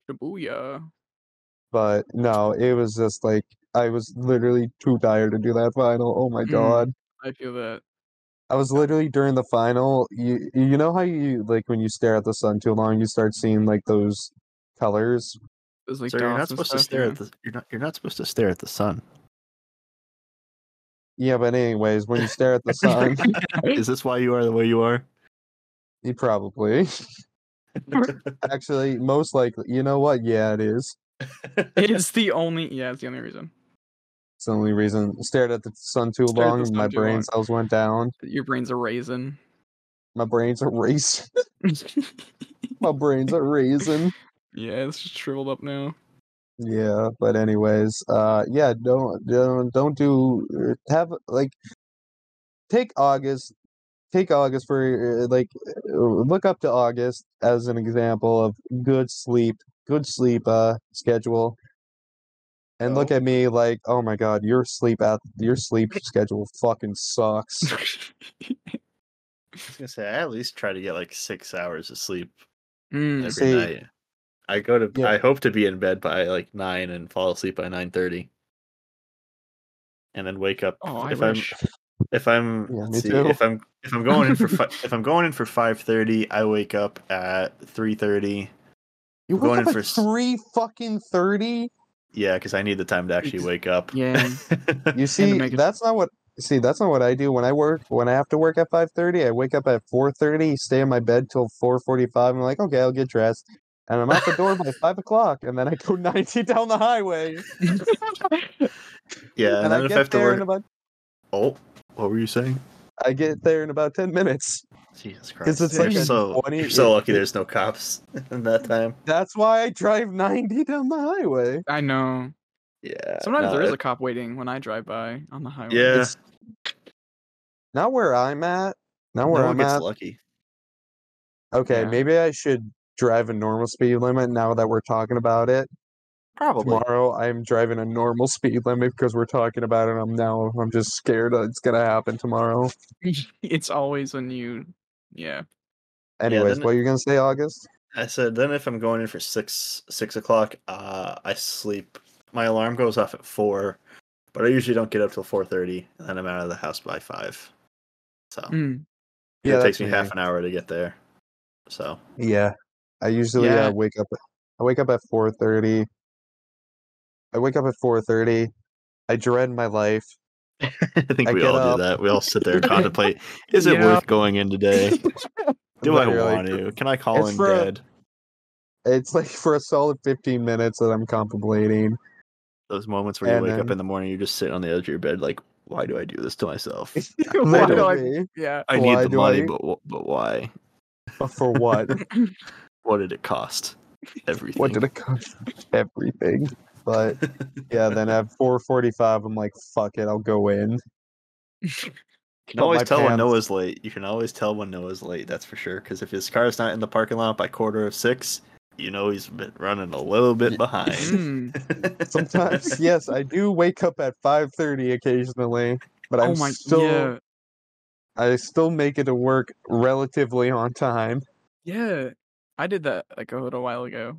[SPEAKER 1] Shibuya.
[SPEAKER 3] but no it was just like i was literally too tired to do that final oh my
[SPEAKER 1] Mm.
[SPEAKER 3] god
[SPEAKER 1] I feel that.
[SPEAKER 3] i was literally during the final you you know how you like when you stare at the sun too long you start seeing like those colors
[SPEAKER 1] It's like
[SPEAKER 2] so you're not
[SPEAKER 1] dots and
[SPEAKER 2] supposed to
[SPEAKER 1] stuff,
[SPEAKER 2] stare
[SPEAKER 1] yeah.
[SPEAKER 2] at the you're not you're not supposed to stare at the sun.
[SPEAKER 3] yeah but anyways when you stare at the sun
[SPEAKER 2] Is this why you are the way you are?
[SPEAKER 3] you probably actually most likely you know what yeah it is
[SPEAKER 1] It's the only. Yeah, it's the only reason.
[SPEAKER 3] It's the only reason. Stared at the sun
[SPEAKER 1] Stared
[SPEAKER 3] too
[SPEAKER 1] at the
[SPEAKER 3] long,
[SPEAKER 1] sun
[SPEAKER 3] my
[SPEAKER 1] too
[SPEAKER 3] brain
[SPEAKER 1] long.
[SPEAKER 3] cells went down.
[SPEAKER 1] Your brain's a raisin.
[SPEAKER 3] My brain's a raisin.
[SPEAKER 1] yeah,
[SPEAKER 3] my brain's a raisin.
[SPEAKER 1] it's just shriveled up now.
[SPEAKER 3] Yeah, but anyways, uh, yeah, don't don't don't do er, have like take August, take August for uh, like uh, look up to August as an example of good sleep, good sleep uh schedule. And look
[SPEAKER 2] Oh.
[SPEAKER 3] at me like, oh my god, your sleep at your sleep schedule fucking sucks.
[SPEAKER 2] I was gonna say I at least try to get like six hours of sleep
[SPEAKER 1] Mm,
[SPEAKER 2] every
[SPEAKER 3] See-
[SPEAKER 2] night. I go to
[SPEAKER 3] Yeah.
[SPEAKER 2] I hope to be in bed by like nine and fall asleep by nine thirty. And then wake up
[SPEAKER 1] oh, I
[SPEAKER 2] if
[SPEAKER 1] wish.
[SPEAKER 2] I'm if I'm
[SPEAKER 3] Yeah,
[SPEAKER 2] let's
[SPEAKER 3] me
[SPEAKER 2] see,
[SPEAKER 3] too.
[SPEAKER 2] if I'm if I'm going in for fi- if I'm going in for five thirty, I wake up at three thirty.
[SPEAKER 3] You
[SPEAKER 2] Going
[SPEAKER 3] wake up
[SPEAKER 2] in
[SPEAKER 3] at
[SPEAKER 2] for s-
[SPEAKER 3] three fucking thirty.
[SPEAKER 2] Yeah, because I need the time to actually wake up.
[SPEAKER 1] Yeah.
[SPEAKER 3] You see,
[SPEAKER 1] make it-
[SPEAKER 3] that's not what. See, that's not what I do when I work. When I have to work at five thirty, I wake up at four thirty, stay in my bed till four forty-five. I'm like, okay, I'll get dressed, and I'm out the door by five o'clock, and then I go ninety down the highway,
[SPEAKER 2] yeah, and,
[SPEAKER 3] and
[SPEAKER 2] then
[SPEAKER 3] I
[SPEAKER 2] if I have
[SPEAKER 3] get
[SPEAKER 2] to
[SPEAKER 3] there in
[SPEAKER 2] work.
[SPEAKER 3] about.
[SPEAKER 2] Oh, what were you saying?
[SPEAKER 3] I get there in about ten minutes.
[SPEAKER 2] Jesus Christ!
[SPEAKER 3] it's
[SPEAKER 2] you're
[SPEAKER 3] like a
[SPEAKER 2] so
[SPEAKER 3] 20
[SPEAKER 2] you're so
[SPEAKER 3] it-
[SPEAKER 2] lucky.
[SPEAKER 3] it-
[SPEAKER 2] There's no cops in that time.
[SPEAKER 3] That's why I drive ninety down the highway.
[SPEAKER 1] I know.
[SPEAKER 2] Yeah.
[SPEAKER 1] Sometimes
[SPEAKER 2] no,
[SPEAKER 1] there is
[SPEAKER 2] it-
[SPEAKER 1] a cop waiting when I drive by on the highway.
[SPEAKER 2] Yeah.
[SPEAKER 3] It's- Not where I'm at. Not where
[SPEAKER 2] no one
[SPEAKER 3] I'm
[SPEAKER 2] gets
[SPEAKER 3] at.
[SPEAKER 2] lucky.
[SPEAKER 3] Okay,
[SPEAKER 1] Yeah.
[SPEAKER 3] maybe I should drive a normal speed limit now that we're talking about it.
[SPEAKER 2] Probably.
[SPEAKER 3] Tomorrow I'm driving a normal speed limit because we're talking about it. I'm now I'm just scared that it's gonna happen tomorrow.
[SPEAKER 1] it's always when you. Yeah.
[SPEAKER 3] Anyways,
[SPEAKER 2] then-
[SPEAKER 3] what are you gonna say, August?
[SPEAKER 2] I said then if I'm going in for six six o'clock, uh, I sleep. My alarm goes off at four, but I usually don't get up till four thirty, and then I'm out of the house by five. So
[SPEAKER 1] Mm.
[SPEAKER 3] Yeah,
[SPEAKER 2] it
[SPEAKER 3] that's
[SPEAKER 2] takes me half
[SPEAKER 3] me.
[SPEAKER 2] an hour to get there. So
[SPEAKER 3] Yeah. I usually
[SPEAKER 1] Yeah.
[SPEAKER 3] uh, wake up I wake up at four thirty. I wake up at four thirty. I dread my life.
[SPEAKER 2] I think
[SPEAKER 3] I
[SPEAKER 2] we
[SPEAKER 3] get
[SPEAKER 2] all
[SPEAKER 3] up.
[SPEAKER 2] do that. We all sit there and contemplate: Is it
[SPEAKER 1] Yeah.
[SPEAKER 2] worth going in today? Do I
[SPEAKER 3] Literally.
[SPEAKER 2] want to? Can I call
[SPEAKER 3] It's
[SPEAKER 2] in
[SPEAKER 3] for a-
[SPEAKER 2] dead?
[SPEAKER 3] It's like for a solid fifteen minutes that I'm contemplating.
[SPEAKER 2] Those moments where you
[SPEAKER 3] and
[SPEAKER 2] wake up
[SPEAKER 3] then-
[SPEAKER 2] in the morning, you just sit on the edge of your bed, like, why do I do this to myself?
[SPEAKER 1] Why do I-
[SPEAKER 3] Literally.
[SPEAKER 1] Yeah.
[SPEAKER 2] I
[SPEAKER 3] Why
[SPEAKER 2] need the
[SPEAKER 3] do
[SPEAKER 2] money,
[SPEAKER 3] I-
[SPEAKER 2] but but wh- but why?
[SPEAKER 3] But for what?
[SPEAKER 2] What did it cost? Everything.
[SPEAKER 3] what did it cost? Everything. But yeah, then at four forty five I'm like, fuck it, I'll go in.
[SPEAKER 2] You can
[SPEAKER 3] But
[SPEAKER 2] always
[SPEAKER 3] my
[SPEAKER 2] tell when
[SPEAKER 3] pants-
[SPEAKER 2] Noah's late. You can always tell when Noah's late, that's for sure. Because if his car's not in the parking lot by quarter of six, you know he's been running a little bit behind.
[SPEAKER 1] Mm.
[SPEAKER 3] Sometimes, yes, I do wake up at five thirty occasionally. but I'm
[SPEAKER 1] oh my
[SPEAKER 3] still
[SPEAKER 1] yeah
[SPEAKER 3] I still make it to work relatively on time.
[SPEAKER 1] yeah. I did that like a little while ago.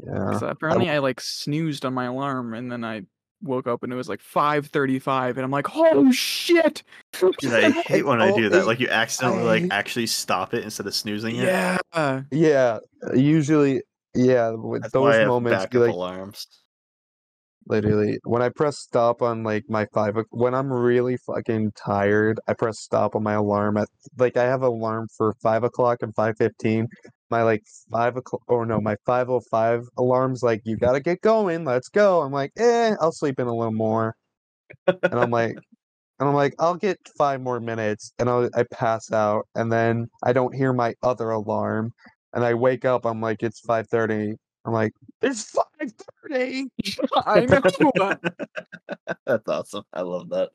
[SPEAKER 3] Yeah. Uh,
[SPEAKER 1] 'cause apparently I like snoozed on my alarm and then I woke up and it was like 5:35 and I'm like, "Oh shit."
[SPEAKER 2] Dude, I hate when I do
[SPEAKER 3] Oh,
[SPEAKER 2] that. Like you accidentally like
[SPEAKER 3] I-
[SPEAKER 2] actually stop it instead of snoozing it.
[SPEAKER 1] yeah.
[SPEAKER 3] Yeah. Usually yeah, with
[SPEAKER 2] That's why I
[SPEAKER 3] those
[SPEAKER 2] have
[SPEAKER 3] moments
[SPEAKER 2] backup
[SPEAKER 3] be like
[SPEAKER 2] alarms.
[SPEAKER 3] literally when I press stop on like my five o- when I'm really fucking tired, I press stop on my alarm at like I have alarm for five o'clock and five fifteen. My like five o'clock or no, my five oh five alarms like you gotta get going, let's go. I'm like, eh, I'll sleep in a little more. And I'm like and I'm like, I'll get five more minutes and I'll, I pass out and then I don't hear my other alarm and I wake up, I'm like, it's five thirty. I'm like, it's five thirty.
[SPEAKER 1] I know.
[SPEAKER 2] That's awesome. I love that.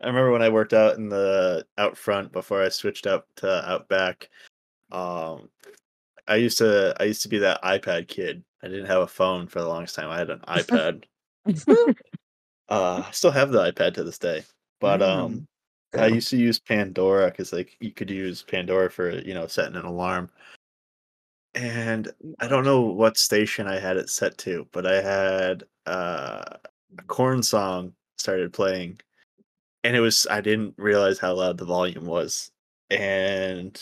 [SPEAKER 2] I remember when I worked out in the out front before I switched up to out back. Um, I used to I used to be that iPad kid. I didn't have a phone for the longest time. I had an iPad. uh, I still have the iPad to this day, but
[SPEAKER 1] Mm.
[SPEAKER 2] um, I
[SPEAKER 3] Yeah.
[SPEAKER 2] used to use Pandora because like you could use Pandora for you know setting an alarm. And I don't know what station I had it set to, but I had uh, a corn song started playing, and it was I didn't realize how loud the volume was, and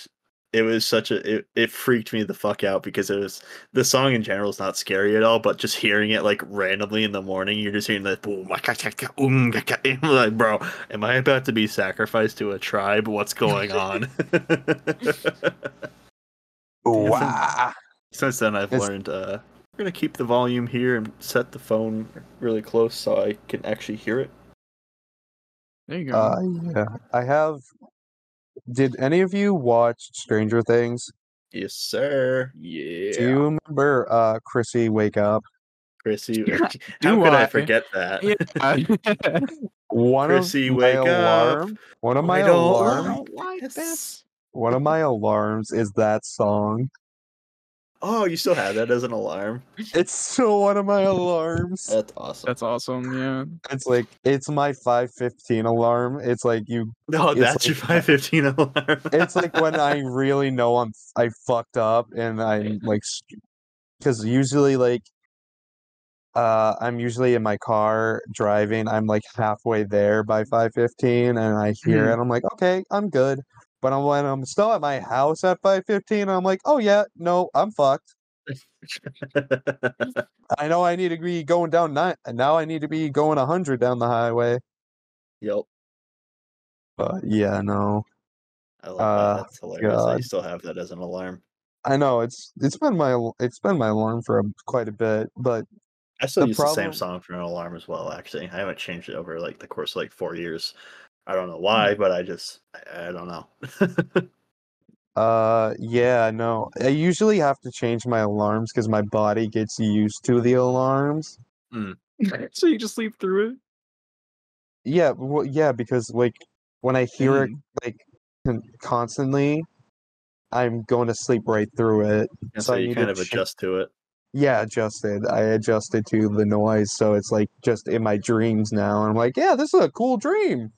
[SPEAKER 2] it was such a it, it freaked me the fuck out because it was the song in general is not scary at all, but just hearing it like randomly in the morning, you're just hearing that boom, like, ka- ka- ka- um, ka- ka- um," like bro, am I about to be sacrificed to a tribe? What's going on?
[SPEAKER 3] Wow.
[SPEAKER 2] Since then, I've
[SPEAKER 3] It's-
[SPEAKER 2] learned uh, we're gonna keep the volume here and set the phone really close so I can actually hear it.
[SPEAKER 1] There you go.
[SPEAKER 3] Uh, yeah. I have. Did any of you watch Stranger Things?
[SPEAKER 2] Yes, sir.
[SPEAKER 1] yeah.
[SPEAKER 3] Do you remember uh, Chrissy Wake Up?
[SPEAKER 2] Chrissy,
[SPEAKER 1] Do
[SPEAKER 2] how could I,
[SPEAKER 1] I?
[SPEAKER 2] forget that?
[SPEAKER 1] Yeah.
[SPEAKER 3] One
[SPEAKER 2] Chrissy,
[SPEAKER 3] of my
[SPEAKER 2] wake up.
[SPEAKER 3] alarm. One of my
[SPEAKER 2] I don't
[SPEAKER 3] alarm.
[SPEAKER 2] like this.
[SPEAKER 3] One of my alarms is that song.
[SPEAKER 2] Oh, you still have that as an alarm?
[SPEAKER 3] It's still one of my alarms.
[SPEAKER 2] That's awesome.
[SPEAKER 1] That's awesome. Yeah.
[SPEAKER 3] It's like it's my five fifteen alarm. It's like you.
[SPEAKER 2] no,
[SPEAKER 3] it's
[SPEAKER 2] that's your
[SPEAKER 3] like-
[SPEAKER 2] 515 alarm.
[SPEAKER 3] It's like when I really know I'm I fucked up and I'm like, because usually like uh I'm usually in my car driving. I'm like halfway there by 5:15 and I hear it. I'm like, "Okay, I'm good." But I'm, when I'm still at my house at 5:15, I'm like, "Oh yeah, no, I'm fucked. I know I need to be going down nine. Now I need to be going 100 down the highway."
[SPEAKER 2] yep.
[SPEAKER 3] But yeah, no.
[SPEAKER 2] I love
[SPEAKER 3] Uh,
[SPEAKER 2] that. That's hilarious. that you
[SPEAKER 3] God.
[SPEAKER 2] still have that as an alarm.
[SPEAKER 3] I know it's it's been my al- it's been my alarm for a, quite a bit, but
[SPEAKER 2] I still
[SPEAKER 3] The
[SPEAKER 2] use the same
[SPEAKER 3] problem-
[SPEAKER 2] song for an alarm as well. Actually, I haven't changed it over like the course of like four years. I don't know why, but I just I, I don't know.
[SPEAKER 3] Uh, yeah, no. I usually have to change my alarms because my body gets used to the alarms.
[SPEAKER 1] so you just sleep through it.
[SPEAKER 3] Yeah, well, yeah, because like when I hear it
[SPEAKER 1] Dang.
[SPEAKER 3] like con- constantly, I'm going to sleep right through it.
[SPEAKER 2] And
[SPEAKER 3] So
[SPEAKER 2] so
[SPEAKER 3] I
[SPEAKER 2] you
[SPEAKER 3] need to
[SPEAKER 2] kind of
[SPEAKER 3] change-
[SPEAKER 2] adjust to it.
[SPEAKER 3] Yeah, adjusted. I adjusted to the noise, so it's like just in my dreams now. And I'm like, yeah, this is a cool dream.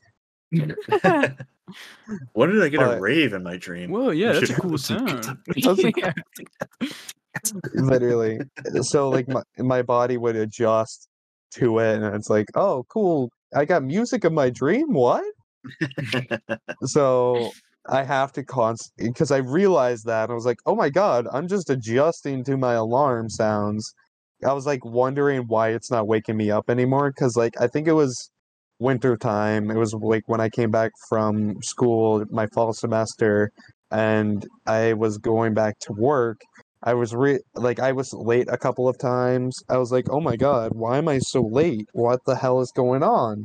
[SPEAKER 2] when did I get a
[SPEAKER 3] But-
[SPEAKER 2] rave in my dream?
[SPEAKER 1] Whoa, yeah, that's a
[SPEAKER 2] should-
[SPEAKER 1] cool sound.
[SPEAKER 2] It
[SPEAKER 3] doesn't-
[SPEAKER 1] Yeah.
[SPEAKER 3] Literally. so like my my body would adjust to it, and it's like, oh, cool. I got music in my dream. What? so I have to const because I realized that and I was like, oh my god, I'm just adjusting to my alarm sounds. I was like wondering why it's not waking me up anymore because like I think it was winter time. It was like when I came back from school, my fall semester, and I was going back to work. I was re- like I was late a couple of times. I was like, "Oh my god, why am I so late? What the hell is going on?"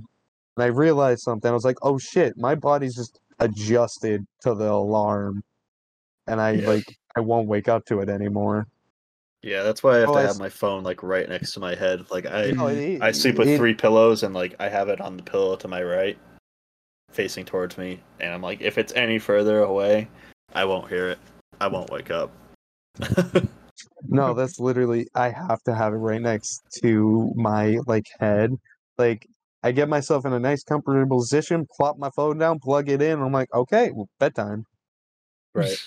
[SPEAKER 3] and I realized something. I was like, "Oh shit, my body's just adjusted to the alarm, and I
[SPEAKER 2] Yeah.
[SPEAKER 3] like I won't wake up to it anymore."
[SPEAKER 2] yeah, that's why I have
[SPEAKER 3] Oh,
[SPEAKER 2] to
[SPEAKER 3] I
[SPEAKER 2] have
[SPEAKER 3] s-
[SPEAKER 2] my phone like right next to my head. Like I
[SPEAKER 3] No, it-
[SPEAKER 2] I sleep with
[SPEAKER 3] it-
[SPEAKER 2] three pillows and like I have it on the pillow to my right, facing towards me, and I'm like, if it's any further away, I won't hear it. I won't wake up.
[SPEAKER 3] No, that's literally I have to have it right next to my like head. Like I get myself in a nice, comfortable position, plop my phone down, plug it in. I'm like, okay, well, bedtime.
[SPEAKER 2] Right.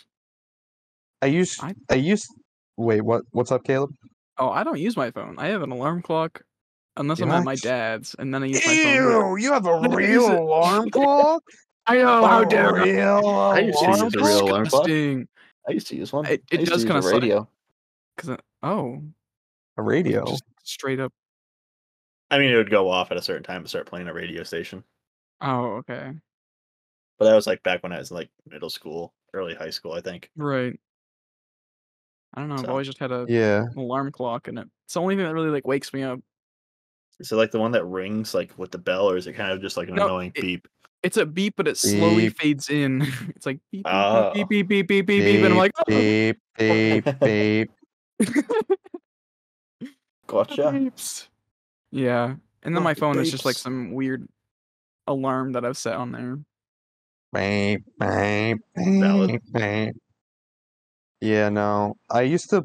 [SPEAKER 3] I used, I,
[SPEAKER 1] I-
[SPEAKER 3] used. Wait, what? What's up, Caleb?
[SPEAKER 1] Oh, I don't use my phone. I have an alarm clock, unless I'm at my
[SPEAKER 3] What?
[SPEAKER 1] dad's, and then I use my phone.
[SPEAKER 3] you have a
[SPEAKER 1] What is it?
[SPEAKER 3] alarm clock.
[SPEAKER 4] I
[SPEAKER 1] Oh,
[SPEAKER 4] know how dare you.
[SPEAKER 2] I used to
[SPEAKER 3] alarm
[SPEAKER 2] use a real alarm clock.
[SPEAKER 1] Interesting.
[SPEAKER 2] I used to use one.
[SPEAKER 1] It-
[SPEAKER 2] I
[SPEAKER 1] it
[SPEAKER 2] used to
[SPEAKER 1] does
[SPEAKER 2] use
[SPEAKER 1] kinda
[SPEAKER 2] a
[SPEAKER 1] suck.
[SPEAKER 2] radio.
[SPEAKER 1] Cause I- oh,
[SPEAKER 3] A radio.
[SPEAKER 1] just straight up.
[SPEAKER 2] I mean, it would go off at a certain time and start playing a radio station.
[SPEAKER 1] Oh, okay,
[SPEAKER 2] But that was like back when I was in like middle school, early high school, I think.
[SPEAKER 1] right. I don't know. I've
[SPEAKER 2] So-
[SPEAKER 1] always just had a
[SPEAKER 3] Yeah.
[SPEAKER 1] an alarm clock, and it, it's the only thing that really like wakes me up.
[SPEAKER 2] Is it like the one that rings like with the bell, or is it kind of just like an
[SPEAKER 1] No,
[SPEAKER 2] annoying
[SPEAKER 1] it-
[SPEAKER 2] beep?
[SPEAKER 1] It's a beep, but it slowly
[SPEAKER 3] Beep.
[SPEAKER 1] fades in. it's like beep, beep,
[SPEAKER 2] Oh.
[SPEAKER 1] beep, beep, beep, beep, beep, beep, and I'm like, oh,
[SPEAKER 3] beep, beep, beep.
[SPEAKER 2] Gotcha.
[SPEAKER 1] beeps. Yeah, and then my
[SPEAKER 2] Fucking
[SPEAKER 1] phone is just like
[SPEAKER 2] beeps.
[SPEAKER 1] some weird alarm that I've set on there.
[SPEAKER 3] Beep, beep,
[SPEAKER 2] Valid.
[SPEAKER 3] beep, beep. Yeah, no. I used to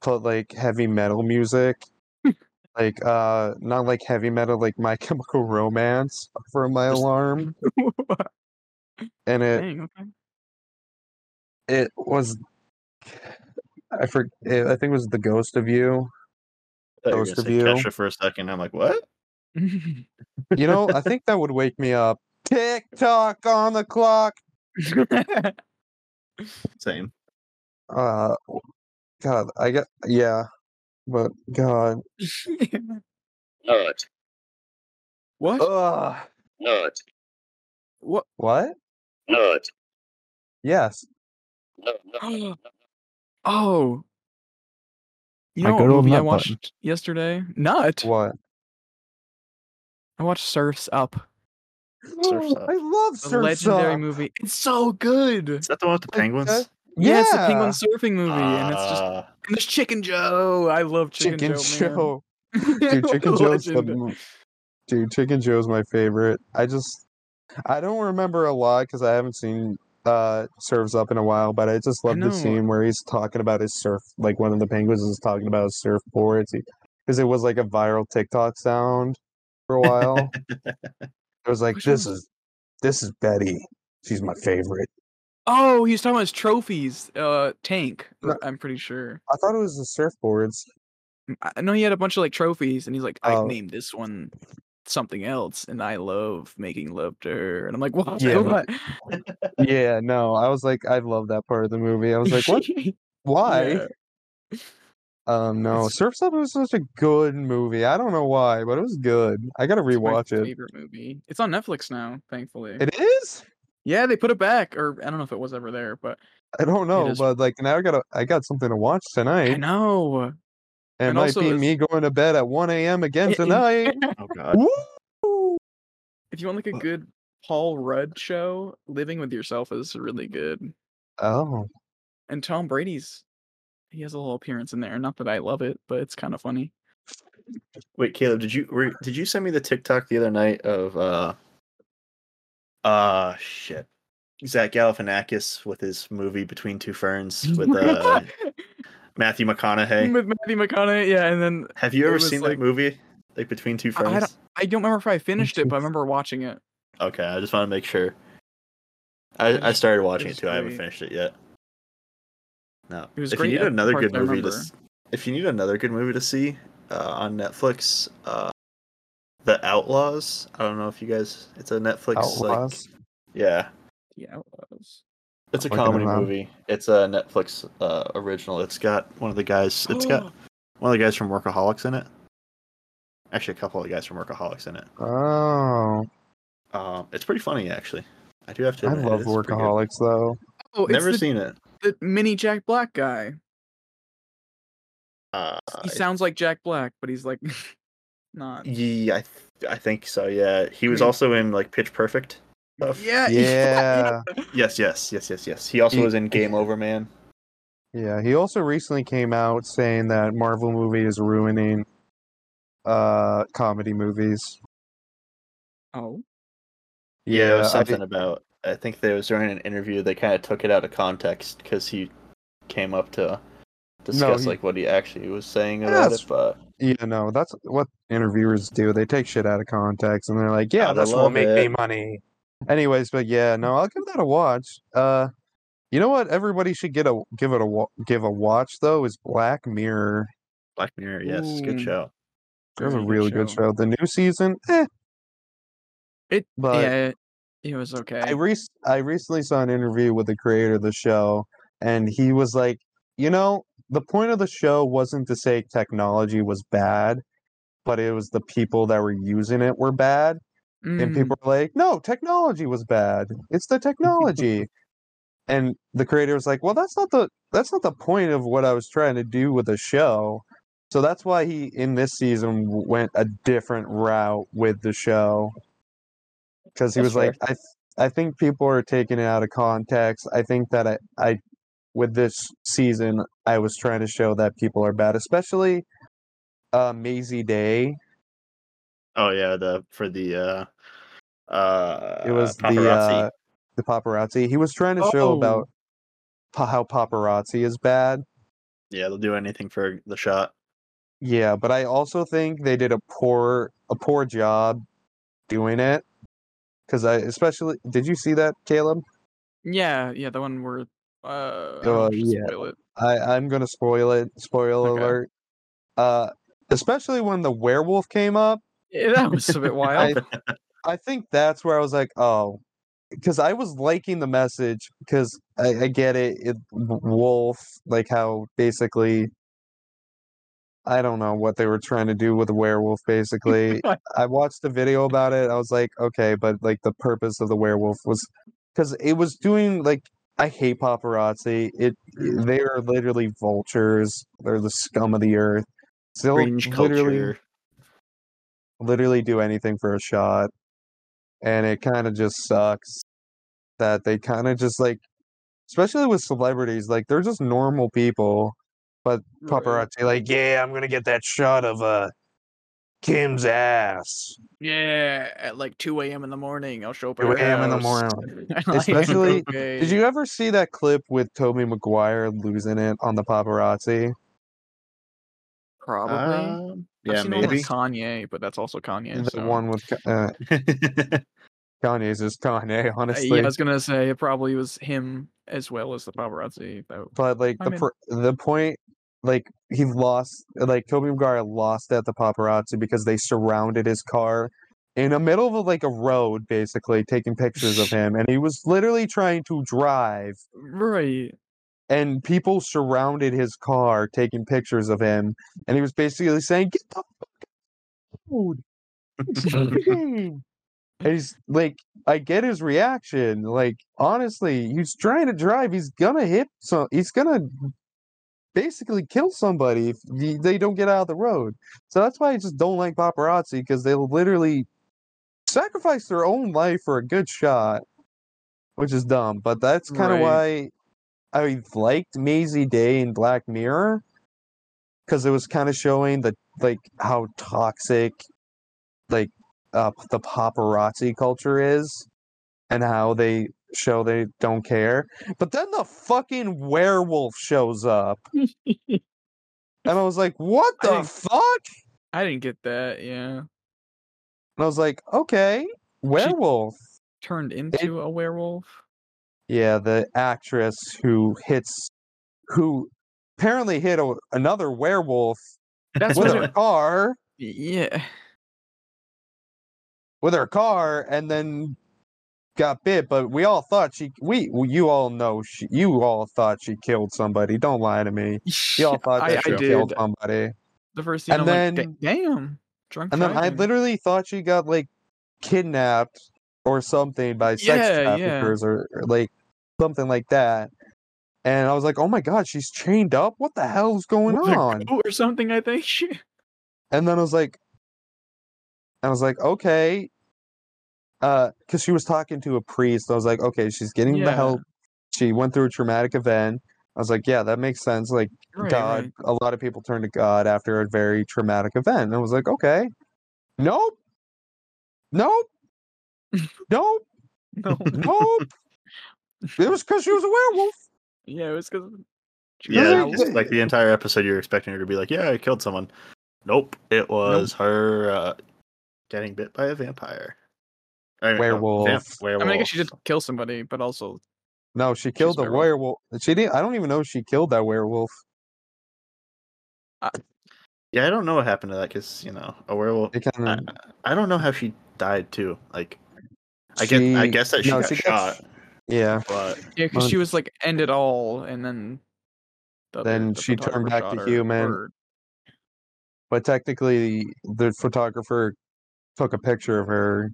[SPEAKER 3] put like heavy metal music. like uh not like heavy metal, like my chemical romance for my
[SPEAKER 2] Just-
[SPEAKER 3] alarm. And it
[SPEAKER 1] Dang, okay.
[SPEAKER 3] it was I for it, I think it was the ghost of you.
[SPEAKER 2] I thought you were
[SPEAKER 3] Ghost
[SPEAKER 2] gonna say
[SPEAKER 3] of you.
[SPEAKER 2] Kesha for a second. I'm like, what?
[SPEAKER 3] You know, I think that would wake me up. Tick tock on the clock.
[SPEAKER 2] Same.
[SPEAKER 3] Uh God, I got yeah. But God.
[SPEAKER 7] Nerd.
[SPEAKER 1] what?
[SPEAKER 3] Ugh.
[SPEAKER 7] Nerd.
[SPEAKER 1] What?
[SPEAKER 3] What?
[SPEAKER 7] Nerd.
[SPEAKER 3] Yes.
[SPEAKER 7] Nerd. Nerd.
[SPEAKER 1] Oh. You
[SPEAKER 6] My
[SPEAKER 1] know what
[SPEAKER 6] good old
[SPEAKER 1] movie I
[SPEAKER 6] nut
[SPEAKER 1] watched
[SPEAKER 6] button.
[SPEAKER 1] yesterday? Nut.
[SPEAKER 3] What?
[SPEAKER 1] I watched Surfs Up,
[SPEAKER 2] Surf's Up.
[SPEAKER 3] I love
[SPEAKER 1] the
[SPEAKER 3] Surf's
[SPEAKER 1] legendary
[SPEAKER 3] Up.
[SPEAKER 1] movie. It's so good.
[SPEAKER 2] Is that the one with the
[SPEAKER 3] Like,
[SPEAKER 2] penguins?
[SPEAKER 3] uh,
[SPEAKER 1] Yeah, it's the penguin
[SPEAKER 3] Yeah.
[SPEAKER 1] surfing movie, and it's just
[SPEAKER 2] Ah,
[SPEAKER 1] and there's Chicken Joe. I love Chicken,
[SPEAKER 3] Chicken
[SPEAKER 1] Joe.
[SPEAKER 3] Joe.
[SPEAKER 1] Man.
[SPEAKER 3] Dude,
[SPEAKER 1] What a
[SPEAKER 3] Chicken Joe's the
[SPEAKER 1] legend.
[SPEAKER 3] m- Dude, Chicken Joe's my favorite. I just I don't remember a lot because I haven't seen uh Serves Up in a while, but I just
[SPEAKER 1] I
[SPEAKER 3] love the
[SPEAKER 1] know.
[SPEAKER 3] scene where he's talking about his surf like one of the penguins is talking about his surfboard. Because it was like a viral TikTok sound for a while. it was like
[SPEAKER 1] Which
[SPEAKER 3] this
[SPEAKER 1] one?
[SPEAKER 3] is this is Betty. She's my favorite.
[SPEAKER 1] Oh, he was talking about his trophies. Uh, tank.
[SPEAKER 3] No.
[SPEAKER 1] I'm pretty sure.
[SPEAKER 3] I thought it was the surfboards.
[SPEAKER 1] I know he had a bunch of like trophies, and he's like, I
[SPEAKER 3] Oh.
[SPEAKER 1] named this one something else, and I love making love to her. And I'm like, what?
[SPEAKER 3] Yeah,
[SPEAKER 1] what?
[SPEAKER 3] Yeah, no, I was like, I love that part of the movie. I was like, what? Why?
[SPEAKER 1] Yeah.
[SPEAKER 3] Um, no,
[SPEAKER 1] It's-
[SPEAKER 3] Surf's Up was such a good movie. I don't know why, but it was good. I gotta
[SPEAKER 1] It's my
[SPEAKER 3] rewatch it.
[SPEAKER 1] Favorite movie. It's on Netflix now, thankfully.
[SPEAKER 3] It is?
[SPEAKER 1] yeah, they put it back, or I don't know if it was ever there, but
[SPEAKER 3] I don't know,
[SPEAKER 1] is.
[SPEAKER 3] but like now I gotta, I got something to watch
[SPEAKER 1] I
[SPEAKER 3] tonight.
[SPEAKER 1] know.
[SPEAKER 3] And it
[SPEAKER 1] and
[SPEAKER 3] might
[SPEAKER 1] also
[SPEAKER 3] be
[SPEAKER 1] it's-
[SPEAKER 3] me going to bed at 1 a.m. again
[SPEAKER 1] It- it-
[SPEAKER 3] tonight.
[SPEAKER 2] oh god.
[SPEAKER 3] Woo!
[SPEAKER 1] If you want like a
[SPEAKER 3] Uh
[SPEAKER 2] What?
[SPEAKER 1] good Paul Rudd show, Living with Yourself is really good,
[SPEAKER 3] Oh,
[SPEAKER 1] and Tom Brady's. He has a little appearance in there. Not that I love it, but it's kind of funny.
[SPEAKER 2] Wait, Caleb, did you were, did you send me the TikTok the other night of uh uh shit. Zach Galifianakis with his movie Between Two Ferns with uh, Matthew McConaughey.
[SPEAKER 1] With Matthew McConaughey, yeah, and then
[SPEAKER 2] Have you
[SPEAKER 1] it
[SPEAKER 2] ever
[SPEAKER 1] was
[SPEAKER 2] seen
[SPEAKER 1] like-
[SPEAKER 2] that movie? Like Between Two
[SPEAKER 1] I- I
[SPEAKER 2] Ferns?
[SPEAKER 1] I don't remember if I finished it, but I remember watching it.
[SPEAKER 2] Okay, I just want to make sure. I, I
[SPEAKER 1] was-
[SPEAKER 2] started
[SPEAKER 1] it
[SPEAKER 2] watching it
[SPEAKER 1] was
[SPEAKER 2] too. I haven't
[SPEAKER 1] great.
[SPEAKER 2] finished it yet. No.
[SPEAKER 1] It was
[SPEAKER 2] if
[SPEAKER 1] great
[SPEAKER 2] you
[SPEAKER 1] at
[SPEAKER 2] need
[SPEAKER 1] the
[SPEAKER 2] another
[SPEAKER 1] parts
[SPEAKER 2] good
[SPEAKER 1] I
[SPEAKER 2] movie to,
[SPEAKER 1] remember.
[SPEAKER 2] s- if you need another good movie to see uh, on Netflix, uh, The Outlaws. I don't know if you guys. It's a Netflix. Like,
[SPEAKER 3] Outlaws.
[SPEAKER 2] yeah,
[SPEAKER 1] Yeah, it was.
[SPEAKER 2] it's a
[SPEAKER 3] looking it
[SPEAKER 2] comedy
[SPEAKER 3] up.
[SPEAKER 2] movie. It's a Netflix uh, original. It's got one of the guys. It's got one of the guys from Workaholics in it. Actually, a couple of the guys from Workaholics in it.
[SPEAKER 3] Oh,
[SPEAKER 2] Um, it's pretty funny actually. I do have to.
[SPEAKER 3] I
[SPEAKER 2] admit, it
[SPEAKER 3] love
[SPEAKER 2] is pretty good.
[SPEAKER 3] workaholics though.
[SPEAKER 1] Oh, it's
[SPEAKER 2] Never
[SPEAKER 1] the,
[SPEAKER 2] seen it.
[SPEAKER 1] the mini Jack Black guy.
[SPEAKER 2] Uh,
[SPEAKER 1] He sounds like Jack Black, but he's like not.
[SPEAKER 2] Yeah, I, th- I think so. Yeah, he was
[SPEAKER 1] mean-
[SPEAKER 2] also in like Pitch Perfect. stuff.
[SPEAKER 1] Yeah,
[SPEAKER 3] Yeah.
[SPEAKER 2] Yes, yes, yes, yes, yes. He also
[SPEAKER 3] He-
[SPEAKER 2] was in Game Over Man.
[SPEAKER 3] Yeah, he also recently came out saying that Marvel movie is ruining uh comedy movies.
[SPEAKER 1] Oh,
[SPEAKER 2] Yeah, it was
[SPEAKER 3] I-
[SPEAKER 2] something about. I think there was during an interview they kind of took it out of context because he came up to discuss
[SPEAKER 3] he-
[SPEAKER 2] like what he actually was saying
[SPEAKER 3] Yeah,
[SPEAKER 2] about
[SPEAKER 3] that's-
[SPEAKER 2] it. But
[SPEAKER 3] Yeah, no, that's what interviewers do. They take shit out of context and they're like, yeah,
[SPEAKER 2] I
[SPEAKER 3] this will
[SPEAKER 2] Oh, love
[SPEAKER 3] make me
[SPEAKER 2] it."
[SPEAKER 3] money. Anyways, but yeah, no, I'll give that a watch. Uh, you know what? Everybody should get a give it a wa- give a watch though. Is Black Mirror?
[SPEAKER 2] Black Mirror, yes, good
[SPEAKER 1] Ooh.
[SPEAKER 2] show.
[SPEAKER 3] That was a
[SPEAKER 1] Very
[SPEAKER 3] really good show. The new season, eh,
[SPEAKER 1] It
[SPEAKER 3] but
[SPEAKER 1] yeah, it, it was okay.
[SPEAKER 3] I rec- I recently saw an interview with the creator of the show, and he was like, you know, the point of the show wasn't to say technology was bad, but it was the people that were using it were bad. and
[SPEAKER 1] Mm,
[SPEAKER 3] people are like, "No, technology was bad. It's the technology." and the creator was like, "Well, that's not the that's not the point of what I was trying to do with the show." So that's why he in this season w- went a different route with the show because he
[SPEAKER 2] That's
[SPEAKER 3] was like, "I th- I think people are taking it out of context. I think that I I with this season I was trying to show that people are bad, especially." Uh, Maisie Day.
[SPEAKER 2] Oh yeah, the for the uh uh
[SPEAKER 3] It was the
[SPEAKER 2] paparazzi.
[SPEAKER 3] uh, the paparazzi. He was trying to show about pa- how paparazzi is bad.
[SPEAKER 2] yeah, they'll do anything for the shot.
[SPEAKER 3] Yeah, but I also think they did a poor a poor job doing it. Because I especially did you see that Caleb?
[SPEAKER 1] yeah, yeah, the one where uh, I don't
[SPEAKER 3] Oh,
[SPEAKER 1] know if I should
[SPEAKER 3] yeah.
[SPEAKER 1] spoil it.
[SPEAKER 3] I I'm gonna spoil it. Spoil
[SPEAKER 1] Okay.
[SPEAKER 3] alert. Uh, especially when the werewolf came up.
[SPEAKER 1] Yeah, that was a bit wild.
[SPEAKER 3] I think that's where I was like, oh, because I was liking the message because I, I get it, it, w- Wolf, like how basically, I don't know what they were trying to do with the werewolf. Basically, I watched a video about it. I was like, okay, but like the purpose of the werewolf was because it was doing like I hate paparazzi. It they are literally vultures. They're the scum of the earth. Still,
[SPEAKER 6] Fringe
[SPEAKER 3] literally
[SPEAKER 6] culture.
[SPEAKER 3] literally do anything for a shot. And it kind of just sucks that they kind of just like, especially with celebrities, like they're just normal people, but
[SPEAKER 1] Right.
[SPEAKER 3] paparazzi, like, yeah, I'm going to get that shot of uh, Kim's ass.
[SPEAKER 1] Yeah, at like 2 a.m. in the morning, I'll show up. at
[SPEAKER 3] 2
[SPEAKER 1] her
[SPEAKER 3] a.m. in the
[SPEAKER 1] house.
[SPEAKER 3] morning.
[SPEAKER 1] Like,
[SPEAKER 3] Especially-
[SPEAKER 1] okay.
[SPEAKER 3] Did you ever see that clip with Toby Maguire losing it on the paparazzi?
[SPEAKER 1] probably?
[SPEAKER 2] Um,
[SPEAKER 1] I've
[SPEAKER 2] yeah,
[SPEAKER 1] seen the one with
[SPEAKER 2] maybe.
[SPEAKER 1] Kanye, but that's also Kanye.
[SPEAKER 3] uh, the
[SPEAKER 1] so-
[SPEAKER 3] one with Ka- uh, Kanye's is Kanye,
[SPEAKER 1] Uh,
[SPEAKER 3] honestly.
[SPEAKER 1] yeah, I was gonna say it probably was him as well as the paparazzi. Though.
[SPEAKER 3] but like
[SPEAKER 1] I
[SPEAKER 3] the
[SPEAKER 1] mean-
[SPEAKER 3] pr- the point like he lost like Toby Maguire lost at the paparazzi because they surrounded his car in the middle of like a road basically taking pictures of him and he was literally trying to drive
[SPEAKER 1] Right.
[SPEAKER 3] and people surrounded his car taking pictures of him and he was basically saying get the fuck out and he's like i get his reaction like honestly he's trying to drive he's gonna hit so he's gonna basically kill somebody if y- they don't get out of the road so that's why i just don't like paparazzi because they literally sacrifice their own life for a good shot which is dumb but that's kind of
[SPEAKER 1] Right.
[SPEAKER 3] why I liked Maisie Day in Black Mirror because it was kind of showing the like how toxic like uh, the paparazzi culture is and how they show they don't care. But then the fucking werewolf shows up. and I was like, "What
[SPEAKER 1] I
[SPEAKER 3] the
[SPEAKER 1] think-
[SPEAKER 3] fuck?"
[SPEAKER 1] I didn't get that. Yeah,
[SPEAKER 3] And I was like, "Okay, werewolf."
[SPEAKER 1] turned into a werewolf.
[SPEAKER 3] Yeah, the actress who hits who apparently hit a, another werewolf
[SPEAKER 1] That's
[SPEAKER 3] with
[SPEAKER 1] what.
[SPEAKER 3] her
[SPEAKER 1] it,
[SPEAKER 3] car,
[SPEAKER 1] yeah.
[SPEAKER 3] with her car, and then got bit. But we all thought she, we, you all know, she, you all thought she killed somebody. Don't lie to me. You all thought
[SPEAKER 1] I,
[SPEAKER 3] that
[SPEAKER 1] I
[SPEAKER 3] she killed
[SPEAKER 1] did
[SPEAKER 3] somebody.
[SPEAKER 1] the first scene.
[SPEAKER 3] And
[SPEAKER 1] I'm
[SPEAKER 3] then-
[SPEAKER 1] like, "Da- damn, drunk.
[SPEAKER 3] And then I
[SPEAKER 1] driving."
[SPEAKER 3] literally thought she got like kidnapped or something by sex
[SPEAKER 1] Yeah, yeah.
[SPEAKER 3] traffickers or, or like something like that. And I was like, oh my god, she's chained up. What the hell's going
[SPEAKER 1] With a
[SPEAKER 3] on?
[SPEAKER 1] goat or something. I think.
[SPEAKER 3] And then I was like, I was like, okay, uh, because she was talking to a priest. I was like, okay, she's getting the
[SPEAKER 1] Yeah.
[SPEAKER 3] help. She went through a traumatic event. I was like, yeah, that makes sense. Like
[SPEAKER 1] Right,
[SPEAKER 3] God,
[SPEAKER 1] right.
[SPEAKER 3] a lot of people turn to God after a very traumatic event. And I was like, okay, nope, nope, nope,
[SPEAKER 1] No.
[SPEAKER 3] nope. It was because she was a werewolf.
[SPEAKER 1] yeah, it was because.
[SPEAKER 2] yeah,
[SPEAKER 3] Really?
[SPEAKER 2] just, like the entire episode, you're expecting her to be like, "Yeah, I killed someone." Nope. It was her uh, getting bit by a vampire. Or, uh,
[SPEAKER 3] Werewolf.
[SPEAKER 1] I
[SPEAKER 2] werewolf.
[SPEAKER 1] mean, I guess she did kill somebody, but also
[SPEAKER 3] No, she killed the
[SPEAKER 1] werewolf.
[SPEAKER 3] werewolf. She didn't. I don't even know if she killed that werewolf.
[SPEAKER 2] Yeah, I don't know what happened to that because you know a werewolf.
[SPEAKER 3] It
[SPEAKER 2] I,
[SPEAKER 3] kind of.
[SPEAKER 2] I don't know how she died too. Like, I guess I guess that she
[SPEAKER 3] no,
[SPEAKER 2] got
[SPEAKER 3] she
[SPEAKER 2] shot,
[SPEAKER 3] got sh- Yeah.
[SPEAKER 2] but
[SPEAKER 1] yeah, 'cause she
[SPEAKER 3] Um,
[SPEAKER 1] was like end it all, and then the,
[SPEAKER 3] Then she turned
[SPEAKER 1] photographer
[SPEAKER 3] back
[SPEAKER 1] shot
[SPEAKER 3] to
[SPEAKER 1] her
[SPEAKER 3] human.
[SPEAKER 1] bird.
[SPEAKER 3] But technically, the photographer took a picture of her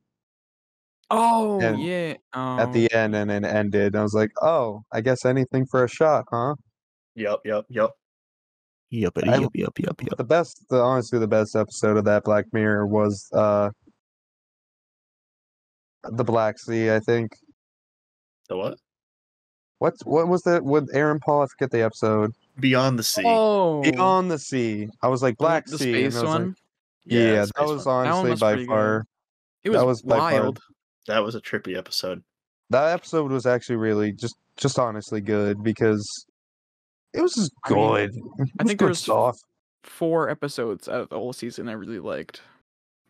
[SPEAKER 1] Oh
[SPEAKER 3] And
[SPEAKER 1] yeah. Oh.
[SPEAKER 3] at the end and then ended. I was like, oh, I guess anything for a shot, huh?
[SPEAKER 2] yep, yep, yep.
[SPEAKER 6] Yep,
[SPEAKER 3] I-
[SPEAKER 6] yep, yep, yep, yep.
[SPEAKER 3] The best, the, honestly, the best episode of that Black Mirror was uh the Black Sea. I think.
[SPEAKER 2] The what?
[SPEAKER 3] What what was that with Aaron Paul? I forget the episode.
[SPEAKER 2] Beyond the sea.
[SPEAKER 1] Oh.
[SPEAKER 3] Beyond the Sea. I was like
[SPEAKER 1] the-
[SPEAKER 3] Black
[SPEAKER 1] the
[SPEAKER 3] Sea. and
[SPEAKER 1] space
[SPEAKER 3] I was like,
[SPEAKER 1] one.
[SPEAKER 3] yeah,
[SPEAKER 2] the
[SPEAKER 3] that
[SPEAKER 2] space
[SPEAKER 3] was
[SPEAKER 2] one.
[SPEAKER 1] That one
[SPEAKER 3] honestly
[SPEAKER 1] was
[SPEAKER 3] by
[SPEAKER 1] pretty good.
[SPEAKER 3] far.
[SPEAKER 1] It
[SPEAKER 3] that
[SPEAKER 1] was,
[SPEAKER 3] was by far-
[SPEAKER 1] wild.
[SPEAKER 2] that was a trippy episode.
[SPEAKER 3] That episode was actually really just just honestly good because it was just
[SPEAKER 1] I mean,
[SPEAKER 3] good.
[SPEAKER 1] I think
[SPEAKER 3] there
[SPEAKER 1] there was Four episodes out of the whole season, I really liked.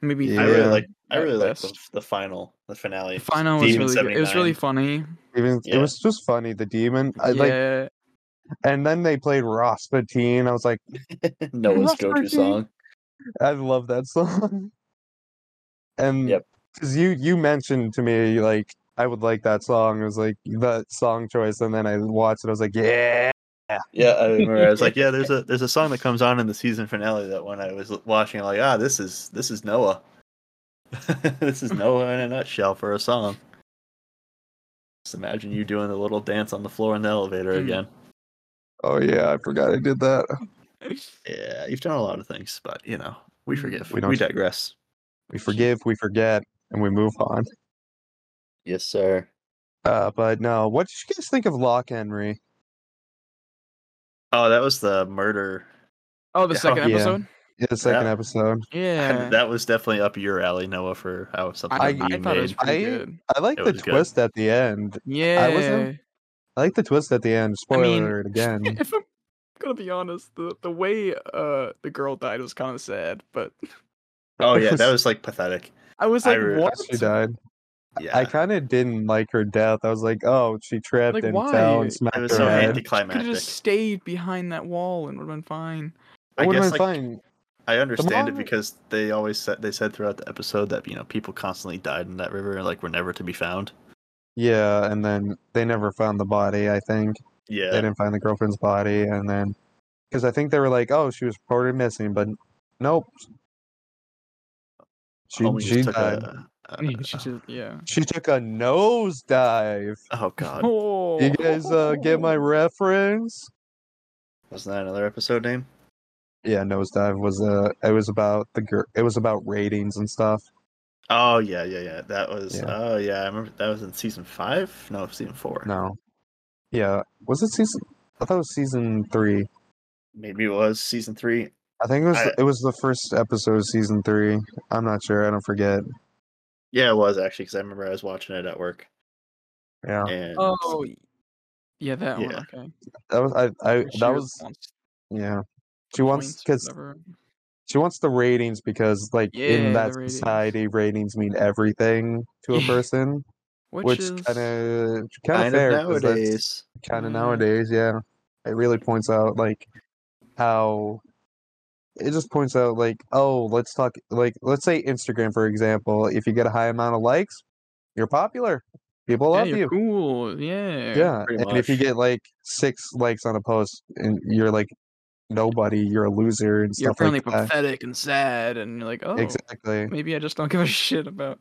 [SPEAKER 1] Maybe
[SPEAKER 3] Yeah.
[SPEAKER 2] I really
[SPEAKER 1] three.
[SPEAKER 2] like. I
[SPEAKER 1] at
[SPEAKER 2] really like the,
[SPEAKER 1] best.
[SPEAKER 2] the final, the finale.
[SPEAKER 1] The final was
[SPEAKER 2] Demon
[SPEAKER 1] really good. It was really
[SPEAKER 2] 79.
[SPEAKER 1] funny.
[SPEAKER 3] even
[SPEAKER 2] Yeah.
[SPEAKER 3] it was just funny. The demon, I, like,
[SPEAKER 1] yeah.
[SPEAKER 3] and then they played Rasputin. I was like,
[SPEAKER 2] Noah's
[SPEAKER 1] Lost
[SPEAKER 2] go-to
[SPEAKER 1] Archie.
[SPEAKER 2] song.
[SPEAKER 3] I love that song. And
[SPEAKER 2] Yep.
[SPEAKER 3] because you you mentioned to me like I would like that song. It was like that song choice, and then I watched it. I was like, yeah,
[SPEAKER 2] Yeah, I remember. I was like, yeah, there's a there's a song that comes on in the season finale that when I was l- watching, I'm like, ah, this is this is Noah. this is Noah in a nutshell for a song. Just imagine you doing the little dance on the floor in the elevator
[SPEAKER 1] Hmm.
[SPEAKER 2] again.
[SPEAKER 3] oh yeah, I forgot I did that.
[SPEAKER 2] Yeah, you've done a lot of things, but you know, we
[SPEAKER 1] Hmm.
[SPEAKER 2] forgive.
[SPEAKER 3] We
[SPEAKER 2] We,
[SPEAKER 3] don't-
[SPEAKER 2] digress.
[SPEAKER 3] We forgive, we forget, and we move on.
[SPEAKER 2] Yes, sir.
[SPEAKER 3] Uh, but no, what did you guys think of Lock Henry?
[SPEAKER 2] Oh, that was the murder.
[SPEAKER 1] Oh, the
[SPEAKER 2] Yeah.
[SPEAKER 1] second
[SPEAKER 3] Yeah.
[SPEAKER 1] episode.
[SPEAKER 3] Yeah, the second
[SPEAKER 2] Yeah.
[SPEAKER 3] episode.
[SPEAKER 1] Yeah.
[SPEAKER 2] That was definitely up your alley, Noah, for how something
[SPEAKER 1] Uh. I,
[SPEAKER 2] you
[SPEAKER 1] I
[SPEAKER 2] made.
[SPEAKER 1] thought it was pretty
[SPEAKER 3] I-
[SPEAKER 1] good.
[SPEAKER 3] I like
[SPEAKER 2] It
[SPEAKER 3] the
[SPEAKER 2] was good.
[SPEAKER 3] twist at the end.
[SPEAKER 1] Yeah.
[SPEAKER 3] wasn't- I like the twist at the end. Spoiler
[SPEAKER 1] mean-
[SPEAKER 3] alert again.
[SPEAKER 1] if I'm gonna be honest, the the way uh the girl died was kind of sad, but
[SPEAKER 2] Oh yeah, that was like pathetic.
[SPEAKER 1] I was
[SPEAKER 2] I
[SPEAKER 1] like,
[SPEAKER 2] re-
[SPEAKER 1] what?
[SPEAKER 3] she died.
[SPEAKER 2] Yeah,
[SPEAKER 3] I kind of didn't like her death. I was like, oh, she tripped
[SPEAKER 1] Like,
[SPEAKER 3] and fell
[SPEAKER 1] why?
[SPEAKER 3] and smacked
[SPEAKER 2] it was
[SPEAKER 3] her
[SPEAKER 2] so
[SPEAKER 1] Yeah.
[SPEAKER 3] head.
[SPEAKER 1] Could have
[SPEAKER 2] anticlimactic.
[SPEAKER 1] just stayed behind that wall and would have been fine.
[SPEAKER 2] I
[SPEAKER 3] It would have
[SPEAKER 2] guess
[SPEAKER 3] been
[SPEAKER 2] like
[SPEAKER 3] fine.
[SPEAKER 2] I understand it
[SPEAKER 3] mom-
[SPEAKER 2] because they always said they said throughout the episode that you know people constantly died in that river and like were never to be found.
[SPEAKER 3] Yeah, and then they never found the body, I think. They
[SPEAKER 2] Yeah,
[SPEAKER 3] didn't find the girlfriend's body. And then, because I think they were like, oh, she was reported missing, but nope. She,
[SPEAKER 2] Homie just
[SPEAKER 3] she
[SPEAKER 2] took
[SPEAKER 3] died.
[SPEAKER 2] a- a-
[SPEAKER 1] Yeah, she just- yeah.
[SPEAKER 3] She took a nosedive.
[SPEAKER 2] oh god,
[SPEAKER 1] Oh.
[SPEAKER 3] You guys uh, get
[SPEAKER 2] Oh.
[SPEAKER 3] my reference?
[SPEAKER 2] wasn't that another episode name?
[SPEAKER 3] Yeah, nosedive was uh, it was about the girl. It was about ratings and stuff.
[SPEAKER 2] Oh yeah, yeah, yeah. That was
[SPEAKER 3] Yeah.
[SPEAKER 2] oh yeah. I remember that was in season five. No, season four.
[SPEAKER 3] No, yeah, was it season? I thought it was season three.
[SPEAKER 2] maybe it was season three.
[SPEAKER 3] I think it was.
[SPEAKER 2] I-
[SPEAKER 3] it was the first episode of season three. I'm not sure. I don't forget.
[SPEAKER 2] Yeah, it was actually because I remember I was watching it at work.
[SPEAKER 3] Yeah,
[SPEAKER 2] And
[SPEAKER 1] Oh. Yeah, that
[SPEAKER 2] Yeah.
[SPEAKER 1] one. Okay.
[SPEAKER 3] that was. I. I
[SPEAKER 1] She
[SPEAKER 3] that was.
[SPEAKER 1] wants
[SPEAKER 3] Yeah,
[SPEAKER 1] the
[SPEAKER 3] she wants
[SPEAKER 1] points or
[SPEAKER 3] because
[SPEAKER 1] whatever.
[SPEAKER 3] she wants the ratings because like
[SPEAKER 1] Yeah,
[SPEAKER 3] in
[SPEAKER 1] the
[SPEAKER 3] that
[SPEAKER 1] ratings.
[SPEAKER 3] society, ratings mean everything to a
[SPEAKER 1] Yeah.
[SPEAKER 3] person,
[SPEAKER 1] Which,
[SPEAKER 3] which
[SPEAKER 1] is
[SPEAKER 3] kind of kind of
[SPEAKER 2] kind of
[SPEAKER 3] fair 'cause that's-
[SPEAKER 2] nowadays.
[SPEAKER 3] kind of
[SPEAKER 1] Yeah.
[SPEAKER 3] nowadays. Yeah, it really points out like how it just points out like oh, let's talk like let's say Instagram for example. If you get a high amount of likes, you're popular. People
[SPEAKER 1] yeah,
[SPEAKER 3] love
[SPEAKER 1] you're
[SPEAKER 3] you.
[SPEAKER 1] cool. Yeah.
[SPEAKER 3] yeah,
[SPEAKER 2] pretty
[SPEAKER 3] and if you
[SPEAKER 2] much.
[SPEAKER 3] get like six likes on a post and you're like nobody, you're a loser and
[SPEAKER 1] You're
[SPEAKER 3] stuff
[SPEAKER 1] apparently
[SPEAKER 3] like that.
[SPEAKER 1] pathetic and sad, and you're like, oh,
[SPEAKER 3] Exactly.
[SPEAKER 1] maybe I just don't give a shit about.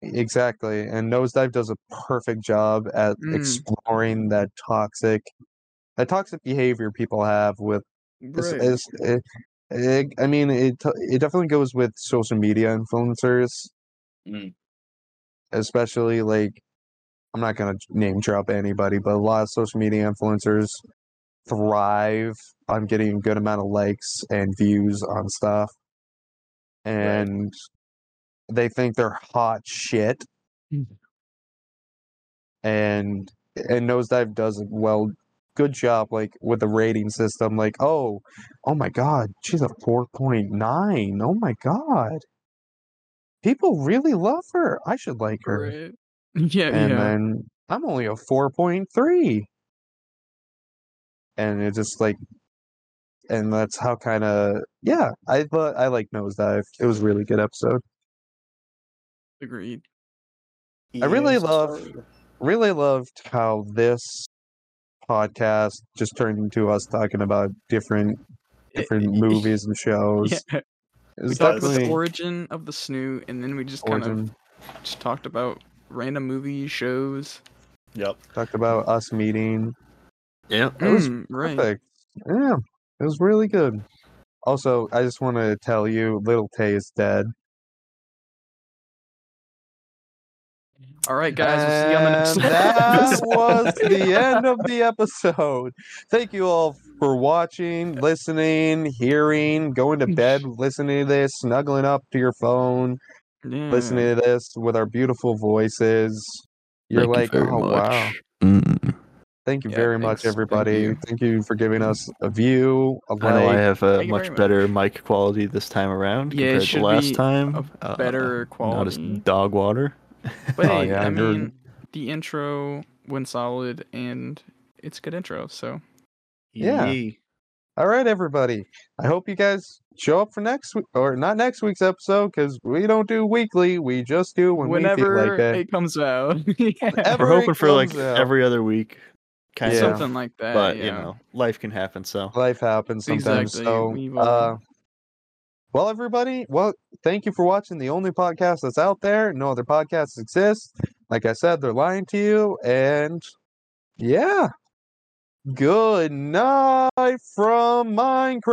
[SPEAKER 3] Exactly. And Nosedive does a perfect job at
[SPEAKER 1] Mm.
[SPEAKER 3] exploring that toxic that toxic behavior people have with it's- it's- it, it, I mean it t- it definitely goes with social media influencers.
[SPEAKER 7] Mm.
[SPEAKER 3] Especially like I'm not going to name drop anybody, but a lot of social media influencers thrive on getting a good amount of likes and views on stuff. And they think they're hot shit. And and Nosedive does a well good job, like with the rating system. Like, oh, oh my God, she's a four point nine. Oh my God, people really love her. I should like her.
[SPEAKER 1] Right. Yeah,
[SPEAKER 3] and
[SPEAKER 1] yeah.
[SPEAKER 3] then I'm only a 4.3. And it just like, and that's how kind of yeah. I but I like nosedive. It was a really good episode.
[SPEAKER 1] Agreed.
[SPEAKER 3] I really love, really loved how this podcast just turned into us talking about different different movies and shows.
[SPEAKER 1] Yeah.
[SPEAKER 3] It
[SPEAKER 1] We
[SPEAKER 3] was
[SPEAKER 1] talked about the
[SPEAKER 3] definitely
[SPEAKER 1] origin of the snoot, and then we just kind of
[SPEAKER 3] origin.
[SPEAKER 1] just talked about random movie shows.
[SPEAKER 2] Yep.
[SPEAKER 3] talked about us meeting.
[SPEAKER 6] Yep.
[SPEAKER 3] It was
[SPEAKER 1] Mm, right.
[SPEAKER 3] Perfect. Yeah, it was really good. Also, I just want to tell you, Little Tay is dead.
[SPEAKER 1] All right, guys. We'll see you on the next
[SPEAKER 3] And
[SPEAKER 1] one.
[SPEAKER 3] that was the end of the episode. Thank you all for watching, listening, hearing, going to bed, listening to this, snuggling up to your phone,
[SPEAKER 1] Yeah.
[SPEAKER 3] listening to this with our beautiful voices. You're like, oh wow.
[SPEAKER 6] Mm.
[SPEAKER 3] Thank you
[SPEAKER 1] Yeah,
[SPEAKER 3] very
[SPEAKER 1] thanks.
[SPEAKER 3] much,
[SPEAKER 1] Thank
[SPEAKER 3] everybody.
[SPEAKER 1] you.
[SPEAKER 3] Thank you for giving us a view, a
[SPEAKER 6] I know I
[SPEAKER 3] like.
[SPEAKER 6] have a
[SPEAKER 1] Thank you very
[SPEAKER 6] much better mic quality this time around
[SPEAKER 1] Yeah, it
[SPEAKER 6] compared
[SPEAKER 1] should
[SPEAKER 6] to last
[SPEAKER 1] be
[SPEAKER 6] time.
[SPEAKER 1] a
[SPEAKER 6] Uh,
[SPEAKER 1] Better
[SPEAKER 6] Not
[SPEAKER 1] quality.
[SPEAKER 6] as dog water.
[SPEAKER 1] But
[SPEAKER 3] Oh,
[SPEAKER 1] hey,
[SPEAKER 3] yeah,
[SPEAKER 1] I
[SPEAKER 3] I heard.
[SPEAKER 1] mean, the intro went solid, and it's a good intro. So
[SPEAKER 3] Yeah.
[SPEAKER 4] Yee.
[SPEAKER 3] All right, everybody. I hope you guys show up for next week, or not next week's episode, because we don't do weekly. We just do when
[SPEAKER 1] whenever
[SPEAKER 3] we feel like that.
[SPEAKER 1] it comes out, yeah,
[SPEAKER 3] Ever
[SPEAKER 6] We're
[SPEAKER 3] it
[SPEAKER 6] hoping for like
[SPEAKER 3] comes out.
[SPEAKER 6] every other week, kind
[SPEAKER 3] Yeah.
[SPEAKER 6] of.
[SPEAKER 1] something like that.
[SPEAKER 6] But
[SPEAKER 1] yeah.
[SPEAKER 6] you know, life can happen. So
[SPEAKER 3] life happens sometimes.
[SPEAKER 1] Exactly, we've
[SPEAKER 3] So, uh,
[SPEAKER 1] all-
[SPEAKER 3] well, everybody, well, thank you for watching the only podcast that's out there. No other podcasts exist. Like I said, they're lying to you. And yeah, good night from Minecraft.